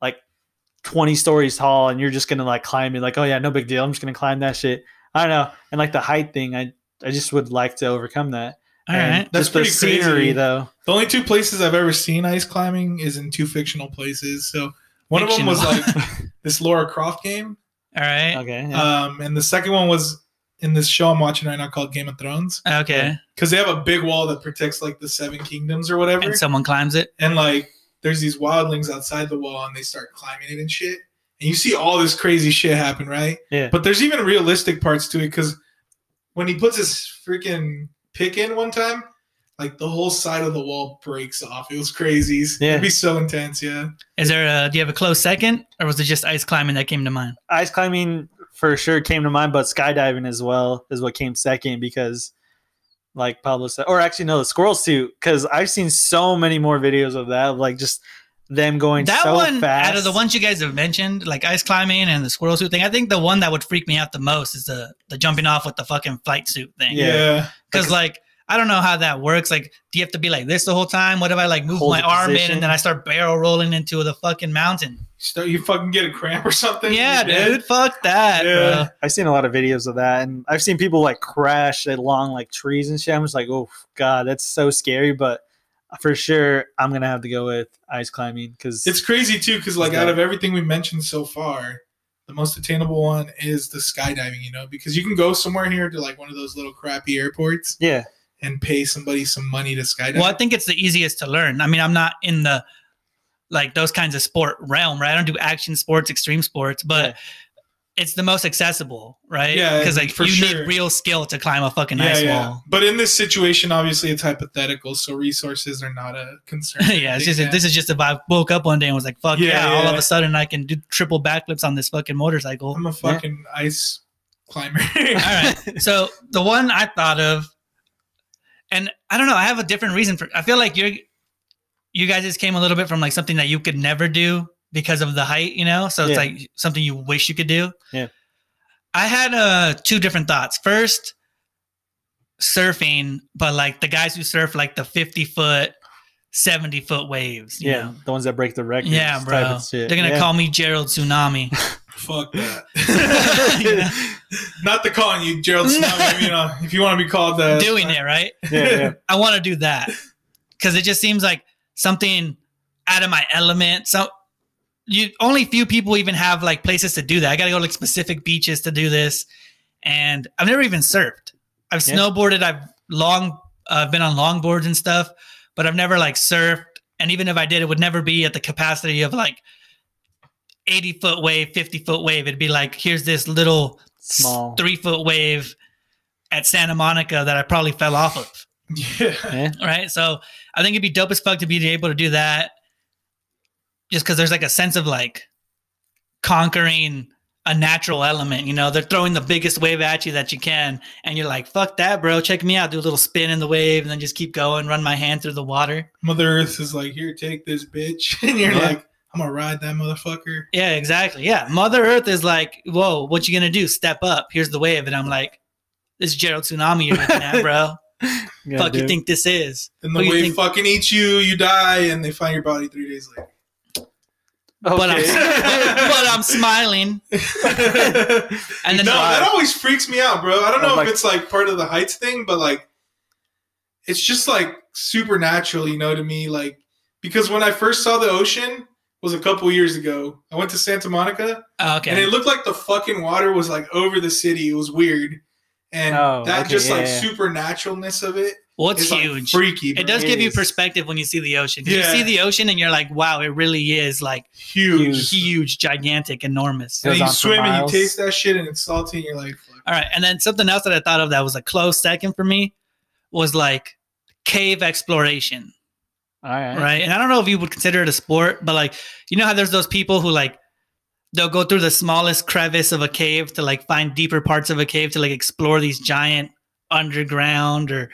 [SPEAKER 3] like 20 stories tall and you're just gonna like climb it like, oh yeah, no big deal. I'm just gonna climb that shit. I don't know. And like the height thing, I I just would like to overcome that.
[SPEAKER 2] All right.
[SPEAKER 1] That's
[SPEAKER 3] That's just the
[SPEAKER 1] pretty crazy.
[SPEAKER 3] scenery though.
[SPEAKER 1] The only two places I've ever seen ice climbing is in two fictional places. So one of them was
[SPEAKER 2] Fictional.
[SPEAKER 1] like this Laura Croft game,
[SPEAKER 2] All right.
[SPEAKER 3] Okay. yeah.
[SPEAKER 1] um, and the second one was in this show I'm watching right now called Game of Thrones
[SPEAKER 2] Okay.
[SPEAKER 1] because they have a big wall that protects like the Seven Kingdoms or whatever,
[SPEAKER 2] And someone climbs it.
[SPEAKER 1] and like there's these wildlings outside the wall and they start climbing it and shit, and you see all this crazy shit happen, right?
[SPEAKER 3] Yeah.
[SPEAKER 1] But there's even realistic parts to it because when he puts his freaking pick in one time, like the whole side of the wall breaks off. It was crazy.
[SPEAKER 3] Yeah.
[SPEAKER 1] It'd be so intense. Yeah.
[SPEAKER 2] Is there a? Do you have a close second, or was it just ice climbing that came to mind?
[SPEAKER 3] ice climbing for sure came to mind, but skydiving as well is what came second because, like Pablo said, or actually no, the squirrel suit because I've seen so many more videos of that, of, like just them going
[SPEAKER 2] that
[SPEAKER 3] so
[SPEAKER 2] one
[SPEAKER 3] fast.
[SPEAKER 2] out of the ones you guys have mentioned, like ice climbing and the squirrel suit thing, I think the one that would freak me out the most is the the jumping off with the fucking flight suit thing.
[SPEAKER 3] Yeah.
[SPEAKER 2] Because like I don't know how that works. Like, do you have to be like this the whole time? What if I like move
[SPEAKER 3] Hold
[SPEAKER 2] my
[SPEAKER 3] the
[SPEAKER 2] arm in
[SPEAKER 3] position.
[SPEAKER 2] and then I start barrel rolling into the fucking mountain?
[SPEAKER 1] So you fucking get a cramp or something.
[SPEAKER 2] yeah,
[SPEAKER 1] You're dead.
[SPEAKER 2] dude. Fuck that,
[SPEAKER 1] Yeah.
[SPEAKER 2] bro.
[SPEAKER 3] I've seen a lot of videos of that, and I've seen people like crash along like trees and shit. I'm just like, oh god, that's so scary, but. For sure, I'm gonna have to go with ice climbing because
[SPEAKER 1] It's crazy too, because like out of everything we mentioned so far, the most attainable one is the skydiving, you know, because you can go somewhere here to like one of those little crappy airports
[SPEAKER 3] yeah,
[SPEAKER 1] and pay somebody some money to skydive.
[SPEAKER 2] Well, I think it's the easiest to learn. I mean, I'm not in the like those kinds of sport realm, right? I don't do action sports, extreme sports, but it's the most accessible, right?
[SPEAKER 1] Yeah,
[SPEAKER 2] because like
[SPEAKER 1] for
[SPEAKER 2] you
[SPEAKER 1] sure.
[SPEAKER 2] need real skill to climb a fucking ice wall.
[SPEAKER 1] But in this situation, obviously it's hypothetical, so resources are not a concern.
[SPEAKER 2] yeah, it's just
[SPEAKER 1] Yeah.
[SPEAKER 2] this is just if I woke up one day and was like, "Fuck yeah!"
[SPEAKER 1] Yeah,
[SPEAKER 2] All of
[SPEAKER 1] yeah.
[SPEAKER 2] a sudden, I can do triple backflips on this fucking motorcycle.
[SPEAKER 1] I'm a fucking ice climber.
[SPEAKER 2] All right. So the one I thought of, and I don't know, I have a different reason for. I feel like you're, you guys just came a little bit from like something that you could never do because of the height, you know. So it's
[SPEAKER 3] Yeah.
[SPEAKER 2] like something you wish you could do.
[SPEAKER 3] Yeah.
[SPEAKER 2] I had uh two different thoughts. First, surfing, but like the guys who surf like the fifty foot, seventy foot waves. you
[SPEAKER 3] yeah,
[SPEAKER 2] know?
[SPEAKER 3] the ones that break the records,
[SPEAKER 2] Yeah,
[SPEAKER 3] type
[SPEAKER 2] bro.
[SPEAKER 3] of shit.
[SPEAKER 2] They're gonna
[SPEAKER 3] Yeah.
[SPEAKER 2] call me Gerald Tsunami.
[SPEAKER 1] Fuck that.
[SPEAKER 2] Yeah.
[SPEAKER 1] Not the calling you, Gerald Snow. I mean, uh, if you want to be called that,
[SPEAKER 2] Doing it right.
[SPEAKER 3] yeah, yeah,
[SPEAKER 2] I want to do that because it just seems like something out of my element. So you only few people even have like places to do that. I got to go to like specific beaches to do this, and I've never even surfed. I've
[SPEAKER 3] Yeah.
[SPEAKER 2] snowboarded. I've long. I've been on longboards and stuff, but I've never like surfed. And even if I did, it would never be at the capacity of like eighty foot wave, fifty foot wave. It'd be like here's this little
[SPEAKER 3] small.
[SPEAKER 2] three foot wave at Santa Monica that I probably fell off of
[SPEAKER 1] Yeah.
[SPEAKER 2] right? So I think it'd be dope as fuck to be able to do that, just because there's like a sense of like conquering a natural element. You know, they're throwing the biggest wave at you that you can, and you're like, "Fuck that, bro! Check me out. Do a little spin in the wave, and then just keep going. Run my hand through the water."
[SPEAKER 1] Mother Earth is like, here, take this bitch, and you're
[SPEAKER 2] Yeah.
[SPEAKER 1] like, I'm gonna ride that motherfucker.
[SPEAKER 2] Yeah, exactly. Yeah, Mother Earth is like, "Whoa, what you gonna do? Step up. Here's the wave," and I'm like, "This is Gerald Tsunami you're looking at, bro.
[SPEAKER 3] Yeah,
[SPEAKER 2] Fuck you
[SPEAKER 3] dude.
[SPEAKER 2] think this is?"
[SPEAKER 1] Then the
[SPEAKER 2] What do you
[SPEAKER 1] wave
[SPEAKER 2] think?
[SPEAKER 1] fucking eats you, you die, and they find your body three days later.
[SPEAKER 2] But I'm, but,
[SPEAKER 3] Okay.
[SPEAKER 2] but I'm smiling, and then
[SPEAKER 1] no,
[SPEAKER 3] Wow.
[SPEAKER 1] that always freaks me out, bro. I don't know
[SPEAKER 3] I'm
[SPEAKER 1] if
[SPEAKER 3] like-
[SPEAKER 1] it's like part of the heights thing, but like, it's just like supernatural, you know, to me. Like, because when I first saw the ocean was a couple years ago. I went to Santa Monica,
[SPEAKER 2] Oh,
[SPEAKER 1] and
[SPEAKER 2] okay,
[SPEAKER 1] it looked like the fucking water was like over the city. It was weird, and
[SPEAKER 3] Oh,
[SPEAKER 1] that
[SPEAKER 3] okay,
[SPEAKER 1] just
[SPEAKER 3] yeah,
[SPEAKER 1] like
[SPEAKER 3] yeah.
[SPEAKER 1] supernaturalness of it
[SPEAKER 2] what's
[SPEAKER 1] is like
[SPEAKER 2] huge?
[SPEAKER 1] freaky. Bro.
[SPEAKER 2] it does give you
[SPEAKER 3] is.
[SPEAKER 2] perspective when you see the ocean. 'Cause
[SPEAKER 1] Yeah.
[SPEAKER 2] You see the ocean, and you're like, "Wow, it really is like
[SPEAKER 1] huge.
[SPEAKER 2] huge, gigantic, enormous."
[SPEAKER 1] And
[SPEAKER 3] Goes
[SPEAKER 1] you
[SPEAKER 3] on for
[SPEAKER 1] swim and you
[SPEAKER 3] miles.
[SPEAKER 1] taste that shit, and it's salty, and you're like, fuck.
[SPEAKER 2] All right. And then something else that I thought of that was a close second for me was like cave exploration,
[SPEAKER 3] All right.
[SPEAKER 2] right? And I don't know if you would consider it a sport, but like, you know how there's those people who like, they'll go through the smallest crevice of a cave to like find deeper parts of a cave to like explore these giant underground or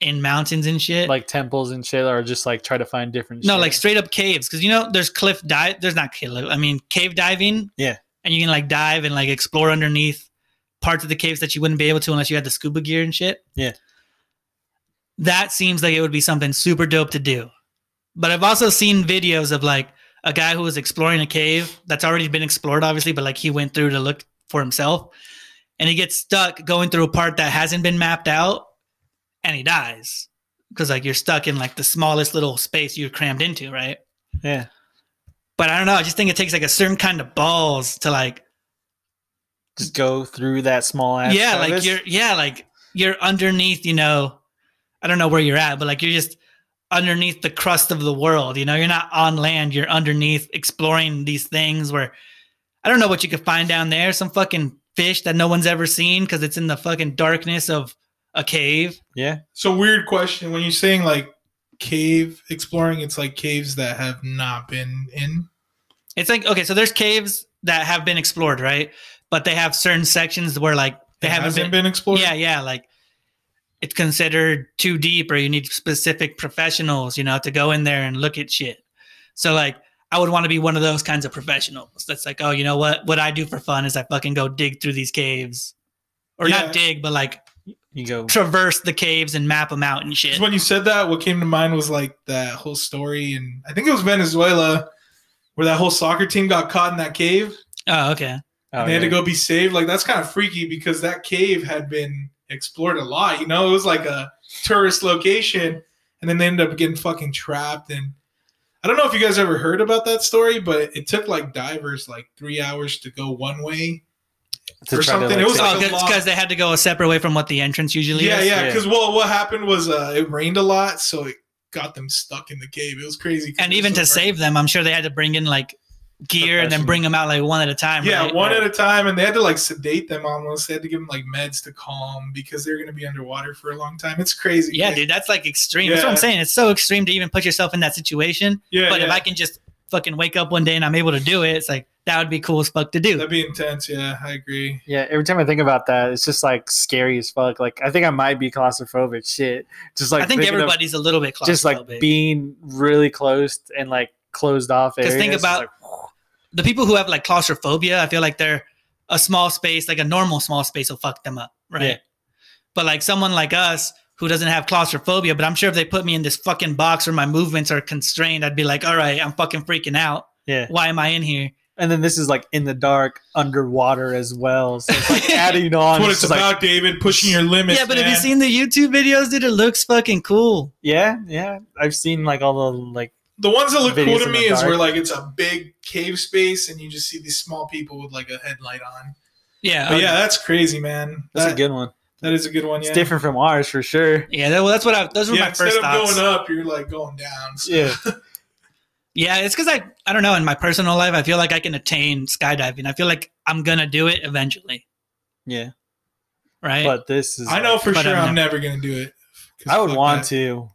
[SPEAKER 2] in mountains and shit.
[SPEAKER 3] Like temples and shit, or just like try to find different.
[SPEAKER 2] No,
[SPEAKER 3] shit.
[SPEAKER 2] like straight up caves, because you know there's cliff dive. There's not cliff. I mean cave diving.
[SPEAKER 3] Yeah.
[SPEAKER 2] and you can like dive and like explore underneath parts of the caves that you wouldn't be able to unless you had the scuba gear and shit.
[SPEAKER 3] Yeah.
[SPEAKER 2] that seems like it would be something super dope to do. But I've also seen videos of like a guy who was exploring a cave that's already been explored, obviously, but like he went through to look for himself, and he gets stuck going through a part that hasn't been mapped out, and he dies because like you're stuck in like the smallest little space you're crammed into, right?
[SPEAKER 3] yeah,
[SPEAKER 2] But I don't know. I just think it takes like a certain kind of balls to like,
[SPEAKER 3] just go through that small ass.
[SPEAKER 2] yeah, like
[SPEAKER 3] crevice.
[SPEAKER 2] you're, yeah, like you're underneath, you know, I don't know where you're at, but like you're just underneath the crust of the world, you know, you're not on land, you're underneath exploring these things where I don't know what you could find down there. Some fucking fish that no one's ever seen because it's in the fucking darkness of a cave.
[SPEAKER 3] yeah.
[SPEAKER 1] So weird question. When you're saying like cave exploring, it's like caves that have not been in.
[SPEAKER 2] It's like okay, so there's caves that have been explored, right? But they have certain sections where like they
[SPEAKER 1] It
[SPEAKER 2] haven't
[SPEAKER 1] hasn't
[SPEAKER 2] been,
[SPEAKER 1] been, explored.
[SPEAKER 2] Yeah, yeah, like it's considered too deep, or you need specific professionals, you know, to go in there and look at shit. So like, I would want to be one of those kinds of professionals. That's like, oh, you know what? What I do for fun is I fucking go dig through these caves, or
[SPEAKER 1] Yeah.
[SPEAKER 2] not dig, but like
[SPEAKER 3] You go.
[SPEAKER 2] traverse the caves and map them out and shit.
[SPEAKER 1] 'Cause when you said that, what came to mind was like that whole story, and I think it was Venezuela, where that whole soccer team got caught in that cave,
[SPEAKER 2] Oh, okay.
[SPEAKER 3] Oh,
[SPEAKER 1] and they had
[SPEAKER 3] yeah.
[SPEAKER 1] to go be saved. Like that's kind of freaky because that cave had been explored a lot. You know, it was like a tourist location, and then they ended up getting fucking trapped. And I don't know if you guys ever heard about that story, but it took like divers like three hours to go one way. or
[SPEAKER 3] To try to,
[SPEAKER 1] something.
[SPEAKER 3] like,
[SPEAKER 1] It was
[SPEAKER 3] take-
[SPEAKER 1] like
[SPEAKER 2] Oh,
[SPEAKER 1] a lot-
[SPEAKER 2] because they had to go a separate way from what the entrance usually
[SPEAKER 1] Yeah,
[SPEAKER 2] is.
[SPEAKER 1] yeah.
[SPEAKER 3] Yeah.
[SPEAKER 1] Because well, what happened was uh, it rained a lot, so it got them stuck in the cave. It was crazy. 'cause
[SPEAKER 2] and
[SPEAKER 1] it was
[SPEAKER 2] even
[SPEAKER 1] so
[SPEAKER 2] to
[SPEAKER 1] far-
[SPEAKER 2] save them, I'm sure they had to bring in like gear and then
[SPEAKER 3] Professional.
[SPEAKER 2] bring them out like one at a time.
[SPEAKER 1] yeah,
[SPEAKER 2] right?
[SPEAKER 1] one at a time, and they had to like sedate them almost. They had to give them like meds to calm because they're gonna be underwater for a long time. It's crazy.
[SPEAKER 2] yeah,
[SPEAKER 1] man.
[SPEAKER 2] dude, that's like extreme. That's what I'm
[SPEAKER 1] Yeah.
[SPEAKER 2] saying. It's so extreme to even put yourself in that situation.
[SPEAKER 1] Yeah,
[SPEAKER 2] but if
[SPEAKER 1] yeah.
[SPEAKER 2] I can just fucking wake up one day and I'm able to do it, it's like that would be cool as fuck to do.
[SPEAKER 1] that'd be intense. Yeah, I agree.
[SPEAKER 3] Yeah, every time I think about that, it's just like scary as fuck. Like I think I might be claustrophobic. Shit, just like
[SPEAKER 2] I think
[SPEAKER 3] thinking of
[SPEAKER 2] everybody's a little bit claustrophobic.
[SPEAKER 3] just like being really close and like closed off.
[SPEAKER 2] 'Cause think
[SPEAKER 3] areas, it's
[SPEAKER 2] about-
[SPEAKER 3] like,
[SPEAKER 2] the people who have like claustrophobia, I feel like they're a small space, like a normal small space will fuck them up, right?
[SPEAKER 3] Yeah.
[SPEAKER 2] But like someone like us who doesn't have claustrophobia, but I'm sure if they put me in this fucking box where my movements are constrained, I'd be like, all right, I'm fucking freaking out.
[SPEAKER 3] yeah.
[SPEAKER 2] Why am I in here?
[SPEAKER 3] And then this is like in the dark, underwater as well. So it's like adding
[SPEAKER 1] That's
[SPEAKER 3] on.
[SPEAKER 1] what
[SPEAKER 3] it's
[SPEAKER 1] it's
[SPEAKER 3] just, like,
[SPEAKER 1] about, David. Pushing your limits.
[SPEAKER 2] yeah, but have you
[SPEAKER 1] man.
[SPEAKER 2] seen the YouTube videos, dude? It looks fucking cool.
[SPEAKER 3] yeah, yeah. I've seen like all the like
[SPEAKER 1] the ones that look cool
[SPEAKER 3] videos
[SPEAKER 1] to
[SPEAKER 3] in
[SPEAKER 1] me
[SPEAKER 3] the
[SPEAKER 1] is where
[SPEAKER 3] dark?
[SPEAKER 1] like it's a big cave space, and you just see these small people with like a headlight on.
[SPEAKER 2] Oh, Yeah.
[SPEAKER 1] But yeah, that's crazy, man.
[SPEAKER 3] Uh, that's
[SPEAKER 1] That-
[SPEAKER 3] a good one.
[SPEAKER 1] that is a good one. Uh, Yeah,
[SPEAKER 3] It's different from ours for sure.
[SPEAKER 2] Yeah, that, well, that's what I. Those were
[SPEAKER 1] yeah,
[SPEAKER 2] my
[SPEAKER 1] instead
[SPEAKER 2] first
[SPEAKER 1] of
[SPEAKER 2] thoughts.
[SPEAKER 1] going up, you're like going down. So-
[SPEAKER 3] Yeah.
[SPEAKER 2] Yeah, it's because I, I don't know. In my personal life, I feel like I can attain skydiving. I feel like I'm gonna do it eventually,
[SPEAKER 3] Yeah.
[SPEAKER 2] right?
[SPEAKER 3] But this is
[SPEAKER 1] I know for
[SPEAKER 2] But
[SPEAKER 1] sure
[SPEAKER 2] I'm
[SPEAKER 1] I'm never gonna do it. 'Cause
[SPEAKER 3] I would
[SPEAKER 1] fuck
[SPEAKER 3] want
[SPEAKER 1] that.
[SPEAKER 3] to.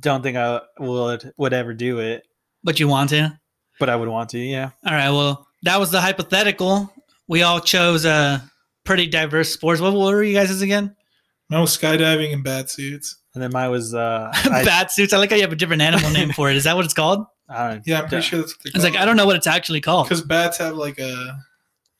[SPEAKER 3] Don't think I would would ever do it,
[SPEAKER 2] but you want to?
[SPEAKER 3] but I would want to, yeah.
[SPEAKER 2] All right. Well, that was the hypothetical. we all chose uh pretty diverse sports. What, what were you guys' again?
[SPEAKER 1] No skydiving and bat suits.
[SPEAKER 3] And then mine was uh, I,
[SPEAKER 2] Bat suits. I like how you have a different animal name for it. Is that what it's called?
[SPEAKER 3] I don't know.
[SPEAKER 1] Yeah, I'm pretty
[SPEAKER 3] Yeah.
[SPEAKER 1] sure that's what they're
[SPEAKER 2] It's like I don't know Mm. what it's actually called.
[SPEAKER 1] because bats have like a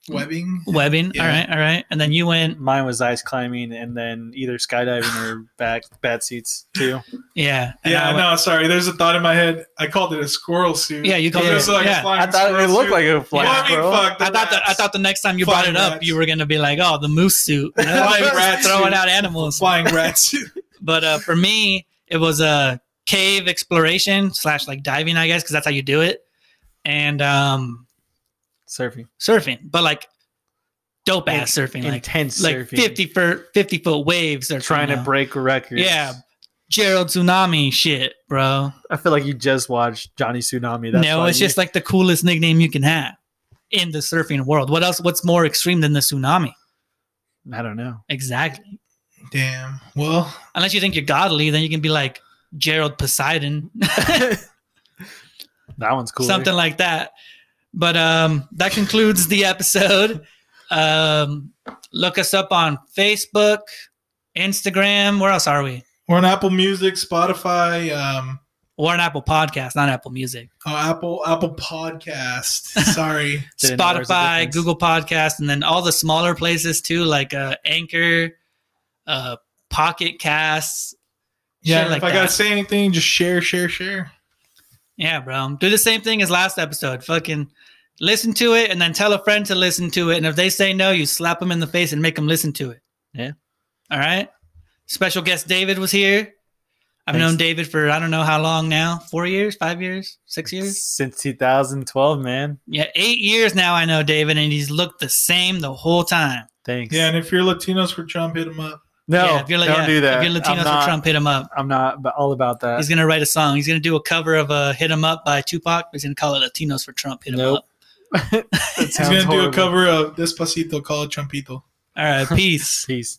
[SPEAKER 1] webbing.
[SPEAKER 2] Webbing.
[SPEAKER 1] Yeah.
[SPEAKER 2] All right, all right. And then you went.
[SPEAKER 3] Mine was ice climbing, and then either skydiving or back bat seats too.
[SPEAKER 2] Yeah. and I
[SPEAKER 1] Yeah,
[SPEAKER 2] went-
[SPEAKER 1] no, sorry. There's a thought in my head. I called it a squirrel suit.
[SPEAKER 2] Yeah, you called
[SPEAKER 1] Because
[SPEAKER 2] it-
[SPEAKER 1] like a
[SPEAKER 2] yeah.
[SPEAKER 1] flying
[SPEAKER 3] I thought
[SPEAKER 1] squirrel
[SPEAKER 3] it looked
[SPEAKER 1] suit.
[SPEAKER 3] like a
[SPEAKER 1] Well,
[SPEAKER 3] flying
[SPEAKER 1] I mean,
[SPEAKER 3] squirrel.
[SPEAKER 1] fuck, the
[SPEAKER 2] I thought that I
[SPEAKER 1] rats.
[SPEAKER 2] thought the next time you brought it
[SPEAKER 1] Flying
[SPEAKER 2] up,
[SPEAKER 1] rats.
[SPEAKER 2] you were gonna be like, "Oh, the moose suit." You know,
[SPEAKER 1] Flying
[SPEAKER 2] just
[SPEAKER 1] rat
[SPEAKER 2] throwing
[SPEAKER 1] suit.
[SPEAKER 2] out animals.
[SPEAKER 1] flying rat suit.
[SPEAKER 2] But uh, for me, it was a cave exploration slash like diving, I guess, because that's how you do it, and um,
[SPEAKER 3] surfing,
[SPEAKER 2] surfing. But like dope ass
[SPEAKER 3] In-
[SPEAKER 2] surfing, like
[SPEAKER 3] intense
[SPEAKER 2] like
[SPEAKER 3] surfing,
[SPEAKER 2] fifty for fifty foot waves are
[SPEAKER 3] trying to break records.
[SPEAKER 2] Yeah, Gerald tsunami shit, bro.
[SPEAKER 3] I feel like you just watched Johnny Tsunami. That's
[SPEAKER 2] No,
[SPEAKER 3] why
[SPEAKER 2] it's
[SPEAKER 3] you-
[SPEAKER 2] just like the coolest nickname you can have in the surfing world. What else? What's more extreme than the tsunami?
[SPEAKER 3] I don't know.
[SPEAKER 2] Exactly.
[SPEAKER 1] Damn. Well,
[SPEAKER 2] unless you think you're godly, then you can be like Gerald Poseidon,
[SPEAKER 3] That one's cool.
[SPEAKER 2] something like that. But um, that concludes the episode. Um, look us up on Facebook, Instagram. Where else are we?
[SPEAKER 1] we're on Apple Music, Spotify, um,
[SPEAKER 2] We're on Apple Podcast, not Apple Music.
[SPEAKER 1] oh, Apple Apple Podcast. Sorry.
[SPEAKER 3] Didn't know there was a
[SPEAKER 2] Spotify,
[SPEAKER 3] difference.
[SPEAKER 2] Google Podcast, and then all the smaller places too, like uh, Anchor, uh, Pocket Casts.
[SPEAKER 1] Yeah,
[SPEAKER 2] shit like
[SPEAKER 1] if I
[SPEAKER 2] that.
[SPEAKER 1] gotta say anything, just share, share, share.
[SPEAKER 2] Yeah, bro. Do the same thing as last episode. Fucking listen to it and then tell a friend to listen to it. And if they say no, you slap them in the face and make them listen to it.
[SPEAKER 3] Yeah.
[SPEAKER 2] All right. Special guest David was here. I've
[SPEAKER 3] Thanks.
[SPEAKER 2] known David for I don't know how long now. Four years, five years, six years?
[SPEAKER 3] Since 2012, man.
[SPEAKER 2] Yeah, eight years now I know David, and he's looked the same the whole time.
[SPEAKER 3] Thanks.
[SPEAKER 1] Yeah, and if you're Latinos for Trump, hit them up.
[SPEAKER 3] No,
[SPEAKER 2] yeah, if you're, like-
[SPEAKER 3] don't
[SPEAKER 2] yeah,
[SPEAKER 3] do that.
[SPEAKER 2] If you're
[SPEAKER 3] I'm
[SPEAKER 2] Latinos
[SPEAKER 3] not,
[SPEAKER 2] for Trump, hit him up.
[SPEAKER 3] I'm not but all about that.
[SPEAKER 2] He's gonna write a song. He's gonna do a cover of uh, "Hit 'Em Up" by Tupac. He's gonna call it "Latinos for Trump." Hit 'Em
[SPEAKER 3] Nope.
[SPEAKER 2] up.
[SPEAKER 3] That
[SPEAKER 1] He's
[SPEAKER 3] sounds
[SPEAKER 1] gonna do
[SPEAKER 3] horrible.
[SPEAKER 1] a cover of Despacito called Trumpito.
[SPEAKER 2] All right, peace.
[SPEAKER 3] Peace.